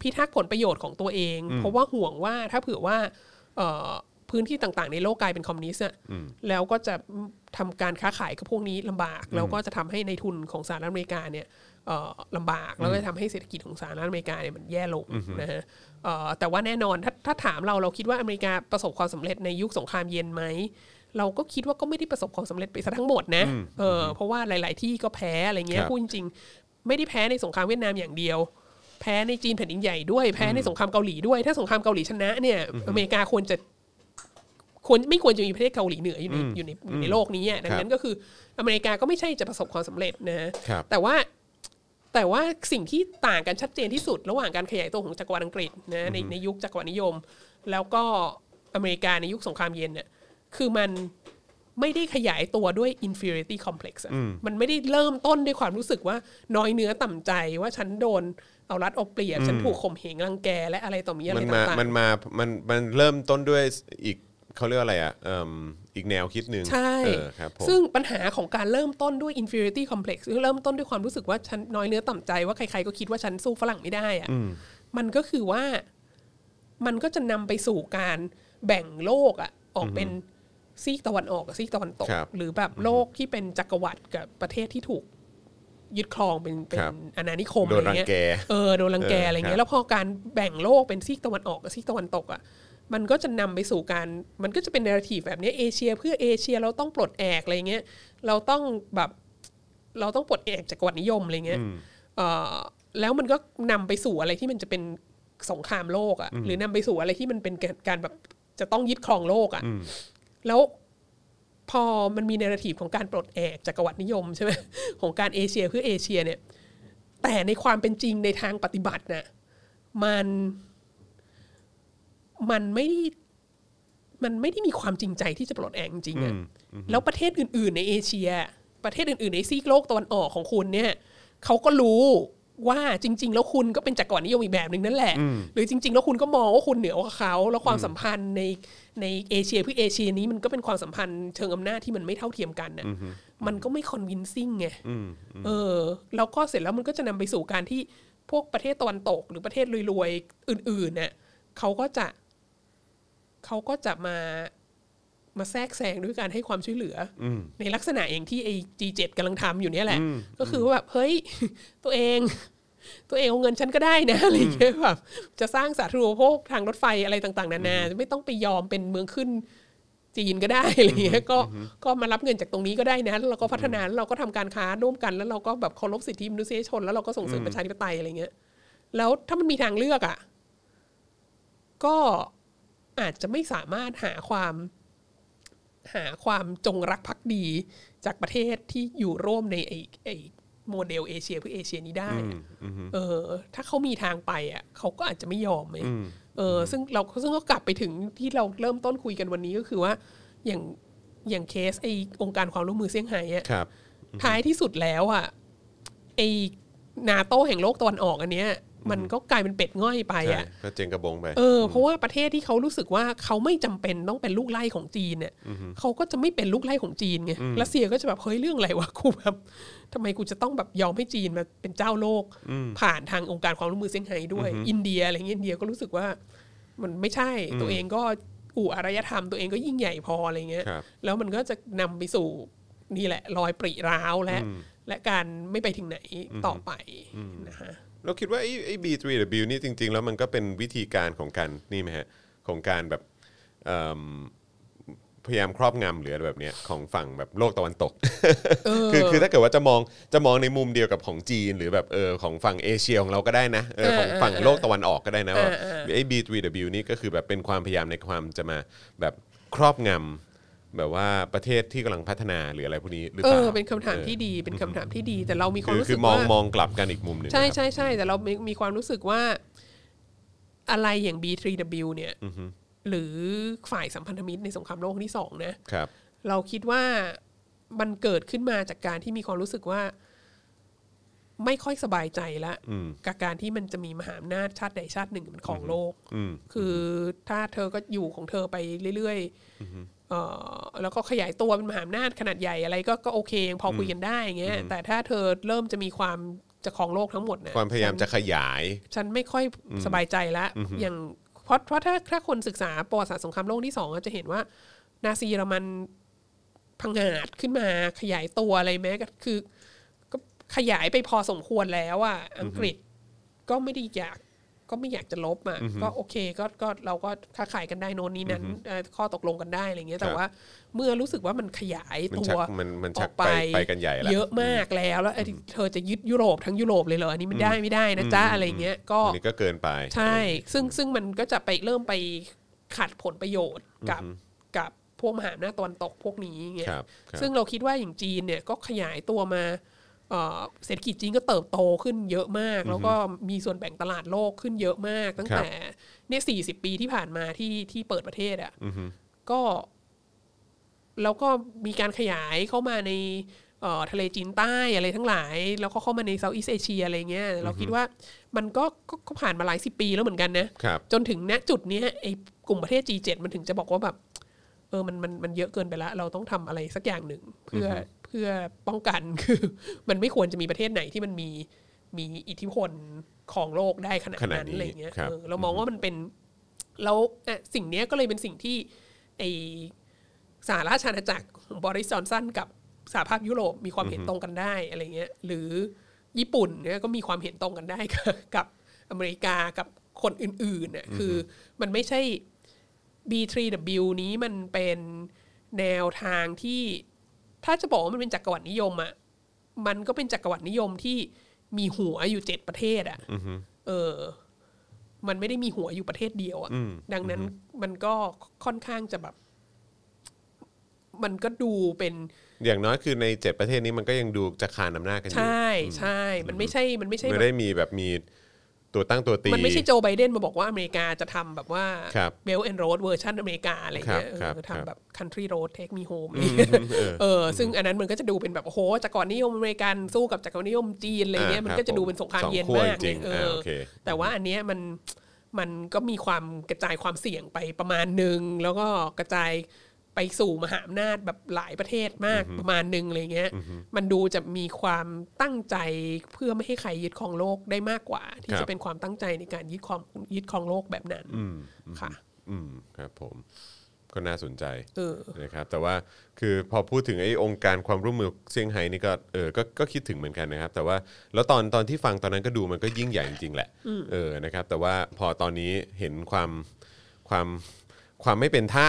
Speaker 4: พิทักษ์ผลประโยชน์ของตัวเอง เพราะว่าห่วงว่าถ้าเผื่อว่าเอ่อพื้นที่ต่างๆ ในโลกกลายเป็นคอมมิวนิสต์อะแล้วก็จะทำการค้าขายกับพวกนี้ลำบาก แล้วก็จะทำให้ในทุนของสหรัฐอเมริกาเนี่ยเอ่อลำบากแล้วก็จะทำให้เศรษฐกิจของสหรัฐอเมริกาเนี่ยมันแย่ลงนะฮะเอ่อแต่ว่าแน่นอนถ้าถ้าถามเราเราคิดว่าอเมริกาประสบความสำเร็จในยุคสงครามเย็นไหม เราก็คิดว่าก็ไม่ได้ประสบความสำเร็จไปซะทั้งหมดนะ เออ เพราะว่าหลาย ๆ ที่ก็แพ้อะไรเงี้
Speaker 2: ค
Speaker 4: ย
Speaker 2: รับ
Speaker 4: พูดจริงๆ ไม่ได้แพ้ในสงครามเวียดนามอย่างเดียว แพ้ในจีนแผ่นดินใหญ่ด้วย แพ้ในสงครามเกาหลีด้วย ถ้าสงครามเกาหลีชนะเนี่ย อเมริกาควรจะควรไม่ควรจะมีประเทศเกาหลีเหนืออยู่ในอยู่ในอยู่ในโลกนี้อะดังนั้นก็คืออเมริกาก็ไม่ใช่จะประสบความสำเร็จนะฮะ
Speaker 2: ครับ
Speaker 4: แต่ว่า แต่ว่าสิ่งที่ต่างกันชัดเจนที่สุด ระหว่างการขยายตัวของจักรวรรดิอังกฤษนะในในยุคจักรวรรดินิยม แล้วก็อเมริกาในยุคสงครามเย็นเนี่ยคือมันไม่ได้ขยายตัวด้วย inferiority complex อะมันไม่ได้เริ่มต้นด้วยความรู้สึกว่าน้อยเนื้อต่ำใจว่าฉันโดนเอารัดเอาเปรียบฉันถูกข่มเหงรังแกและอะไรต่อมีอะไร
Speaker 2: มันมา
Speaker 4: ต่างๆ
Speaker 2: มันมา มัน มันเริ่มต้นด้วยอีกเขาเรียกว่าอะไรอ่ะเอิ่มอีกแนวคิดหนึ่ง
Speaker 4: ใช่
Speaker 2: เออครับผม
Speaker 4: ซึ่งปัญหาของการเริ่มต้นด้วย inferiority complex หรือเริ่มต้นด้วยความรู้สึกว่าฉันน้อยเนื้อต่ำใจว่าใครๆก็คิดว่าฉันสู้ฝรั่งไม่ได้อะมันก็คือว่ามันก็จะนำไปสู่การแบ่งโลกอะออกเป็นซีกตะวันออกกับซีกตะวันตก
Speaker 2: ครับ
Speaker 4: หรือแบบโลกที่เป็นจักรวรรดิกับประเทศที่ถูกยึดครองเป็นเป็
Speaker 2: คน รับ
Speaker 4: อาณานิคม
Speaker 2: โดน
Speaker 4: อะไรเงี้ย
Speaker 2: รังแก
Speaker 4: เออโดนรังแก
Speaker 2: เอออ
Speaker 4: อะไร
Speaker 2: ครั
Speaker 4: เงี้
Speaker 2: บ
Speaker 4: ย แล้วพอการแบ่งโลกเป็นซีกตะวันออกกับซีกตะวันตกอ่ะมันก็จะนำไปสู่การมันก็จะเป็นเนื้อทีฟแบบเนี้ยเอเชียเพื่อเอเชียเราต้องปลดแอกอะไรเงี้ยเราต้องแบบเราต้องปลดแอกจากกวรรดินิยมอะไรเงี้ยเอ่อแล้วมันก็นำไปสู่อะไรที่มันจะเป็นสงครามโลกอ่ะหรือนำไปสู่อะไรที่มันเป็นการการแบบจะต้องยึดครองโลกอ่ะแล้ว พอมันมีเนราทีฟของการปลดแอกจักรวรรดินิยมใช่ไหม ของการเอเชียเพื่อเอเชียเนี่ย แต่ในความเป็นจริงในทางปฏิบัติน่ะมันมันไม่ได้มันไม่ได้มีความจริงใจที่จะปลดแอกจริงๆอะแล้วประเทศอื่น ๆ ในเอเชีย ประเทศอื่น ๆ ในซีกโลกตะวันออกของคุณเนี่ยเขาก็รู้ว่าจริง ๆ แล้วคุณก็เป็นจักรวรรดินิยมอีกแบบหนึ่งนั่นแหละ หรือจริง ๆ แล้วคุณก็มองว่าคุณเหนือกว่าเขาแล้วความสัมพันธ์ในในเอเชียเพื่อเอเชียนี้มันก็เป็นความสัมพันธ์เชิงอำนาจที่มันไม่เท่าเทียมกันน่ะมันก็ไม่คอนวินซิ่งไง เออแล้วก็เสร็จแล้วมันก็จะนำไปสู่การที่พวกประเทศตะวันตก หรือประเทศรวยๆอื่นๆเนี่ยเขาก็จะเขาก็จะมามาแทรกแซงด้วยการให้ความช่วยเหลืออในลักษณะอย่างที่ไอ้ G7 กำลังทำอยู่เนี่ยแหละ ก็คือว่าแบบเฮ้ย ตัวเอง ตัวเองเอาเงินฉันก็ได้นะอะไรอย่างเงี้ยแบบจะสร้างสาธารณูปโภคทางรถไฟอะไรต่างๆนานาไม่ต้องไปยอมเป็นเมืองขึ้น จีนก็ได้อะไรเงี้ยก็ก็มารับเงินจากตรงนี้ก็ได้นะแล้วเราก็พัฒนาแล้วเราก็ทำการค้าร่วมกัน แล้วเราก็แบบเคารพสิทธิมนุษยชน แล้วเราก็ส่งเสริมประชาธิปไตยอะไรเงี้ย แล้วถ้ามันมีทางเลือกอ่ะ ก็อาจจะไม่สามารถหาความ หาความจงรักภักดีจากประเทศที่อยู่ร่วมในไอ้ไอ้โมเดลเอเชียเพื่อเอเชียนี้ได้อะเออ ถ้าเขามีทางไปอ่ะเขาก็อาจจะไม่ยอมไหมเออ ซึ่งเราซึ่งก็กลับไปถึงที่เราเริ่มต้นคุยกันวันนี้ก็คือว่า อย่างอย่างเคสไอ้องค์การความร่วมมือเซี่ยงไฮ้อะ
Speaker 2: ครับ
Speaker 4: ท้ายที่สุดแล้วอ่ะไอนาโตแห่งโลกตะวันออกอันเนี้ย มันก็กลายเป็นเป็ดง่อยไป
Speaker 2: ใช่
Speaker 4: อ่ะ
Speaker 2: ก็เจงกระบงไป
Speaker 4: เออเพราะว่าประเทศที่เขารู้สึกว่าเขาไม่จำเป็นต้องเป็นลูกไล่ของจีนเนี่ยเขาก็จะไม่เป็นลูกไล่ของจีนไงรัสเซียก็จะแบบเฮ้ยเรื่องอะไรวะ กูแบบทำไมกูจะต้องแบบยอมให้จีนมาเป็นเจ้าโลก ผ่านทางองค์การความร่วมมือเซี่ยงไฮ้ด้วย อินเดียอะไรเงี้ยอินเดียก็รู้สึกว่า มันไม่ใช่ตัวเองก็อู่อารยธรรม ตัวเองก็ยิ่งใหญ่พออะไรเงี้ย
Speaker 2: ครับ
Speaker 4: แล้วมันก็จะนำไปสู่นี่แหละ รอยปริร้าวและ และการไม่ไปถึงไหนต่อไปนะฮะ
Speaker 2: เราคิดว่าไอ้ไอ้ B3W นี่จริง ๆ แล้วมันก็เป็นวิธีการของการนี่ไหมฮะของการแบบเอิ่มพยายามครอบงำหรืออะไรแบบเนี้ยของฝั่งแบบโลกตะวันตก คือคือถ้าเกิดว่าจะมองจะมองในมุมเดียวกับของจีน หรือแบบเออของฝั่งเอเชียของเราก็ได้นะเออ
Speaker 4: เออ
Speaker 2: ของฝั่งโลกตะวันออกก็ได้นะว่า
Speaker 4: เออเออ
Speaker 2: ไอ้ B3W นี่ก็คือแบบเป็นความพยายามในความจะมาแบบครอบงำแบบว่าประเทศที่กำลังพัฒนาหรืออะไรพวกนี้หรือ
Speaker 4: เอ
Speaker 2: เปล่า
Speaker 4: อเป็นคำถาม
Speaker 2: เออ
Speaker 4: ที่ดีเป็นคำถามที่ดี แต่เรามีความ
Speaker 2: คือ
Speaker 4: รู้
Speaker 2: คื
Speaker 4: สึ
Speaker 2: อก มอง
Speaker 4: ว่าม
Speaker 2: องกลับกันอีกมุมหนึ่ง
Speaker 4: ใช่
Speaker 2: นะครับ
Speaker 4: ใช่ใช่แต่เรามีมีความรู้สึกว่าอะไรอย่าง B3W เนี่ยหรือฝ่ายสัมพันธมิตรในสงครามโลกครั้งที่สองนะ
Speaker 2: ครับ
Speaker 4: เราคิดว่ามันเกิดขึ้นมาจากการที่มีความรู้สึกว่า ไม่ค่อยสบายใจละกับการที่มันจะมีมหาอำนาจชาติใดชาติหนึ่งมันของโลกคือถ้าเธอก็อยู่ของเธอไปเรื่อยๆเอ่อแล้วก็ขยายตัวเป็นมหาอำนาจขนาดใหญ่อะไรก็ก็โอเคยังพอคุยกันได้อย่างเงี้ยแต่ถ้าเธอเริ่มจะมีความจะของโลกทั้งหมดเนี่ย
Speaker 2: ความพยายามจะขยาย
Speaker 4: ฉันไม่ค่อยสบายใจละอย่างเพราะเพราะถ้าถ้าคนศึกษาประวัติศาสตร์สงครามโลกที่สองอะจะเห็นว่า นาซีเยอรมันพังงาดขึ้นมาขยายตัวอะไรแม้ก็คือ ก็ขยายไปพอสมควรแล้วอ่ะอังกฤษก็ไม่ได้อยาก ก็ไม่อยากจะลบอ่ะก็โอเคก็ก็เราก็ค้าขายกันได้โน่นนี้นั้นเอ่อข้อตกลงกันได้อะไรเงี้ยแต่
Speaker 2: ครับ
Speaker 4: ว่า เมื่อรู้สึกว่ามันขยาย
Speaker 2: มัน
Speaker 4: ตัว
Speaker 2: ชักมันมันชัก
Speaker 4: ออ
Speaker 2: ไปไปกันใหญ่ละ
Speaker 4: เยอะมากแล้วแล้วเอ้ยเธอจะยึดยุโรปทั้งยุโรปเลยเหรออันนี้มันได้ไม่ได้นะจ๊ะอะไรเงี้ยก็
Speaker 2: อันนี้ก็เกินไป
Speaker 4: ใช่ ซึ่งซึ่งมันก็จะไปเริ่มไปขัดผลประโยชน์กับกับพวกมหาอำนาจตะวันตกพวกนี้ไง
Speaker 2: ครับครับ
Speaker 4: ซึ่งเราคิดว่าอย่างจีนเนี่ยก็ขยายตัวมาเอ่อเศรษฐกิจจีนก็เติบโตขึ้นเยอะมาก แล้วก็มีส่วนแบ่งตลาดโลกขึ้นเยอะมาก ตั้ง
Speaker 2: ครับ
Speaker 4: แต่เนี่ยสี่สิบปีที่ผ่านมาที่ที่เปิดประเทศอ่ะก็ แล้วก็มีการขยายเข้ามาในเอ่อทะเลจีนใต้อะไรทั้งหลาย แล้วก็เข้ามาในเซาท์อีสเอเชียอะไรเงี้ยเราคิดว่ามันก็ก็ก็ผ่านมาหลายสิบปีแล้วเหมือนกันนะ
Speaker 2: ครับ
Speaker 4: จนถึงณจุดเนี้ยไอ้กลุ่มประเทศ G7 มันถึงจะบอกว่าแบบเออมันมันมันเยอะเกินไปละ เราต้องทำอะไรสักอย่างหนึ่ง เพื่อเพื่อป้องกัน คือ มันไม่ควรจะมีประเทศไหนที่มันมีมีอิทธิพลของโลกได้ขนาด
Speaker 2: ขนาด
Speaker 4: นั้น
Speaker 2: นี้
Speaker 4: อะไรอย่างเงี้ย
Speaker 2: ครับ
Speaker 4: เออเรามองว่ามันเป็นแล้วอ่ะสิ่งเนี้ยก็เลยเป็นสิ่งที่ไอ สหราชอาณาจักรของบริสจอนสันกับสหภาพยุโรปมีความเห็นตรงกันได้อะไรเงี้ยหรือญี่ปุ่นเนี่ยก็มีความเห็นตรงกันได้ กับกับอเมริกากับคนอื่นๆเนี่ยคือมันไม่ใช่ B3W นี้มันเป็นแนวทางที่ ถ้าจะบอกว่ามันเป็นจักรวรรดินิยมอะมันก็เป็นจักรวรรดินิยมที่มีหัวอยู่เจ็ดประเทศอะเออ มันไม่ได้มีหัวอยู่ประเทศเดียวอะดังนั้นมันก็ค่อนข้างจะแบบ มันก็ดูเป็น
Speaker 2: อย่างน้อยคือในเจ็ดประเทศนี้มันก็ยังดูจะคานอำนาจกันอยู่
Speaker 4: ใช่ใช่มันไม่ใช่ มันไม่ใช่
Speaker 2: ไม่
Speaker 4: แบบ
Speaker 2: ได้มีแบบมีตัวตั้งตัวตี
Speaker 4: มันไม่ใช่โจไบเดนมาบอกว่าอเมริกาจะทำแบบว่า
Speaker 2: ครับ
Speaker 4: เบลแอนด์โรดเวอร์ชันอเมริกาอะไรเงี้ย
Speaker 2: ครับ
Speaker 4: เออ
Speaker 2: ครับ
Speaker 4: ทำแบบ country road take me home เออซึ่งอันนั้นมันก็จะดูเป็นแบบ โอ้โหจักรวรรดินิยมอเมริกันสู้กับจักรวรรดินิยมจีนอะไรเงี้ย
Speaker 2: อ่ามั
Speaker 4: มัน
Speaker 2: ค
Speaker 4: ก็
Speaker 2: รั
Speaker 4: จะ
Speaker 2: บ
Speaker 4: ดูเป็นสงคราม
Speaker 2: สอง
Speaker 4: เย็น
Speaker 2: ขั้ว
Speaker 4: มาก
Speaker 2: จริง
Speaker 4: เอ
Speaker 2: ๆา
Speaker 4: อ
Speaker 2: โอเค
Speaker 4: แต่ว่าอันเนี้ยมันมันก็มีความกระจายความเสี่ยงไปประมาณหนึ่งแล้วก็กระจายไปสู่มหาอำนาจแบบหลายประเทศมากประมาณหนึ่งอะไรเงี้ยมันดูจะมีความตั้งใจเพื่อไม่ให้ใครยึดครองโลกได้มากกว่า ที่
Speaker 2: ครั
Speaker 4: จะ
Speaker 2: บ
Speaker 4: เป็นความตั้งใจในการยึดครองยึดครองโลกแบบนั้นค่ะ
Speaker 2: อืมครับผมก็น่าสนใจ
Speaker 4: เออ
Speaker 2: นะครับแต่ว่าคือพอพูดถึงไอ้องค์การความร่วมมือเซี่ยงไฮ้นี่ก็เออก็ก็คิดถึงเหมือนกันนะครับ แต่ว่าแล้วตอนตอนที่ฟังตอนนั้นก็ดูมันก็ยิ่งใหญ่จริงๆแหละเออนะครับ แต่ว่าพอตอนนี้เห็นความความความไม่เป็นท่า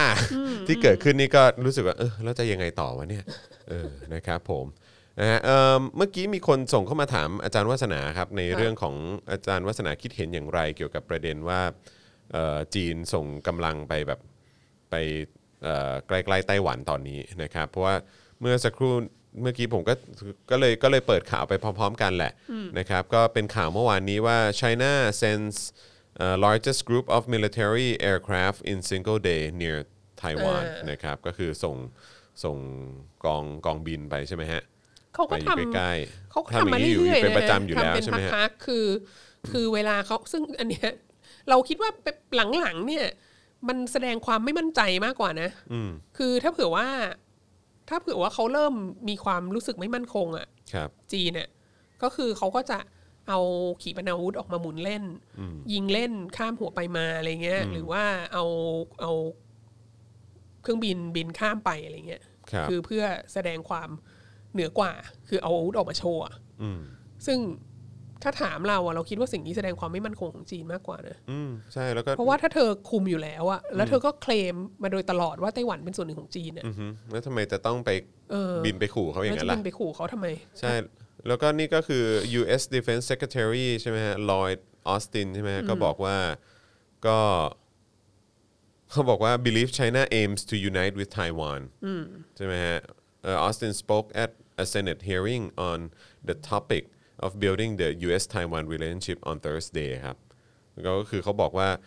Speaker 2: ที่เกิดขึ้นนี่ก็รู้สึกว่าเออแล้วจะยังไงต่อวะเนี่ยเออนะครับผมนะฮะเอิ่มเมื่อกี้มีคนส่งเข้ามาถามอาจารย์วัฒนาครับในเรื่องของอาจารย์วัฒนาคิดเห็นอย่างไร เกี่ยวกับประเด็นว่า เอ่อจีนส่งกำลังไปแบบไปเอ่อใกล้ๆไต้หวันตอนนี้นะครับ เพราะว่าเมื่อสักครู่เมื่อกี้ผมก็ก็เลยก็เลยเปิดข่าวไปพร้อม ๆ กันแหละนะครับ ก็เป็นข่าวเมื่อวานนี้ว่า China sends uh, largest group of military aircraft in single day near Taiwan
Speaker 4: เออ
Speaker 2: นะครับก็คือส่งส่งกองกองบินไปใช่ไหมฮะ
Speaker 4: เขา
Speaker 2: ไป
Speaker 4: ก็
Speaker 2: อยู่
Speaker 4: ทำ
Speaker 2: ใกล้
Speaker 4: เขาก็
Speaker 2: ๆทำ
Speaker 4: ทำ
Speaker 2: อ
Speaker 4: มา
Speaker 2: ย่างนี้
Speaker 4: เรื่
Speaker 2: อยู่
Speaker 4: อยๆ
Speaker 2: เป็น
Speaker 4: ย
Speaker 2: ประจำอยู่แล้ว
Speaker 4: ทำเป็น
Speaker 2: ใช่ไหมฮะ
Speaker 4: พักๆคือ คือเวลาเขาซึ่งอันเนี้ยเราคิดว่าหลังๆเนี่ย มันแสดงความไม่มั่นใจมากกว่านะ
Speaker 2: อืม
Speaker 4: คือถ้าเผื่อว่า ถ้าเผื่อว่าเขาเริ่มมีความรู้สึกไม่มั่นคงอะ
Speaker 2: ครับ
Speaker 4: จีนเนี่ยก็คือเขาก็จะเอาขีปนาวุธออกมาหมุนเล่น
Speaker 2: อืม
Speaker 4: ยิงเล่นข้ามหัวไปมาอะไรเงี้ย หรือว่าเอาเอาเครื่องบินบินข้ามไปอะไรเงี้ย
Speaker 2: ครับ
Speaker 4: อเพื่อแสดงความเหนือกว่า คือเอาอาวุธออกมาโชว์อะ
Speaker 2: อืม
Speaker 4: ซึ่งถ้าถามเราอะเราคิดว่าสิ่งนี้แสดงความไม่มั่นคงของจีนมากกว่านะ
Speaker 2: อืมใช่แล้วก็
Speaker 4: เพราะว่าถ้าเธอคุมอยู่แล้วอะแล้วเธอก็เคลมมาโดยตลอดว่าไต้หวันเป็นส่วนหนึ่งของจีนอะ
Speaker 2: อือฮึแล้วทำไมจะต้องไป
Speaker 4: เออ
Speaker 2: บินไปขู่เขาอ
Speaker 4: แล้
Speaker 2: ย่าว งนั้
Speaker 4: จะ
Speaker 2: น
Speaker 4: บิ
Speaker 2: ล่ะ
Speaker 4: นไปขู่เขาทำไม
Speaker 2: ใช่ แล้วก็นี่ก็คือ U.S. Defense Secretary ใช่ไหมฮะ Lloyd Austin ใช่ไหมฮะ ก็บอกว่าก็เขาบอกว่า believe China aims to unite with Taiwan ใช่ไหมฮะเอ่อ Austin spoke at a Senate hearing on the topic of building the U.S.-Taiwan relationship on Thursday ครับก็คือเขาบอกว่า uh,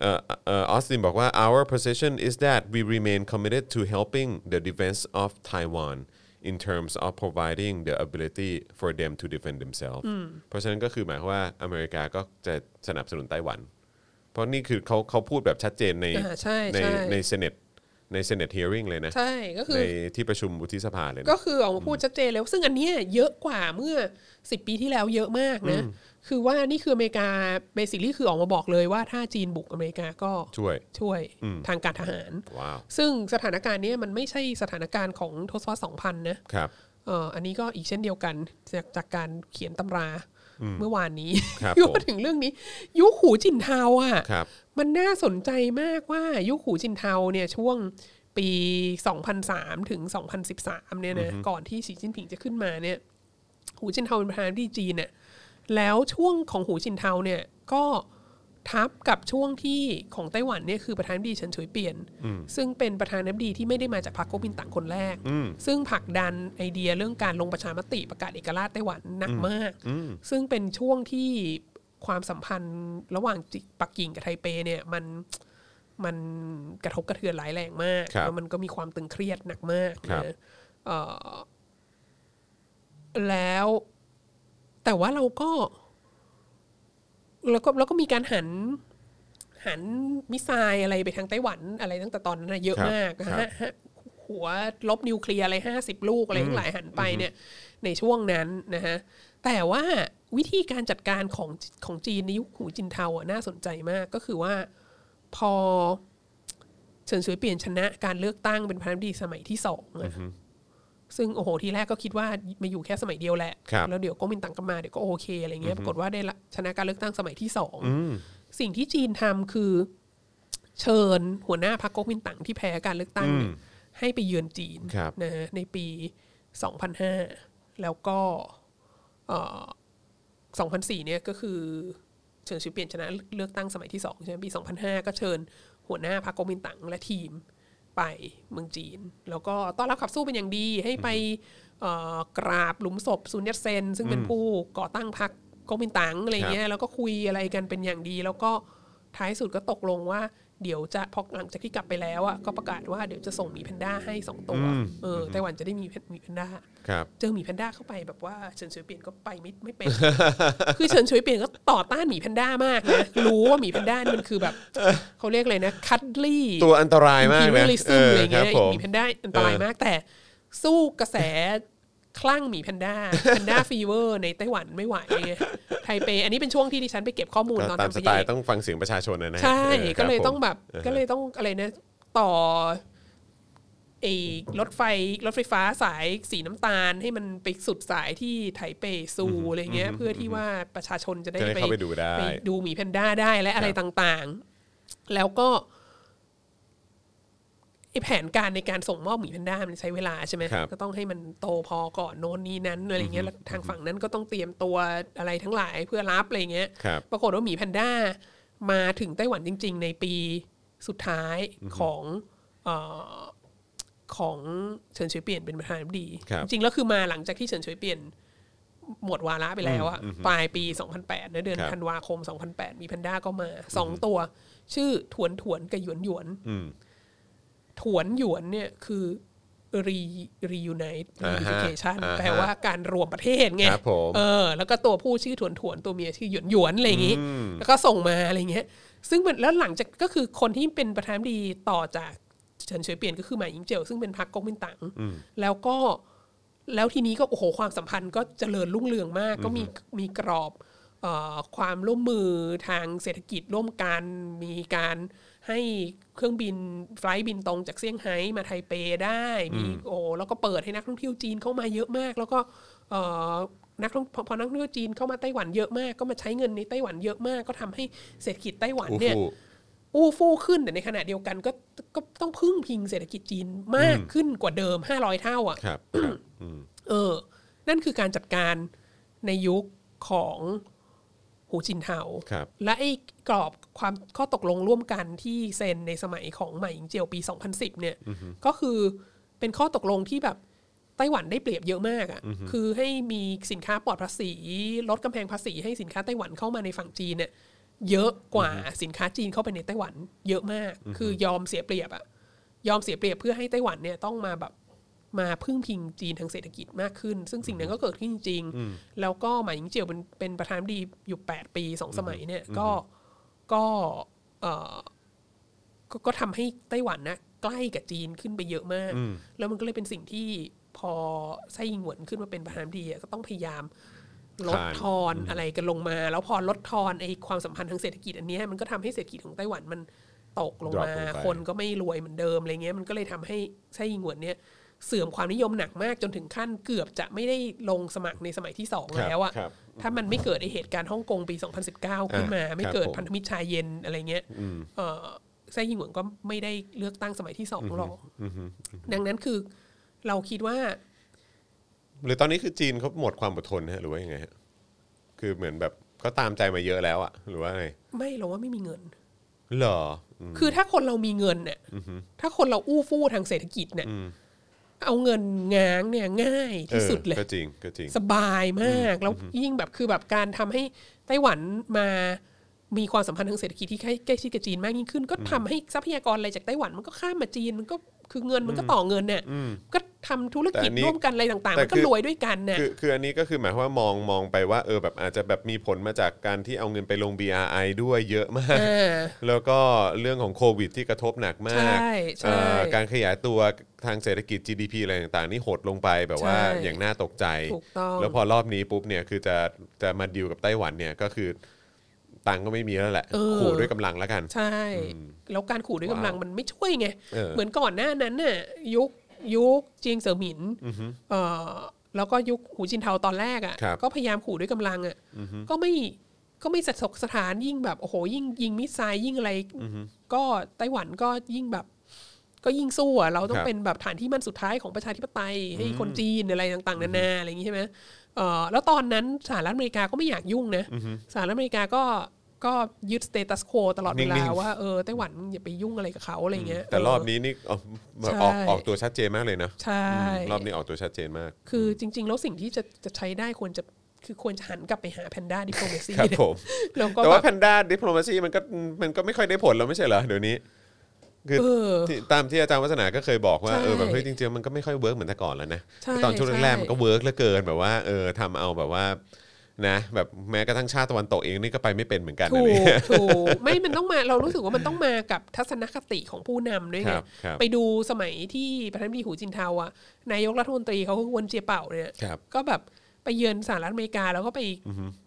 Speaker 2: เออเอ่อออสตินบอกว่า our position is that we remain committed to helping the defense of Taiwan in terms of providing the ability for them to defend themselves เพราะฉะนั้นก็คือหมายความว่าอเมริกาก็จะสนับสนุนไต้หวัน เพราะนี่คือเขาเขาพูดแบบชัดเจนใน
Speaker 4: อ่าใช่
Speaker 2: ใน
Speaker 4: ใช่
Speaker 2: ในเซเนตในเซเนตเฮียริงเลยนะ
Speaker 4: ใช่ก็คื
Speaker 2: ใน
Speaker 4: อ
Speaker 2: ที่ประชุมวุฒิสภาเลยนะ
Speaker 4: ก็คือออกมาพูดชัดเจนแล้ว ซึ่งอันเนี้ยเยอะกว่าเมื่อสิบปีที่แล้วเยอะมากนะ คือว่านี่คืออเมริกาเบสิคลี่คือออกมาบอกเลยว่าถ้าจีนบุกอเมริกาก็
Speaker 2: ช่วย
Speaker 4: ช่วย
Speaker 2: อืม
Speaker 4: ทางการทหาร
Speaker 2: ว้าว
Speaker 4: ซึ่งสถานการณ์เนี้ยมันไม่ใช่สถานการณ์ของทศวรรษสองพันนะ
Speaker 2: ครับ
Speaker 4: เอ่ออันนี้ก็อีกเช่นเดียวกันจากจากการเขียนตำราเมื่อวานนี้
Speaker 2: ครับ
Speaker 4: ยุ
Speaker 2: ผม
Speaker 4: ถึงเรื่องนี้ ยุคหูจินเทาอ่ะ
Speaker 2: ครับ
Speaker 4: มันน่าสนใจมากว่ายุคหูจินเทาเนี่ยช่วงปี 2003 ถึง 2013 เนี่ยนะก่อนที่สีจิ้นผิงจะขึ้นมาเนี่ย หูจินเทาเป็นประธานาธิบดีจีนเนี่ยแล้วช่วงของหูจินเทาเนี่ยก็ทับกับช่วงที่ของไต้หวันเนี่ยคือประธานาธิบดีเฉินฉวยเปลี่ยน ซึ่งเป็นประธานาธิบดีที่ไม่ได้มาจากพรรคก๊กมินตั๋งคนแรก ซึ่งผลักดันไอเดียเรื่องการลงประชามติประกาศเอกราชไต้หวันหนักมาก ซึ่งเป็นช่วงที่ความสัมพันธ์ระหว่างจิปักกิ่งกับไทเปเนี่ยมันมันกระทบกระเทือนร้ายแรงมาก
Speaker 2: ครับ
Speaker 4: แล้วมันก็มีความตึงเครียดหนักมาก
Speaker 2: ครับ
Speaker 4: นะเอ่อแล้ว แต่ว่าเราก็ แล้วก็แล้วก็มีการหัน หันมิสไซล์อะไรไปทางไต้หวันอะไรตั้งแต่ตอนนั้นนะเยอะ
Speaker 2: ครับ
Speaker 4: มากนะ
Speaker 2: ครั
Speaker 4: ฮะ
Speaker 2: บ
Speaker 4: ฮะหัวลบนิวเคลียร์อะไรห้าสิบลูกอะไรทั้งหลายหันไปเนี่ย ในช่วงนั้นนะฮะแต่ว่าวิธีการจัดการของของจีนในยุคหูจินเทาอ่ะน่าสนใจมากก็คือว่าพอเฉินฉวยเปลี่ยนชนะการเลือกตั้งเป็นประธานาธิบดีสมัยที่สองอะซึ่งโอ้โหทีแรกก็คิดว่ามาอยู่แค่สมัยเดียวแหละ
Speaker 2: ครับ
Speaker 4: แล้วเดี๋ยวก็มินตังกลับมาเดี๋ยวก็โอเคอะไรเงี้ยปรากฏว่าได้ละชนะการเลือกตั้งสมัยที่สองสิ่งที่จีนทำคือ เชิญหัวหน้าพรรคก๊กมินตั๋งที่แพ้การเลือกตั้งเนี่ยให้ไปเยือนจีน
Speaker 2: ครับ
Speaker 4: นะฮะในปี 2005 แล้วก็เอ่อ2004 เนี่ยก็คือเฉินชิวเปลี่ยนชนะเลือกตั้งสมัยที่สองใช่ไหมปี 2005 ก็เชิญหัวหน้าพรรคก๊กมินตั๋งและทีมไปเมืองจีน แล้วก็ต้อนรับขับสู้เป็นอย่างดีให้ไปเอ่อกราบหลุมศพซุนยัตเซน ซึ่งเป็นผู้ก่อตั้งพรรคก๊กมินตั๋งอะไรเงี้ยแล้วก็คุยอะไรกันเป็นอย่างดี แล้วก็ ท้ายสุดก็ตกลงว่าเดี๋ยวจะพอหลังจากที่กลับไปแล้วอ่ะก็ประกาศว่าเดี๋ยวจะส่งหมีแพนด้าให้สองตัวเออไต้หวันจะได้มีแพนหมีแพนด้า
Speaker 2: ครับ
Speaker 4: เจอหมีแพนด้าเข้าไปแบบว่าเฉินฉวยเปลี่ยนก็ไปไม่ ไม่เป็น คือเฉินฉวยเปลี่ยนก็ต่อต้านหมีแพนด้ามากนะรู้ว่าหมีแพนด้านี่มันคือแบบเขาเรียกอะไรนะคัตลี่
Speaker 2: ตัวอันตรายมาก
Speaker 4: อิมพี
Speaker 2: นะ
Speaker 4: เรียลิซึมอะไร
Speaker 2: ครั
Speaker 4: เงี้ย
Speaker 2: ผม
Speaker 4: หมีแพนด้าอันตรายมากแต่สู้กระแสคลั่งหมีแพนด้าแพนด้าฟีเวอร์ในไต้หวันไม่ไหวไงไทเป อันนี้เป็นช่วงที่ดิฉันไปเก็บข้อมูลตอน
Speaker 2: ตามส
Speaker 4: ทำซี
Speaker 2: ไต
Speaker 4: รี
Speaker 2: ล์
Speaker 4: ส์
Speaker 2: ต้องฟังเสียงประชาชนนะนะฮะ
Speaker 4: ใช่
Speaker 2: ออค
Speaker 4: ก็
Speaker 2: รับ
Speaker 4: เลยต้อง
Speaker 2: ผม
Speaker 4: แบบก็เลยต้องอะไรนะต่อไอ้รถไฟรถไฟฟ้าสายสีน้ำตาล ให้มันไปสุดสายที่ไถเปซูอะไรเงี้ย เพื่อที่ว่าประชาชนจะได้
Speaker 2: จะได้เข้าไปดูได้
Speaker 4: ปดูหมีแพนด้าได้และอะไรต่างๆ แล้วก็ไอแผนการในการส่งมอบหมีแพนด้ามันใช้เวลาใช่ไหม
Speaker 2: ครับ
Speaker 4: ก็ต้องให้มันโตพอก่อนโน้นนี้นั้นอะไรเงี้ยแล้วทางฝั่งนั้นก็ต้องเตรียมตัวอะไรทั้งหลายเพื่อรับอะไรเงี้ย
Speaker 2: ครับ
Speaker 4: ปรากฏว่าหมีแพนด้ามาถึงไต้หวันจริง ๆ ในปีสุดท้ายของเออของเฉินเฉวยเปลี่ยนเป็นประธานาธิบดี
Speaker 2: ครับ
Speaker 4: จริงๆแล้วคือมาหลังจากที่เฉินเฉวยเปลี่ยนหมดวาระไปแล้วอะปลายปี 2008นะเดือนธันวาคม 2008 มีแพนด้าก็มาสองตัว ชื่อถวนถวนกับหยวนหยวน
Speaker 2: อืม
Speaker 4: ถวนหยวนเนี่ยคือ รีรียูไนต์
Speaker 2: อ่าฮะ
Speaker 4: ฟิเคชัน
Speaker 2: อ่าฮะ
Speaker 4: แปลว่าการรวมประเทศไง
Speaker 2: ครับผม
Speaker 4: เออ แล้วก็ตัวผู้ชื่อถวนถวนๆตัวเมียชื่อหยวนหยวนๆอะไรอย่างงี้
Speaker 2: อืม
Speaker 4: แล้วก็ส่งมาอะไรอย่างเงี้ย ซึ่งมันแล้วหลังจากก็คือคนที่เป็นประธานาธิบดีต่อจากเฉินเฉวยเปลี่ยนก็คือหมายหญิงเจียวซึ่งเป็นพรรคก๊กมินตั๋งแล้วก็ แล้วทีนี้ก็โอ้โหความสัมพันธ์ก็เจริญรุ่งเรืองมาก ก็มีมีกรอบเออความร่วมมือทางเศรษฐกิจร่วมกันมีการให้เครื่องบินไฟลท์บินตรงจากเซี่ยงไฮ้มาไทเปได้มีโอ้แล้วก็เปิดให้นักท่องเที่ยวจีนเข้ามาเยอะมาก แล้วก็เอ่อนักท่องพอพอนักท่องเที่ยวจีนเข้ามาไต้หวันเยอะมากก็มาใช้เงินในไต้หวันเยอะมาก ก็ทำให้เศรษฐกิจไต้หวัน
Speaker 2: อู้
Speaker 4: เนี่ย
Speaker 2: ฟู่
Speaker 4: อู้ฟู่ขึ้นแต่ในขณะเดียวกันก็ก็ต้องพึ่งพิงเศรษฐกิจจีนมากขึ้นกว่าเดิม 500 เท่าอ่ะ
Speaker 2: ครับครับ
Speaker 4: เออ นั่นคือการจัดการในยุคของหูจินเทา
Speaker 2: ครับ
Speaker 4: และไอ้กรอบความข้อตกลงร่วมกันที่เซ็นในสมัยของหม่หญิงเจียวปี 2010 เนี่ย ก็คือเป็นข้อตกลงที่แบบไต้หวันได้เปรียบเยอะมากอะ่ะ คือให้มีสินค้าปลอดภาษีลดกำแพงภาษีให้สินค้าไต้หวันเข้ามาในฝั่งจีนเนี่ยเยอะกว่าสินค้าจีนเข้าไปในไต้หวันเยอะมาก คือยอมเสียเปรียบอ่ะ ยอมเสียเปรียบเพื่อให้ไต้หวันเนี่ยต้องมาแบบมาพึ่งพิงจีนทางเศรษฐกิจมากขึ้น ซึ่งสิ่งนั้นก็เกิดขึ้นจริงๆแล้วก็หมายหญิงเจียวเป็นเป็นประธานาธิบดีอยู่ 8 ปีสองสมัยเนี่ยก็ก็เอ่อก็ก็ทำให้ไต้หวันนะใกล้กับจีนขึ้นไปเยอะมาก แล้วมันก็เลยเป็นสิ่งที่พอไส้ยิงหวนขึ้นมาเป็นประธานาธิบดีอะก็ต้องพยายาม ลดทอนอะไรกันลงมา แล้วพอลดทอนไอ้ความสัมพันธ์ทางเศรษฐกิจอันเนี้ยมันก็ทำให้เศรษฐกิจของไต้หวันมันตกลง
Speaker 2: Drop
Speaker 4: มา
Speaker 2: ลงไป
Speaker 4: คนก็ไม่รวยเหมือนเดิมอะไรเงี้ยมันก็เลยทำให้ไส้ยิงหวนเนี่ยเสื่อมความนิยมหนักมากจนถึงขั้นเกือบจะไม่ได้ลงสมัครในสมัยที่สอง
Speaker 2: ครับ
Speaker 4: แล้วอะ
Speaker 2: ครับ
Speaker 4: ถ้ามันไม่เกิดไอเหตุการณ์ฮ่องกงปี 2019 ขึ้นมา
Speaker 2: อ่า
Speaker 4: ไม่เกิด
Speaker 2: ครับผม
Speaker 4: พันธมิตรชายเย็นอะไรเงี้ยเอ่อไส้ยิงหวนก็ไม่ได้เลือกตั้งสมัยที่สองหรอกดังนั้นคือเราคิดว่า
Speaker 2: หรือตอนนี้คือจีนเขาหมดความอดทนฮะหรือว่ายังไงฮะคือเหมือนแบบเขาตามใจมาเยอะแล้วอะหรือว่าไง
Speaker 4: ไม่เราว่าไม่มีเงิน
Speaker 2: เหรอ
Speaker 4: คือถ้าคนเรามีเงินเนี่ยถ้าคนเราอู้ฟู่ทางเศรษฐกิจเนี่ยเอาเงินง้างเนี่ยง่ายที่สุดเลย
Speaker 2: ออก็จริงก็จริง
Speaker 4: สบายมากแล้วยิ่งแบบคือแบบการทำให้ไต้หวันมามีความสัมพันธ์ทางเศรษฐกิจที่ใกล้ใกล้ชิดกับจีนมากยิ่งขึ้น ก็ทำให้ทรัพยากรอะไรจากไต้หวันมันก็ข้ามมาจีนมันก็คือเงินมันก็ต่อเงินเนี่ยก็ทำธุรกิจ
Speaker 2: แต่อันนี้
Speaker 4: ร่วมกันอะไรต่างๆ
Speaker 2: แต่
Speaker 4: มันก็
Speaker 2: คือ
Speaker 4: รวยด้วยกันเนี่ย
Speaker 2: คือคืออันนี้ก็คือหมายความว่ามองมองไปว่าเออแบบอาจจะแบบมีผลมาจากการที่เอาเงินไปลง BRI ด้วยเยอะมาก
Speaker 4: เออ
Speaker 2: แล้วก็เรื่องของโควิดที่กระทบหนักมาก
Speaker 4: ใช่ใช่
Speaker 2: เอ่อการขยายตัวทางเศรษฐกิจ GDP อะไรต่างๆ นี่หดลงไปแบบว่า
Speaker 4: ใช่
Speaker 2: อย่างน่าตกใจ
Speaker 4: ถูกต้อง
Speaker 2: แล้วพอรอบนี้ปุ๊บเนี่ยคือจะจะมาดิวกับไต้หวันเนี่ยก็คือตังค์ก็ไม่มีแล้วแหละ
Speaker 4: เออ
Speaker 2: ขู่ด้วยกำลังแล้วกัน
Speaker 4: ใช่ แล้วการขู่ด้วยกำลังมันไม่ช่วยไง
Speaker 2: เออ
Speaker 4: เหมือนก่อนหน้านั้นน่ะยุคยุคเจียงเสี่ยหมินเอ่อแล้วก็ยุคหูจินเทาตอนแรก
Speaker 2: ครั
Speaker 4: อ่ะ
Speaker 2: บ
Speaker 4: ก็พยายามขู่ด้วยกำลังอ่ะก็ไม่ก็ไม่สะทกสถานยิ่งแบบโอ้โหยิ่งยิงมิสไซล์ยิ่งอะไรก็ไต้หวันก็ยิ่งแบบ ก็ยิ่งสู้อ่ะเราต้อ
Speaker 2: ค
Speaker 4: ง
Speaker 2: รับ
Speaker 4: เป็นแบบฐานที่มั่นสุดท้ายของประชาธิปไตยให้คนจีนอะไรต่างๆนานาอะไรอย่างนี้ใช่ไหมเอ่อแล้วตอนนั้นสหรัฐอเมริกาก็ไม่อยากยุ่งนะสหรัฐอเมริกาก็ก็ยึดสเตตัสโคตลอดเว
Speaker 2: นิ่
Speaker 4: ลาง
Speaker 2: ๆ
Speaker 4: ว่าเออไต้หวันอย่าไปยุ่งอะไรกับเขาอะไรเงี้ย
Speaker 2: แต่รอบ
Speaker 4: เ
Speaker 2: นี้นี่ออก
Speaker 4: ใช่
Speaker 2: ออกออกตัวชัดเจนมากเลยนะ
Speaker 4: ใช่
Speaker 2: รอบนี้ออกตัวชัดเจนมาก
Speaker 4: คือจริง ๆ แล้วสิ่งที่จะจะใช้ได้ควรจะคือควรจะหันกลับไปหาแพนด้าดิโพเมซี
Speaker 2: ครับผม
Speaker 4: แล้วก็
Speaker 2: แต่ว่า
Speaker 4: แบ
Speaker 2: แพ
Speaker 4: บ
Speaker 2: นด้าดิปโลมาซีมันก็มันก็ไม่ค่อยได้ผลแล้วไม่ใช่เหรอเดี๋ยวนี้ คือ
Speaker 4: เออ
Speaker 2: ที่ตามที่อาจารย์วัฒนาก็เคยบอกว่า
Speaker 4: ใช่
Speaker 2: เออแบบเฮ้ยจริงๆมันก็ไม่ค่อยเวิร์กเหมือนแต่ก่อนแล้วนะ
Speaker 4: ใช่
Speaker 2: ตอนช่วง
Speaker 4: ใช่
Speaker 2: แรกๆมันก็เวิร์กเหลือเกินแบบว่าเออทำเอาแบบว่านะแบบแม้กระทั่งชาติตะวันตกเองนี่ก็ไปไม่เป็นเหมือนกัน
Speaker 4: ถู
Speaker 2: อะไร
Speaker 4: ก
Speaker 2: เงี้ย
Speaker 4: ถูกไม่มันต้องมาเรารู้สึกว่ามันต้องมากับทัศนคติของผู้นำด้วย
Speaker 2: ค
Speaker 4: ไง
Speaker 2: รับครับ
Speaker 4: ไปดูสมัยที่ประธานาธิบดีหูจินเทาอ่ะนายกรัฐมนตรีเขาก็กวนเจียเป่าเนี่ย
Speaker 2: ครับ
Speaker 4: ก็แบบไปเยือนสหรัฐอเมริกาแล้วก็ไป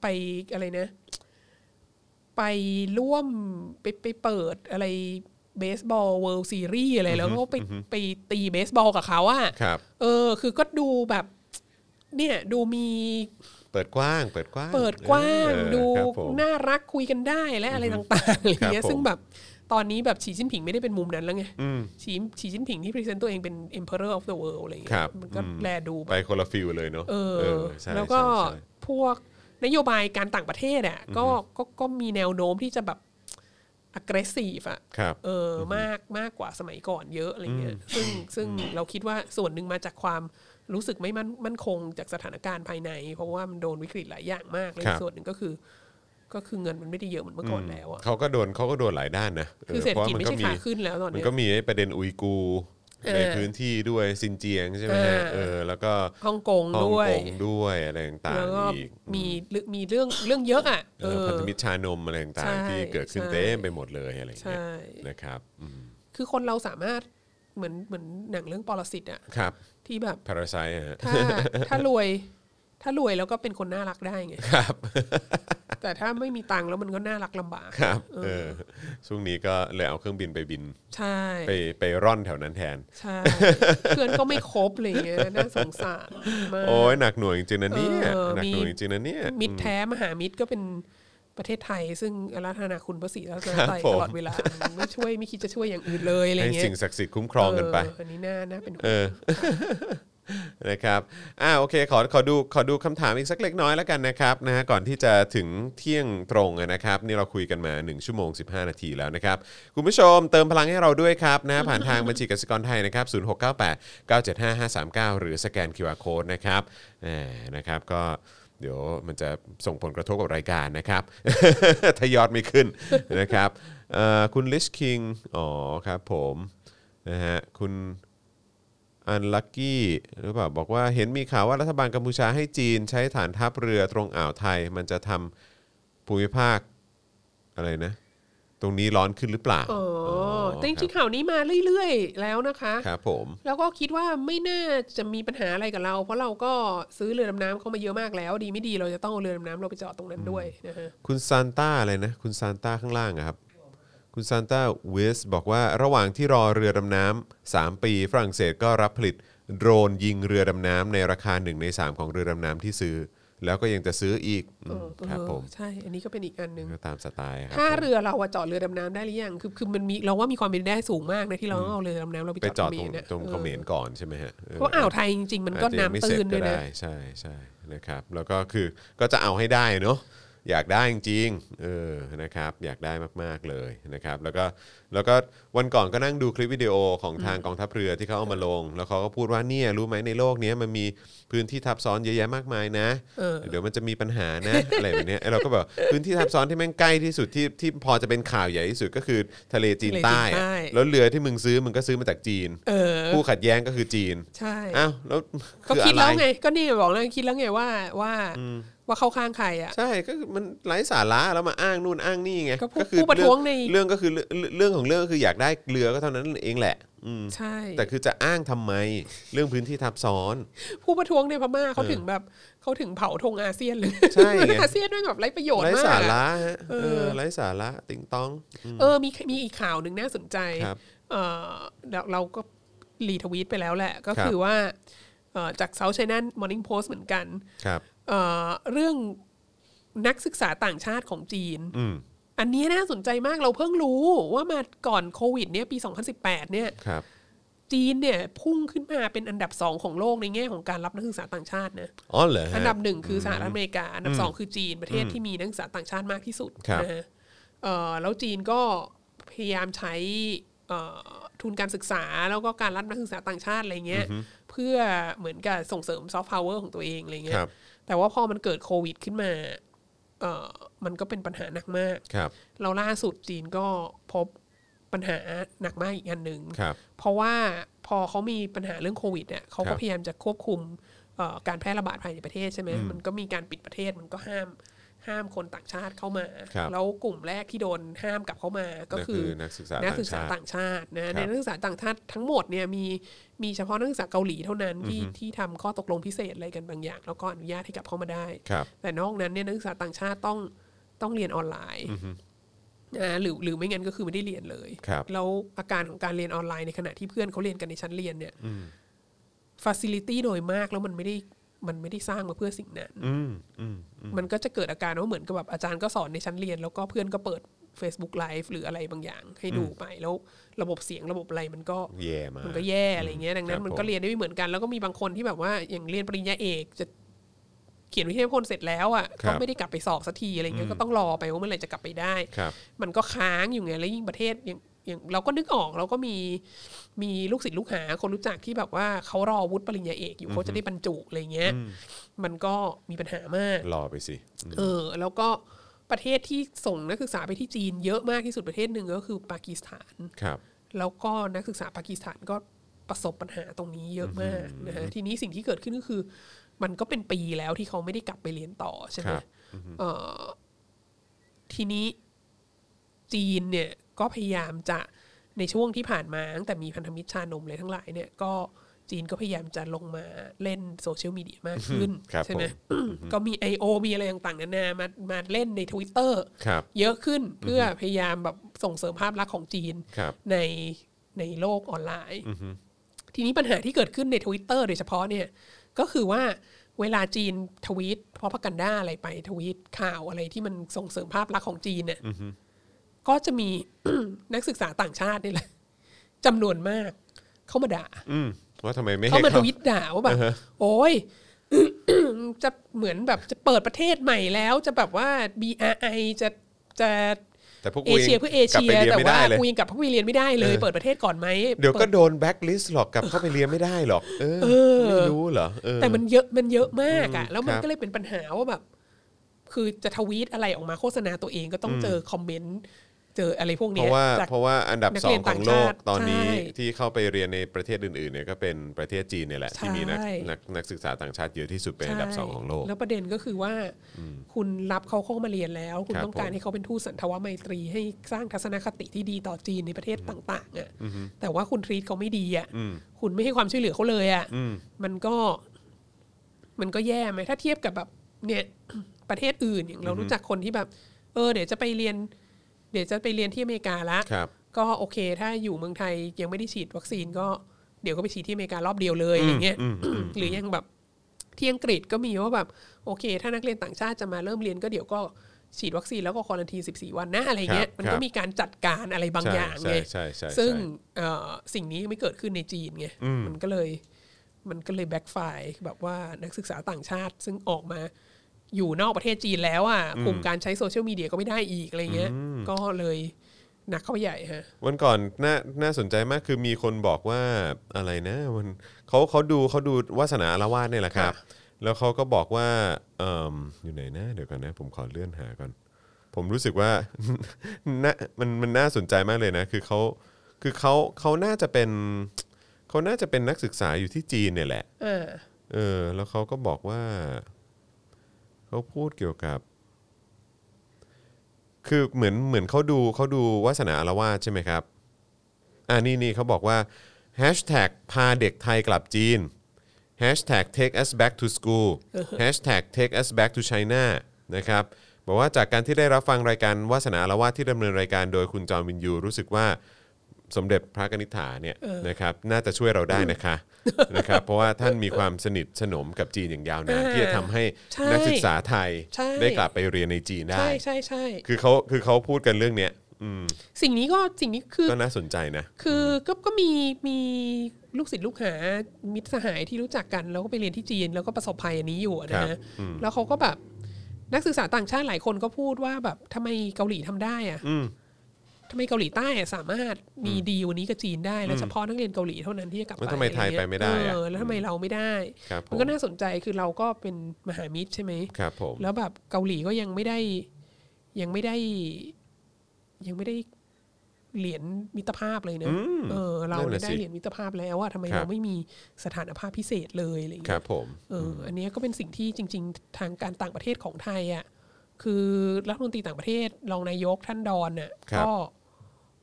Speaker 4: ไปอะไรนะ ไปร่วมไปไปเปิดอะไรเบสบอลเวิลด์ซีรีส์อะไรแล้วก็ไปไปตีเบสบอลกับเขาอ่ะ
Speaker 2: ครับ
Speaker 4: เออ คือก็ดูแบบ เนี่ยดูมี
Speaker 2: เปิดกว้าง เปิดกว้าง
Speaker 4: เปิดกว้าง
Speaker 2: เออ
Speaker 4: ดู
Speaker 2: ครับผม
Speaker 4: น่ารักคุยกันได้และอะไรต่างๆอะไรเงี้
Speaker 2: ค
Speaker 4: ย
Speaker 2: รับผม
Speaker 4: ซึ่งแบบตอนนี้แบบฉีจิ้นผิงไม่ได้เป็นมุมนั้นแล้วไงฉีฉีจิ้นผิงที่พรีเซนต์ตัวเองเป็น emperor of the world อะไรเงี้
Speaker 2: ค
Speaker 4: ย
Speaker 2: รับ
Speaker 4: มันก็
Speaker 2: อืม
Speaker 4: แลดูแบ
Speaker 2: ไป
Speaker 4: บ
Speaker 2: คนละฟิลเลยเนาะ
Speaker 4: เอ
Speaker 2: เอ
Speaker 4: อ
Speaker 2: อใช่
Speaker 4: แล้วก็
Speaker 2: ใช่ใช่
Speaker 4: พวกนโยบายการต่างประเทศอ่ะก็ก็ก็มีแนวโน้มที่จะแบบ aggressive อ่ะ
Speaker 2: ครับ
Speaker 4: เอออมากมากกว่าสมัยก่อนเยอะอะไรเงี้ยซึ่งซึ่งเราคิดว่าส่วนหนึ่งมาจากความรู้สึกไม่มั่นมั่นคงจากสถานการณ์ภายใน เพราะว่ามันโดนวิกฤตหลายอย่างมากและ
Speaker 2: ครั
Speaker 4: อี
Speaker 2: บ
Speaker 4: กส่วนหนึ่งก็คือ ก็คือเงินมันไม่ได้เยอะเหมือนเมื่อก่อนแล้วอ่ะ
Speaker 2: เขาก็โดนเขาก็โดนหลายด้านนะ
Speaker 4: คือเศรษฐกิจ
Speaker 2: พาะน
Speaker 4: ไม่ใช่ขาขึ้นแล้วตอ
Speaker 2: มั
Speaker 4: น
Speaker 2: น
Speaker 4: เนี้ย
Speaker 2: ก็มีไอ้ประเด็นอุยกูร์
Speaker 4: เออ
Speaker 2: ในพื้นที่ด้วยซินเจียงใช่ไหมฮะ
Speaker 4: เออ
Speaker 2: เออแล้วก็
Speaker 4: ฮ่องกง
Speaker 2: ฮ่อง
Speaker 4: ด้วย
Speaker 2: กงด้วยอะไรต่าง
Speaker 4: แล้วก็
Speaker 2: ๆอีก
Speaker 4: มีเรื่องมีเรื่องเรื่องเยอะอ่ะ
Speaker 2: เออ
Speaker 4: เออ
Speaker 2: พันธมิตรชานมอะไรต่างๆ
Speaker 4: ใช่
Speaker 2: ที่เกิดขึ้น
Speaker 4: ใช่
Speaker 2: เต็มไปหมดเลยอะไรอย่าง
Speaker 4: ใช่
Speaker 2: เงี้ยนะครับอืม
Speaker 4: คือคนเราสามารถเหมือนเหมือนหนังเรื่องปรสิตอ่ะ
Speaker 2: ครับ
Speaker 4: ที่แบบ
Speaker 2: พาราไซฮะ
Speaker 4: ถ้าถ้ารวย ถ้ารวยแล้วก็เป็นคนน่ารักได้ไง
Speaker 2: ครับ
Speaker 4: แต่ถ้าไม่มีตังค์แล้วมันก็น่ารักลำบาก
Speaker 2: ครับ
Speaker 4: เออ
Speaker 2: เออช่วงนี้ก็เลยเอาเครื่องบินไปบิน
Speaker 4: ใช่
Speaker 2: ไปไปร่อนแถวนั้นแทน
Speaker 4: ใช่ เพื่อนก็ไม่ครบอะไรเงี้ยน่าสงสารมาก
Speaker 2: โอ้ยหนักหน่วงจริงๆนะเนี่ย
Speaker 4: เออ
Speaker 2: หนัก
Speaker 4: มี
Speaker 2: หน่วงจริงๆนะเนี่ย
Speaker 4: มิตรแท้มหามิตรก็เป็นประเทศไทย ซึ่งอาราธนาคุณพระศรีรัตนตรัย
Speaker 2: ครับผม
Speaker 4: ตลอดเวลาไม่ช่วยไม่คิดจะช่วยอย่างอื่นเลยอะไร
Speaker 2: ให้
Speaker 4: เงี้ย
Speaker 2: สิ่งศักดิ์สิทธิ์คุ้มครองกันไป
Speaker 4: เอออันนี้น่าน่าเป็นห่วง
Speaker 2: เออ นะครับ อ่าโอเค ขอ ขอดู ขอดูคำถามอีกสักเล็กน้อยแล้วกันนะครับนะฮะ ก่อนที่จะถึงเที่ยงตรงอะนะครับ นี่เราคุยกันมา 1 ชั่วโมง 15 นาทีแล้วนะครับ คุณผู้ชมเติมพลังให้เราด้วยครับนะ ผ่านทางบัญชีกสิกรไทยนะครับ0 6 9 8 9 7 5 5 3 9 หรือสแกน QR Code นะครับแหมนะครับ ก็ เดี๋ยวมันจะส่งผลกระทบกับรายการนะครับ ทยอดไม่ขึ้นนะครับเอ่อคุณลิชคิง อ๋อครับผม นะฮะ คุณ อันลักกี้หรือเปล่าบอกว่าเห็นมีข่าวว่ารัฐบาลกัมพูชาให้จีน ใช้ฐานทัพเรือตรงอ่าวไทย มันจะทำภูมิภาคอะไรนะ ตรงนี้ร้อนขึ้นหรือเปล่า
Speaker 4: อ๋อ
Speaker 2: ค
Speaker 4: แต่จริง
Speaker 2: บ
Speaker 4: ๆข่าวนี้มาเรื่อยๆ แล้วนะคะ
Speaker 2: ครับผม
Speaker 4: แล้วก็คิดว่าไม่น่าจะมีปัญหาอะไรกับเรา เพราะเราก็ซื้อเรือดำน้ำเข้ามาเยอะมากแล้ว ดีไม่ดีเราจะต้องเอาเรือดำน้ำเราไปจอดตรงนั้นด้วยนะฮะ
Speaker 2: คุณซานต้าอะไรนะ คุณซานต้าข้างล่างอะครับ คุณซานต้าเวสบอกว่าระหว่างที่รอเรือดำน้ำสามปี ฝรั่งเศสก็รับผลิตโดรนยิงเรือดำน้ำในราคาหนึ่งในสามของเรือดำน้ำที่ซื้อ แล้วก็ยังจะซื้ออีกอืม
Speaker 4: เออ
Speaker 2: ครับผม
Speaker 4: ใช่ อันนี้ก็เป็นอีกอันหนึ่ง
Speaker 2: ก็ตามสไตล์ครั
Speaker 4: ถ้า
Speaker 2: ผม
Speaker 4: เรือเราอะจอดเรือดำน้ำได้หรือยังคือคือมันมีเราว่ามีความเป็นไปได้สูงมากนะที่เราต้องเอาเรือดำน้ำเรา
Speaker 2: ไป
Speaker 4: ไป
Speaker 2: จ
Speaker 4: จ
Speaker 2: อ
Speaker 4: อ
Speaker 2: ด
Speaker 4: ด
Speaker 2: ตรง
Speaker 4: เขมรนะ
Speaker 2: ตรงเขมร
Speaker 4: เออ
Speaker 2: ก่อนใช่ไหมฮะเออ
Speaker 4: เพราะอ่าวไทยจริงๆ มันก็
Speaker 2: อาจจะยังไม่
Speaker 4: น้ำ
Speaker 2: เสร็
Speaker 4: ตื้
Speaker 2: จ
Speaker 4: นด้วยนะ
Speaker 2: ก็ไใช่ใช่นะครับ แล้วก็คือก็จะเอาให้ได้เนาะอยากได้จริงๆเออนะครับ อยากได้มากๆเลยนะครับ แล้วก็แล้วก็วันก่อนก็นั่งดูคลิปวิดีโอของทางกองทัพเรือที่เขาเอามาลง แล้วเขาก็พูดว่าเนี่ยรู้ไหมในโลกเนี้ยมันมีพื้นที่ทับซ้อนเยอะแยะมากมายนะ
Speaker 4: เออ
Speaker 2: เดี๋ยวมันจะมีปัญหานะ อะไรแบบเนี้ยไอ้เราก็แบบพื้นที่ทับซ้อนที่แม่งใกล้ที่สุดที่ที่พอจะเป็นข่าวใหญ่ที่สุดก็คือทะเลจีน
Speaker 4: ทะเลจีน
Speaker 2: ใต้อะ
Speaker 4: ใต้
Speaker 2: แล้วเรือที่มึงซื้อมึงก็ซื้อมาจากจีน
Speaker 4: เออ
Speaker 2: ผู้ขัดแย้งก็คือจีน
Speaker 4: ใช่
Speaker 2: อ้าว แล้ว
Speaker 4: ก็
Speaker 2: อ
Speaker 4: คิด
Speaker 2: อะร
Speaker 4: แล้วไงก็นี่บอกแล้วคิดแล้วไงว่าว่าว่าเข้าข้างใครอ่ะ
Speaker 2: ใช่ก็คือมันไร้สาระแล้วมาอ้างนู่นอ้างนี่ไง
Speaker 4: ก็ผู้
Speaker 2: คือ
Speaker 4: ผู้ประท้วงใน
Speaker 2: เรื่องก็คือเรื่องเรื่องของเรื่องก็คืออยากได้เรือก็เท่านั้นเองแหละ อืม
Speaker 4: ใช่
Speaker 2: แต่คือจะอ้างทำไมเรื่องพื้นที่ทับซ้อน
Speaker 4: ผู้ประท้วงในพม่าเขาถึงแบบเขาถึงเผาธงอาเซียนเลย
Speaker 2: ใช่ไง
Speaker 4: อาเซียนแม่งแบบไร้ประโยชน์
Speaker 2: ไร้
Speaker 4: มาก
Speaker 2: สา
Speaker 4: อะ
Speaker 2: ระฮะ
Speaker 4: เออ
Speaker 2: เออไร้สาระติงต้อง
Speaker 4: เออมีมีอีกข่าวหนึ่งน่าสนใจ
Speaker 2: ครับ
Speaker 4: เออเราเราก็รีทวีตไปแล้วแหละ ก็
Speaker 2: ครับ
Speaker 4: คือว่าเอ่อจาก South China Morning Post เหมือนกัน
Speaker 2: ครับ
Speaker 4: เอ่อเรื่องนักศึกษาต่างชาติของจีน
Speaker 2: อืม
Speaker 4: อันนี้น่าสนใจมากเราเพิ่งรู้ว่ามาก่อนโควิดเนี่ยปี 2018เนี่ย
Speaker 2: ครับ
Speaker 4: จีนเนี่ยพุ่งขึ้นมาเป็นอันดับสองของโลกในแง่ของการรับนักศึกษาต่างชาตินะ
Speaker 2: อ๋อเหรอฮะ
Speaker 4: อันดับหนึ่งคือสหรัฐอเมริกา อันดับสองคือจีนประเทศที่มีนักศึกษาต่างชาติมากที่สุด
Speaker 2: ครับ
Speaker 4: นะฮะเอ่อแล้วจีนก็พยายามใช้เอ่อทุนการศึกษาแล้วก็การรับนักศึกษาต่างชาติอะไรเงี้ยเพื่อเหมือนกับส่งเสริมซอฟต์พาวเวอร์ของตัวเองอะไรเงี้
Speaker 2: ค
Speaker 4: ย
Speaker 2: รับ
Speaker 4: แต่ว่าพอมันเกิดโควิดขึ้นมาเอ่อมันก็เป็นปัญหาหนักมาก
Speaker 2: ครับ
Speaker 4: เราล่าสุดจีนก็พบปัญหาหนักมากอีกอันหนึ่ง
Speaker 2: ครับ
Speaker 4: เพราะว่าพอเขามีปัญหาเรื่องโควิดเนี่ยเขา
Speaker 2: ครั
Speaker 4: ก็
Speaker 2: บ
Speaker 4: พยายามจะควบคุมเอ่อการแพร่ระบาดภายในประเทศใช่ไหมมันก็มีการปิดประเทศมันก็ห้ามห้ามคนต่างชาติเข้ามา
Speaker 2: ครับ
Speaker 4: แล้วกลุ่มแรกที่โดนห้ามกลับเข้ามาก็
Speaker 2: นั่น
Speaker 4: คือ
Speaker 2: นักศึกษา
Speaker 4: นัก
Speaker 2: ต่าง
Speaker 4: ศึกษา
Speaker 2: ชาติ
Speaker 4: ต่างชาตินะ
Speaker 2: ครั
Speaker 4: ใน
Speaker 2: บ
Speaker 4: นักศึกษาต่างชาติทั้งหมดเนี่ยมีมีเฉพาะนักศึกษาเกาหลีเท่านั้นที่ที่ทำข้อตกลงพิเศษอะไรกันบางอย่าง แล้วก็อนุญาตให้กลับเข้ามาได้
Speaker 2: ครับ
Speaker 4: แต่นอกนั้นเนี่ยนักศึกษาต่างชาติต้องต้องเรียนออนไลน์นะหรือหรือไม่งั้นก็คือไม่ได้เรียนเลย
Speaker 2: ครับ
Speaker 4: แล้วอาการของการเรียนออนไลน์ในขณะที่เพื่อนเขาเรียนกันในชั้นเรียนเนี่ยฟ a ซิลิตี้โดยมากแล้วมันไม่ได้มันไม่ได้สร้างมาเพื่อสิ่งนั้น
Speaker 2: อืมอืม
Speaker 4: มันก็จะเกิดอาการว่าเหมือนกับแบบอาจารย์ก็สอนในชั้นเรียน แล้วก็เพื่อนก็เปิด Facebook Live หรืออะไรบางอย่าง ให้ดูไปแล้วระบบเสียงระบบอะไรมันก็
Speaker 2: แย่มาก
Speaker 4: มันก็แย่อะไรเงี้ยดังนั้
Speaker 2: ครั
Speaker 4: น
Speaker 2: บ
Speaker 4: มันก็
Speaker 2: ผม
Speaker 4: เรียนได้ไม่เหมือนกันแล้วก็มีบางคนที่แบบว่าอย่างเรียนปริญญาเอกจะเขียนวิทยาพลเสร็จแล้วอ่ะ
Speaker 2: ครั
Speaker 4: ก็
Speaker 2: บ
Speaker 4: ไม่ได้กลับไปสอบสักทีอะไรเงี้ยก็ต้องรอไปว่าเมื่อไหร่จะกลับไปได้
Speaker 2: ครับ
Speaker 4: มันก็ค้างอยู่ไงแล้วยิ่งประเทศอย่างอย่างเราก็นึกออกเราก็มีมีลูกศิษย์ลูกหาคนรู้จักที่แบบว่าเขารอวุฒิปริญญาเอกอยู่เขาจะได้บรรจุอะไรเงี้ยมันก็มีปัญหามาก
Speaker 2: รอไปสิ
Speaker 4: เออ แล้วก็ประเทศที่ส่งนักศึกษาไปที่จีนเยอะมากที่สุดประเทศหนึ่งก็คือปากีสถาน
Speaker 2: ครับ
Speaker 4: แล้วก็นักศึกษาปากีสถานก็ ประสบปัญหาตรงนี้เยอะมากนะฮะทีนี้สิ่งที่เกิดขึ้นก็คือ มันก็เป็นปีแล้วที่เขาไม่ได้กลับไปเรียนต่อใช่ไห
Speaker 2: ค
Speaker 4: ม
Speaker 2: รับ
Speaker 4: เอ่อทีนี้จีนเนี่ยก็พยายามจะในช่วงที่ผ่านมาตั้งแต่มีพันธมิตรชานมเลยทั้งหลายเนี่ยก็จีนก็พยายามจะลงมาเล่นโซเชียลมีเดียมากขึ้น
Speaker 2: ครับ
Speaker 4: ใช่ไหม
Speaker 2: ผม
Speaker 4: ก็มี I.O. มีอะไรต่างๆนานามามาเล่นใน Twitter
Speaker 2: ครับ
Speaker 4: เยอะขึ้นเพื่อพยายามแบบส่งเสริมภาพลักษณ์ของจีน
Speaker 2: ครับ
Speaker 4: ในในโลกออนไลน์ ทีนี้ปัญหาที่เกิดขึ้นใน Twitter โดยเฉพาะเนี่ยก็คือว่าเวลาจีนทวีตพอพักันด้าอะไรไปทวีตข่าวอะไรที่มันส่งเสริมภาพลักษณ์ของจีนเนี่ยก็จะมี นักศึกษาต่างชาตินี่แหละจำนวนมากเข้ามาด่า
Speaker 2: อืมว่าทำไมไม่
Speaker 4: เขา
Speaker 2: ให้
Speaker 4: มาท
Speaker 2: เขา
Speaker 4: วิตด่าว่าแบ
Speaker 2: อ่า
Speaker 4: บ
Speaker 2: ฮะ
Speaker 4: โอ้ย จะเหมือนแบบจะเปิดประเทศใหม่แล้ว จะแบบว่า BRI จะจะ
Speaker 2: แต่พวก
Speaker 4: เอ
Speaker 2: กู
Speaker 4: เชียเพื่อเอ
Speaker 2: ลับ
Speaker 4: เชี
Speaker 2: ไป
Speaker 4: ย
Speaker 2: รีน
Speaker 4: แต่
Speaker 2: ไม่
Speaker 4: ว่า
Speaker 2: ได้เลย
Speaker 4: กูยังกลับเข้าไปเรียนไม่ได้เลย
Speaker 2: เออ
Speaker 4: เปิดประเทศก่อนไหม
Speaker 2: เดี๋ยวก็
Speaker 4: ปิ
Speaker 2: โดนแบ็คลิสต์หรอกกลับเข้าไปเรียนไม่ได้หรอก เออไม่รู้เหรอเออ
Speaker 4: แต่มันเยอะมันเยอะมากอ่ะ
Speaker 2: อืม
Speaker 4: แล้วมั
Speaker 2: คน รับ
Speaker 4: ก็เลยเป็นปัญหาว่าแบบ คือจะทวีตอะไรออกมาโฆษณาตัวเองก็ต้องเจอคอมเมนต์เจออะไรพวก
Speaker 2: เพ
Speaker 4: เนี้ย
Speaker 2: ราะว่า
Speaker 4: จาก
Speaker 2: เพราะว่าอันดับ
Speaker 4: นัก
Speaker 2: สอ
Speaker 4: เรี
Speaker 2: ง
Speaker 4: ยน
Speaker 2: ข
Speaker 4: ต่า
Speaker 2: อง งโลก
Speaker 4: ชาติ
Speaker 2: ตอนนี้
Speaker 4: ใช่
Speaker 2: ที่เข้าไปเรียนในประเทศอื่นๆเนี่ยก็เป็นประเทศจีนเนี่ยแหละที่มีนัก
Speaker 4: ใช่
Speaker 2: นักนักศึกษาต่างชาติเยอะที่สุดเป็นอันดับสองของโลก
Speaker 4: แล้วประเด็นก็คือว่า คุณรับเขาเข้ามาเรียนแล้ว คุณ
Speaker 2: ครับ
Speaker 4: ต้องการ
Speaker 2: ผม
Speaker 4: ให้เขาเป็นทูตสันทวาไมตรี ให้สร้างทัศนคติที่ดีต่อจีนในประเทศต่างๆอ่ะแต่ว่าคุณทรีตเขาไม่ดีอ่ะคุณไม่ให้ความช่วยเหลือเขาเลยอ่ะมันก็ มันก็แย่ไหมถ้าเทียบกับแบบ เนี่ย ประเทศอื่นอย่างเรารู้จักคนที่แบบ เออ เดี๋ยวจะไปเรียน เดี๋ยวจะไปเรียนที่อเมริกาละ
Speaker 2: ครับ
Speaker 4: ก็โอเค ถ้าอยู่เมืองไทยยังไม่ได้ฉีดวัคซีนก็เดี๋ยวก็ไปฉีดที่อเมริการอบเดียวเลยอย่างเงี้ยหรือยังแบบที่อังกฤษก็มีว่าแบบโอเค ถ้านักเรียนต่างชาติจะมาเริ่มเรียนก็เดี๋ยวก็ฉีดวัคซีนแล้วก็ควอรันที14 วันนะอะไรเงี้ย
Speaker 2: ครับ
Speaker 4: มันก็
Speaker 2: ครับ
Speaker 4: มีการจัดการอะไรบาง
Speaker 2: ใช่
Speaker 4: อย่าง
Speaker 2: ใช่
Speaker 4: ไง
Speaker 2: ใช่ใช่
Speaker 4: ซึ่ง
Speaker 2: ใช่
Speaker 4: เอ่อสิ่งนี้ไม่เกิดขึ้นในจีนไงมันก็เลย มันก็เลยแบ็คไฟแบบว่านักศึกษาต่างชาติ ซึ่งออกมาอยู่นอกประเทศจีนแล้วอ่ะคุมการใช้โซเชียลมีเดียก็ไม่ได้อีกอะไรเงี้ย ก็เลยหนักเข้าไปใหญ่ฮะ
Speaker 2: วันก่อนน่าน่าสนใจมากคือมีคนบอกว่าอะไรนะมันเขาเขาดูเขาดูวาสนาละวาดเนี่ยแหละครับ แล้วเขาก็บอกว่าเอิ่มอยู่ไหนนะเดี๋ยวก่อนนะ ผมขอเลื่อนหาก่อน ผมรู้สึกว่า น่ามันมันน่าสนใจมากเลยนะ คือเขาคือเขาเขาน่าจะเป็นเขาน่าจะเป็นนักศึกษาอยู่ที่จีนเนี่ยแหละ
Speaker 4: เออ
Speaker 2: เออแล้วเขาก็บอกว่า เขาพูดเกี่ยวกับ คือเหมือนเหมือนเขาดูเขาดูวาสนาอาละวาดใช่ไหมครับ อ่านี่นี่เขาบอกว่า hashtag พาเด็กไทยกลับจีน hashtag take us back to school hashtag take us back to China นะครับบอกว่าจากการที่ได้รับฟังรายการวาสนาอาละวาดที่ดำเนินรายการโดยคุณจอมวินยู รู้สึกว่า สมเด็จพระกนิษฐาเนี่ยนะครับน่าจะช่วยเราได้นะคะ นะครับเพราะว่าท่านมีความสนิทสนมกับจีนอย่างยาวนาน
Speaker 4: อ่า
Speaker 2: ที่จะทำให้
Speaker 4: ใช่
Speaker 2: นักศึกษาไทย
Speaker 4: ใช่
Speaker 2: ได้กลับไปเรียนในจีนได้
Speaker 4: ใช่ใช่ใช่
Speaker 2: คือเขาคือเขาพูดกันเรื่องเนี้ยอืม
Speaker 4: สิ่งนี้ก็สิ่งนี้คือ
Speaker 2: ก็น่าสนใจนะ
Speaker 4: คือก็ก็มีมีลูกศิษย์ลูกหามิตรสหายที่รู้จักกัน แล้วก็ไปเรียนที่จีน แล้วก็ประสบภัยอันนี้อยู่อะนะ
Speaker 2: ครั
Speaker 4: ฮะ
Speaker 2: บอืม
Speaker 4: แล้วเขาก็แบบนักศึกษาต่างชาติหลายคนก็พูดว่าแบบทำไมเกาหลีทำได้อะ
Speaker 2: อืม
Speaker 4: ทำไมเกาหลีใต้อะสามารถมีดีลนี้กับจีนได้แล้วเฉพาะนักเรียนเกาหลีเท่านั้นที่จะกลับไป
Speaker 2: แล้วทำไมไทยไปไม่ได้อะ
Speaker 4: เออแล้วทำไมเราไม่ได้
Speaker 2: ครับผม
Speaker 4: มันก็น่าสนใจคือเราก็เป็นมหามิตรใช่ไหม
Speaker 2: ครับผม
Speaker 4: แล้วแบบเกาหลีก็ยังไม่ได้ยังไม่ได้ ยังไม่ได้เหรียญมิตรภาพเลยนะเออ เราเนี่ยได้เหรียญมิตรภาพแล้วอะทำไมเราไม่มีสถานภาพพิเศษเลยอะไรอย่าง
Speaker 2: ครั
Speaker 4: เงี้
Speaker 2: บ
Speaker 4: ย
Speaker 2: ผม
Speaker 4: เอออันเนี้ยก็เป็นสิ่งที่จริง ๆ ทางการต่างประเทศของไทยอะคือรัฐมนตรีต่างประเทศรองนายกท่านดอนน่ะก็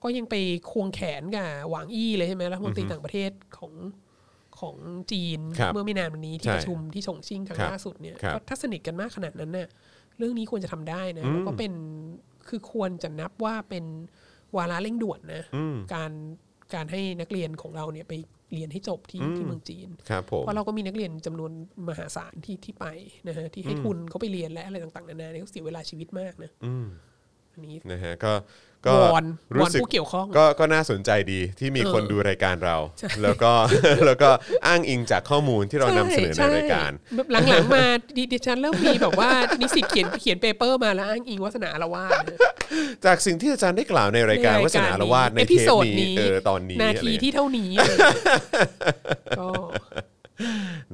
Speaker 4: ก็ยังไปควงแขนกับหวางอี้เลยใช่ไหมรัฐมนตรีต่างประเทศของของจีนเมื่อไม่นานวันนี้ที่ประชุมที่ฉงชิ่งครั้งล่าสุดเนี่ย เนี่ย
Speaker 2: ครับ
Speaker 4: ก็ถ้าสนิทกันมากขนาดนั้นเนี่ยเรื่องนี้ควรจะทำได้นะแล้วก็เป็นคือควรจะนับว่าเป็นวาระเร่งด่วนนะการการให้นักเรียนของเราเนี่ยไปเรียนให้จบที่ที่เมืองจีน
Speaker 2: ครับผม
Speaker 4: เพราะเราก็มีนักเรียนจำนวนมหาศาลที่ที่ไปนะฮะที่ให้ทุนเขาไปเรียนและอะไรต่างๆนานาเนี่ยเขาเสียเวลาชีวิตมากนะอันนี้
Speaker 2: นะฮะก็ก็
Speaker 4: วอน
Speaker 2: รู้
Speaker 4: วอน
Speaker 2: สึก
Speaker 4: ผู้เกี่ยวข้อง
Speaker 2: ก็ก็น่าสนใจดีที่มี
Speaker 4: เออ
Speaker 2: คนดูรายการเรา แล้วก็ แล้วก็อ้างอิงจากข้อมูลที่เรานำเสนอใน
Speaker 4: ช่
Speaker 2: รายการ
Speaker 4: แบบหลังๆมาดิดิฉันเริ่มมีแบบว่านิสิตเขียนเขียนเปเปอร์มาแล้วอ้างอิงวาสนาละว่าดนะ
Speaker 2: จากสิ่งที่อาจารย์ได้กล่าวในรายการวาสนาละวาดใน
Speaker 4: เอ
Speaker 2: เท
Speaker 4: พิ
Speaker 2: ป
Speaker 4: โซด
Speaker 2: นี้เออตอนนี้
Speaker 4: นา
Speaker 2: อะไร
Speaker 4: ที
Speaker 2: เงี้ย
Speaker 4: ที่เท่า นี้ ก็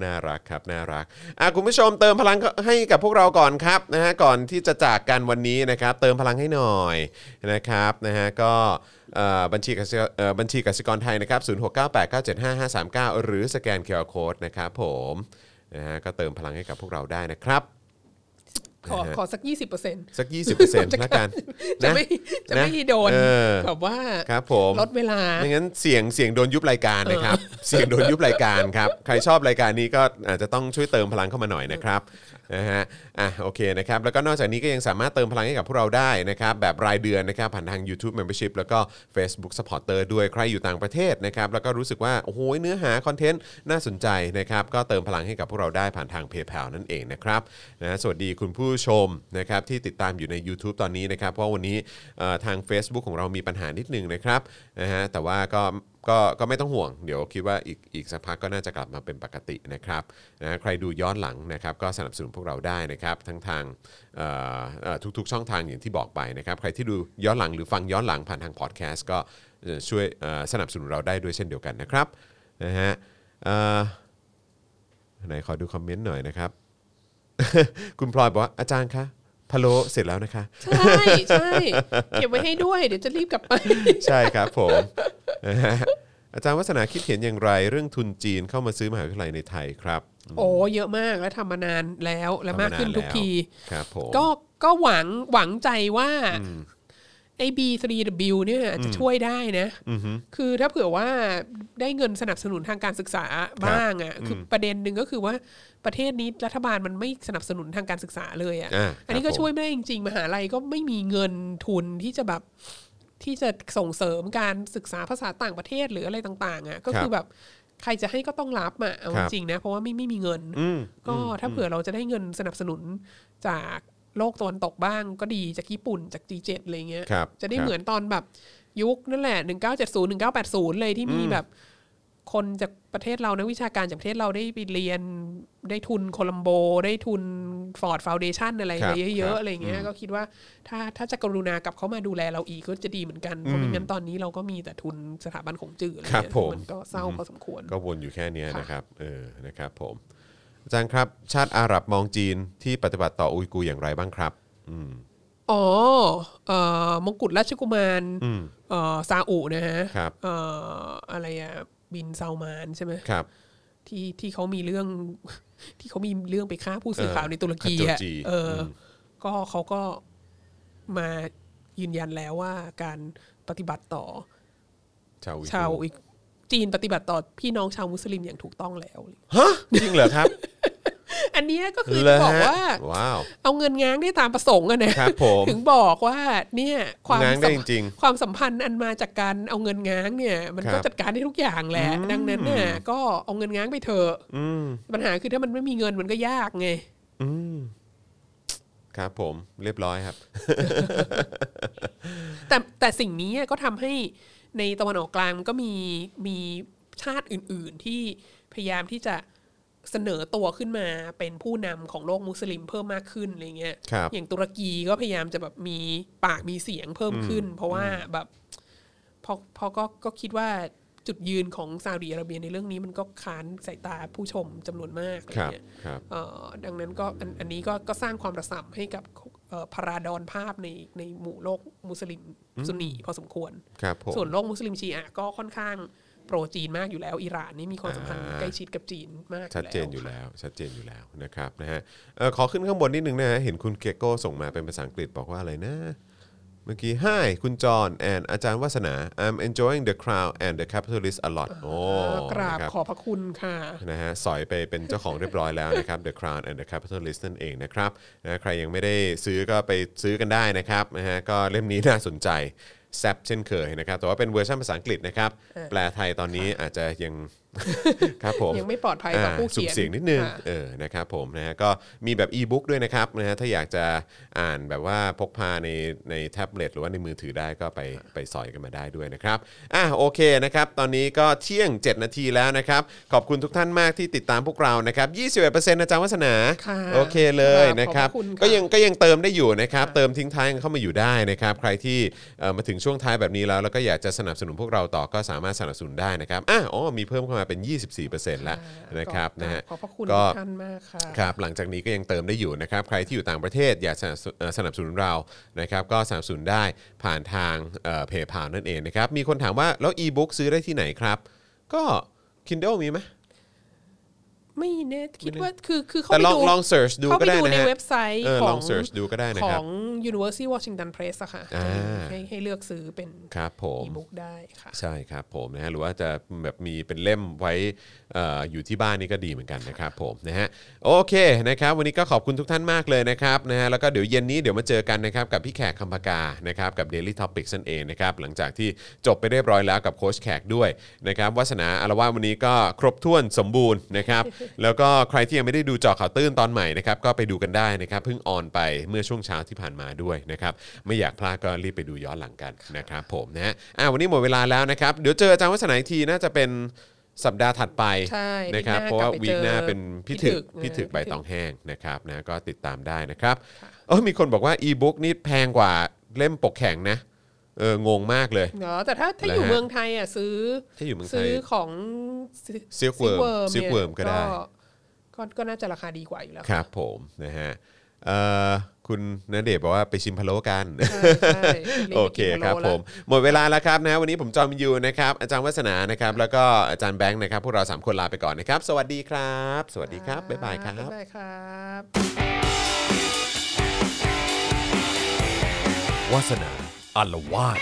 Speaker 2: น่ารักครับ น่ารักอ่ะคุณผู้ชมเติมพลังให้กับพวกเราก่อนครับนะฮะก่อนที่จะจากกันวันนี้นะครับ เติมพลังให้หน่อยนะครับนะฮะก็ เอ่อบัญชีกสิเอ่อบัญชีกสิกรไทยนะครับ0698975539 หรือสแกนเคอร์โคดนะครับผมนะฮะก็เติมพลังให้กับพวกเราได้นะครับ
Speaker 4: ขอ
Speaker 2: นะฮะ
Speaker 4: ขอสักยี่สิบเปอร์เซ็นต์
Speaker 2: สัก 20%ละกัน
Speaker 4: จะ
Speaker 2: นะ
Speaker 4: ไม่จะไม่โดน
Speaker 2: เออ
Speaker 4: แบบว่า
Speaker 2: ครับผม
Speaker 4: ลดเวลา
Speaker 2: ไม่งั้นเสียงเสียงโดนยุบรายการนะครับ เสียงโดนยุบรายการครับใครชอบรายการนี้ก็อาจจะต้องช่วยเติมพลังเข้ามาหน่อยนะครับนะฮะอ่ะโอเคนะครับแล้วก็นอกจากนี้ก็ยังสามารถเติมพลังให้กับพวกเราได้นะครับแบบรายเดือนนะครับผ่านทาง YouTube Membership แล้วก็ Facebook Supporter ด้วยใครอยู่ต่างประเทศนะครับแล้วก็รู้สึกว่าโอ้โหเนื้อหาคอนเทนต์น่าสนใจนะครับก็เติมพลังให้กับพวกเราได้ผ่านทาง PayPal นั่นเองนะครับนะสวัสดีคุณผู้ชมนะครับที่ติดตามอยู่ใน YouTube ตอนนี้นะครับเพราะวันนี้เอ่อทาง Facebook ของเรามีปัญหานิดนึงนะครับนะฮะแต่ว่าก็ก็ก็ไม่ต้องห่วง เดี๋ยวคิดว่าอีกอีกสักพักก็น่าจะกลับมาเป็นปกตินะครับนะใครดูย้อนหลังนะครับก็สนับสนุนพวกเราได้นะครับทั้งทางเอ่อเอ่อทุกๆ ช่องทางอย่างที่บอกไปนะครับใครที่ดูย้อนหลังหรือฟังย้อนหลังผ่านทางพอดแคสต์ก็เอ่อช่วยเอ่อสนับสนุนเราได้ด้วยเช่นเดียวกันนะครับนะฮะเอ่อ ไหนขอดูคอมเมนต์หน่อยนะครับ คุณพลอยบอกว่าอาจารย์คะพะโล้เสร็จแล้วนะคะ
Speaker 4: ใช่ใช่เก็บไว้ให้ด้วย เดี๋ยวจะรีบกลับไป
Speaker 2: ใช่ครับผม อาจารย์วัฒนาคิดเห็นอย่างไร เรื่องทุนจีนเข้ามาซื้อมหาวิทยาลัยในไทยครับ
Speaker 4: โอ้เยอะมากแล้วทำมานานแล้วและมากขึ้นทุกที
Speaker 2: ทำมานานแล้วครับผม
Speaker 4: ก็ก็หวังหวังใจว่าไอ้ B3W เนี่ยอาจจะช่วยได้นะ
Speaker 2: อือฮึ
Speaker 4: คือถ้าเผื่อว่าได้เงินสนับสนุนทางการศึกษาบ้างอ่ะคืออประเด็นหนึ่งก็คือว่าประเทศนี้รัฐบาลมันไม่สนับสนุนทางการศึกษาเลยอ่ะ
Speaker 2: อ่าครับ
Speaker 4: นนี้ก็
Speaker 2: ผม
Speaker 4: ช่วยไม่ได้จริงๆ มหาลัยก็ไม่มีเงินทุนที่จะแบบที่จะส่งเสริมการศึกษาภาษาต่างประเทศหรืออะไรต่างๆอ่ะก็คือแบบใครจะให้ก็ต้องรับอ่ะเอา
Speaker 2: ครั
Speaker 4: จ
Speaker 2: บ
Speaker 4: ริงๆนะเพราะว่าไม่ไม่มีเงิน
Speaker 2: อืม
Speaker 4: ก็ถ้าเผื่อเราจะได้เงินสนับสนุนจากโลกตะวันตกบ้างก็ดีจากญี่ปุ่นจาก G7 อะไรเงี้ย
Speaker 2: ครับ
Speaker 4: จะได้
Speaker 2: ครับ
Speaker 4: เหมือนตอนแบบยุคนั่นแหละ 1970 1980 เลยที่มีแบบคนจากประเทศเรานักวิชาการจากประเทศเราได้ไปเรียนได้ทุนโคลัมโบ ได้ทุนฟอร์ดฟ u วเดชันอะไร
Speaker 2: ครับ
Speaker 4: ไปเย
Speaker 2: ครั
Speaker 4: อะ
Speaker 2: บ
Speaker 4: ๆอะไรเงี้ยก็คิดว่าถ้าถ้าจะกรุณากลับเขามาดูแลเราอีกก็จะดีเหมือนกันเพราะไม่งั้นตอนนี้เราก็มีแต่ทุนสถาบันของจืออะไร
Speaker 2: ครั
Speaker 4: เงี้
Speaker 2: บ
Speaker 4: ย
Speaker 2: ผม
Speaker 4: มันก็เศร้าพอสมควร
Speaker 2: ก็วนอยู่แค่เนี้ย
Speaker 4: ค่ะ
Speaker 2: นะครับเออนะครับผม อาจารย์ครับ ชาติอาหรับมองจีนที่ปฏิบัติต่ออุยกูร์อย่างไรบ้างครับ อืม
Speaker 4: อ๋อเอ่อมงกุฎราชกุมารเอ่อซาอุนะฮะ
Speaker 2: ครับ
Speaker 4: เอ่ออะไรอะบินซาวมานใช่ไหม
Speaker 2: ครับ
Speaker 4: ที่ที่เขามีเรื่อง ที่เขามีเรื่องไปฆ่าผู้สื่อ
Speaker 2: เออ
Speaker 4: ข่าวในตุรกี
Speaker 2: ขัดโจ
Speaker 4: อะ
Speaker 2: จี
Speaker 4: เอออ
Speaker 2: ม
Speaker 4: ก็เขาก็มายืนยันแล้วว่าการปฏิบัติต่อ
Speaker 2: ชาวอุย
Speaker 4: ชาว
Speaker 2: กูร์
Speaker 4: อีกจีนปฏิบัติต่อพี่น้องชาวมุสลิมอย่างถูกต้องแล้ว
Speaker 2: ฮะจริงเหร อครับ
Speaker 4: อันเนี้ยก็คือ
Speaker 2: เหร
Speaker 4: จะ
Speaker 2: ฮะ
Speaker 4: บอกว่า
Speaker 2: ว้าว
Speaker 4: เอาเงินง้างได้ตามประสงค์อะนะครับ
Speaker 2: ผม
Speaker 4: ถึงบอกว่าเนี่ยความ
Speaker 2: ง้างได้
Speaker 4: สัมพันธ์
Speaker 2: จริงๆ
Speaker 4: ความสัมพันธ์อันมาจากการเอาเงินง้างเนี่ย มัน
Speaker 2: ครับ
Speaker 4: ก็จัดการได้ทุกอย่างแหละดังนั้นเนี่ยก็เอาเงินง้างไปเถอะ
Speaker 2: อืม
Speaker 4: ปัญหาคือถ้ามันไม่มีเงินมันก็ยากไง
Speaker 2: อืมครับผมเรียบร้อยครับ
Speaker 4: แต่แต่สิ่งนี้ก็ทำให้ในตะวันออกกลางมันก็มีมีชาติอื่น ๆ ที่พยายามที่จะเสนอตัวขึ้นมาเป็นผู้นำของโลกมุสลิมเพิ่มมากขึ้นอะไรเงี้ย
Speaker 2: ครับ
Speaker 4: อย่างตุรกีก็พยายามจะแบบมีปากมีเสียงเพิ่มขึ้น เพราะว่าแบบพอพอก็ก็คิดว่าจุดยืนของซาอุดีอาระเบียในเรื่องนี้มันก็ค้านสายตาผู้ชมจำนวนมากอะไร
Speaker 2: ครับ
Speaker 4: เงี้ย
Speaker 2: ครับ
Speaker 4: เอ่อดังนั้นก็อันอันนี้ก็ก็สร้างความระสำให้กับเอ่อพาราดอนภาพในในหมู่โลกมุสลิมซุนนีพอสมควร
Speaker 2: ครับผม
Speaker 4: ส่วนโลกมุสลิมชีอะก็ค่อนข้างโปรจีนมากอยู่แล้ว อิหร่านนี่มีความสัมพันธ์
Speaker 2: อ่า
Speaker 4: ใกล้ชิดกับจีนมาก
Speaker 2: ชัดเจนอยู่
Speaker 4: ค่ะ
Speaker 2: แล้วชัดเจนอยู่แล้วนะครับนะฮะเอ่อขอขึ้นข้างบนนิดนึงนะฮะเห็นคุณเกโก้ส่งมาเป็นภาษาอังกฤษบอกว่าอะไรนะ เมื่อกี้ Hi คุณจอห์น and อาจารย์วัฒนา I'm enjoying the crowd and the capitalist a lot โอ้
Speaker 4: กราบ
Speaker 2: นะค
Speaker 4: ขอบพระคุณค่ะ
Speaker 2: นะฮะสอยไปเป็นเจ้าของเรียบร้อยแล้วนะครับ The Crown and the Capitalist นั่นเองนะครับนะใครยังไม่ได้ซื้อก็ไปซื้อกันได้นะครับนะฮะก็เล่มนี้น่าสนใจแซบเช่นเคยนะครับแต่ว่าเป็นเวอร์ชันภาษาอังกฤษนะครับแปลไทยตอนนี้อาจจะยัง ครับผม
Speaker 4: ยังไม่ปลอดภัยต่อผู้เขียน
Speaker 2: สุ่มเสียงนิดนึง
Speaker 4: อ่ะ
Speaker 2: เออนะครับผมนะฮะก็มีแบบ e-book ด้วยนะครับนะฮะถ้าอยากจะอ่านแบบว่าพกพาในในแท็บเล็ตหรือว่าในมือถือได้ก็ไปไปสอยกันมาได้ด้วยนะครับอ่ะโอเคนะครับ ตอนนี้ก็เที่ยง 7 นาทีแล้วนะครับ ขอบคุณทุกท่านมากที่ติดตามพวกเรานะครับ21%อาจารย์วัฒนา
Speaker 4: ค่ะ
Speaker 2: โอเคเลย
Speaker 4: ครับ
Speaker 2: นะครับ
Speaker 4: ขอบพระคุณค่ะ
Speaker 2: ก็ยัง ก็ยังเติมได้อยู่นะครับ เติมทิ้งท้ายกันเข้ามาอยู่ได้นะครับ ใครที่เอ่อมาถึง งช่วงท้ายแบบนี้แล้ว แล้วก็อยากจะสนับสนุนพวกเราต่อก็สามารถสนับสนุนได้นะครับอ่ะอ๋อมีเพิ่มเข้ามาเป็น 24%แล้วนะครับนะฮะ
Speaker 4: ขอบพระคุณ
Speaker 2: ก็
Speaker 4: ทุกท่านมากค่ะ
Speaker 2: ครับหลังจากนี้ก็ยังเติมได้อยู่นะครับ ใครที่อยู่ต่างประเทศอยากสนับสนุนเอ่อสนับสนุนเรานะครับ ก็สนับสนุนได้ผ่านทางเพย์พานั่นเองนะครับ มีคนถามว่า แล้วอีบุ๊กซื้อได้ที่ไหนครับ ก็ Kindle มีไหม
Speaker 4: ไม่แน่คิดว่าคือคือเขา
Speaker 2: แต่
Speaker 4: ไป
Speaker 2: ลอง
Speaker 4: ดู
Speaker 2: ลอง search ดู
Speaker 4: เข้า
Speaker 2: ก็
Speaker 4: ไป
Speaker 2: ได้
Speaker 4: ดู
Speaker 2: นะ
Speaker 4: ใน
Speaker 2: ฮะ
Speaker 4: เว็บไซต์
Speaker 2: เออ
Speaker 4: ข
Speaker 2: ล
Speaker 4: อ
Speaker 2: อง ง search ดูก็ได้นะ
Speaker 4: ข
Speaker 2: ครั
Speaker 4: อบ ง University Washington Press อะค่ะ
Speaker 2: อ่า
Speaker 4: ให้ให้เลือกซื้อเป็น
Speaker 2: ครับผม
Speaker 4: อีบุ๊กได้ค่ะ
Speaker 2: ใช่ครับผมนะฮะหรือว่าจะแบบมีเป็นเล่มไว้เอออยู่ที่บ้านนี่ก็ดีเหมือนกันนะครับผมนะฮะโอเคนะครับวันนี้ก็ขอบคุณทุกท่านมากเลยนะครับนะฮะแล้วก็เดี๋ยวเย็นนี้เดี๋ยวมาเจอกันนะครับกับพี่แขกคำปากานะครับกับ Daily Topic นั่นเองนะครับหลังจากที่จบไปเรียบร้อยแล้วกับโค้ชแขกด้วยนะครับวัสนาอารวาสวันนี้ก็ครบถ้วนสมบูรณ์ นะครับ แล้วก็ใครที่ยังไม่ได้ดูเจอข่าวตื้นตอนใหม่นะครับก็ไปดูกันได้นะครับเพิ่งออนไปเมื่อช่วงเช้าที่ผ่านมาด้วยนะครับไม่อยากพลาดก็รีบไปดูย้อนหลังกันนะครับผมนะฮะอ่ะวันนี้หมดเวลาแล้วนะครับเดี๋ยวเจออาจารย์วัฒนาอีกทีน่าจะเป็นสัปดาห์ถัดไป
Speaker 4: ใช่
Speaker 2: นะครับเพ
Speaker 4: วี
Speaker 2: ราะ
Speaker 4: คหน้ากลั
Speaker 2: ว่า
Speaker 4: บไป
Speaker 2: วี
Speaker 4: เจ
Speaker 2: ค
Speaker 4: อ
Speaker 2: หน้าเป็นพี่ถึก
Speaker 4: พี่
Speaker 2: พี่
Speaker 4: ถึ
Speaker 2: ถึก
Speaker 4: ก
Speaker 2: ใบตองแห้งนะครับนะก็ติดตามได้นะครับเออมีคนบอกว่าอีบุ๊กนี่แพงกว่าเล่มปกแข็งนะเอองงมากเลย
Speaker 4: เนาะแต่ถ้าถ้า
Speaker 2: แล้ว
Speaker 4: อยู่
Speaker 2: ฮะ
Speaker 4: เมืองไทยอ่ะซื้อ
Speaker 2: ถ้าอยู่เมืองไทย
Speaker 4: ซื้อของ
Speaker 2: Silkworm
Speaker 4: Silkworm นี่ย
Speaker 2: Silkworm ก็ได้
Speaker 4: ก็ก็น่าจะราคาดีกว่าอยู่แล้ว
Speaker 2: ครับผมนะฮะเอ่อคุณณเดชน์บอกว่าไปชิมพะโล้กัน
Speaker 4: ใช่ใช่รีบไปกิน
Speaker 2: โอเคครับ
Speaker 4: พะ
Speaker 2: ผ
Speaker 4: โล้
Speaker 2: ม
Speaker 4: แล้ว
Speaker 2: หมดเวลาแล้วครับนะฮะวันนี้ผมจอมยูนะครับอาจารย์วัฒนานะครับแล้วก็อาจารย์แบงค์นะครับพวกเราสามคนลาไปก่อนนะครับสวัสดีครับ สวัสดีครับ บ๊ายบายครับ
Speaker 4: บ๊ายบายครับ
Speaker 1: วาสนาอารวาส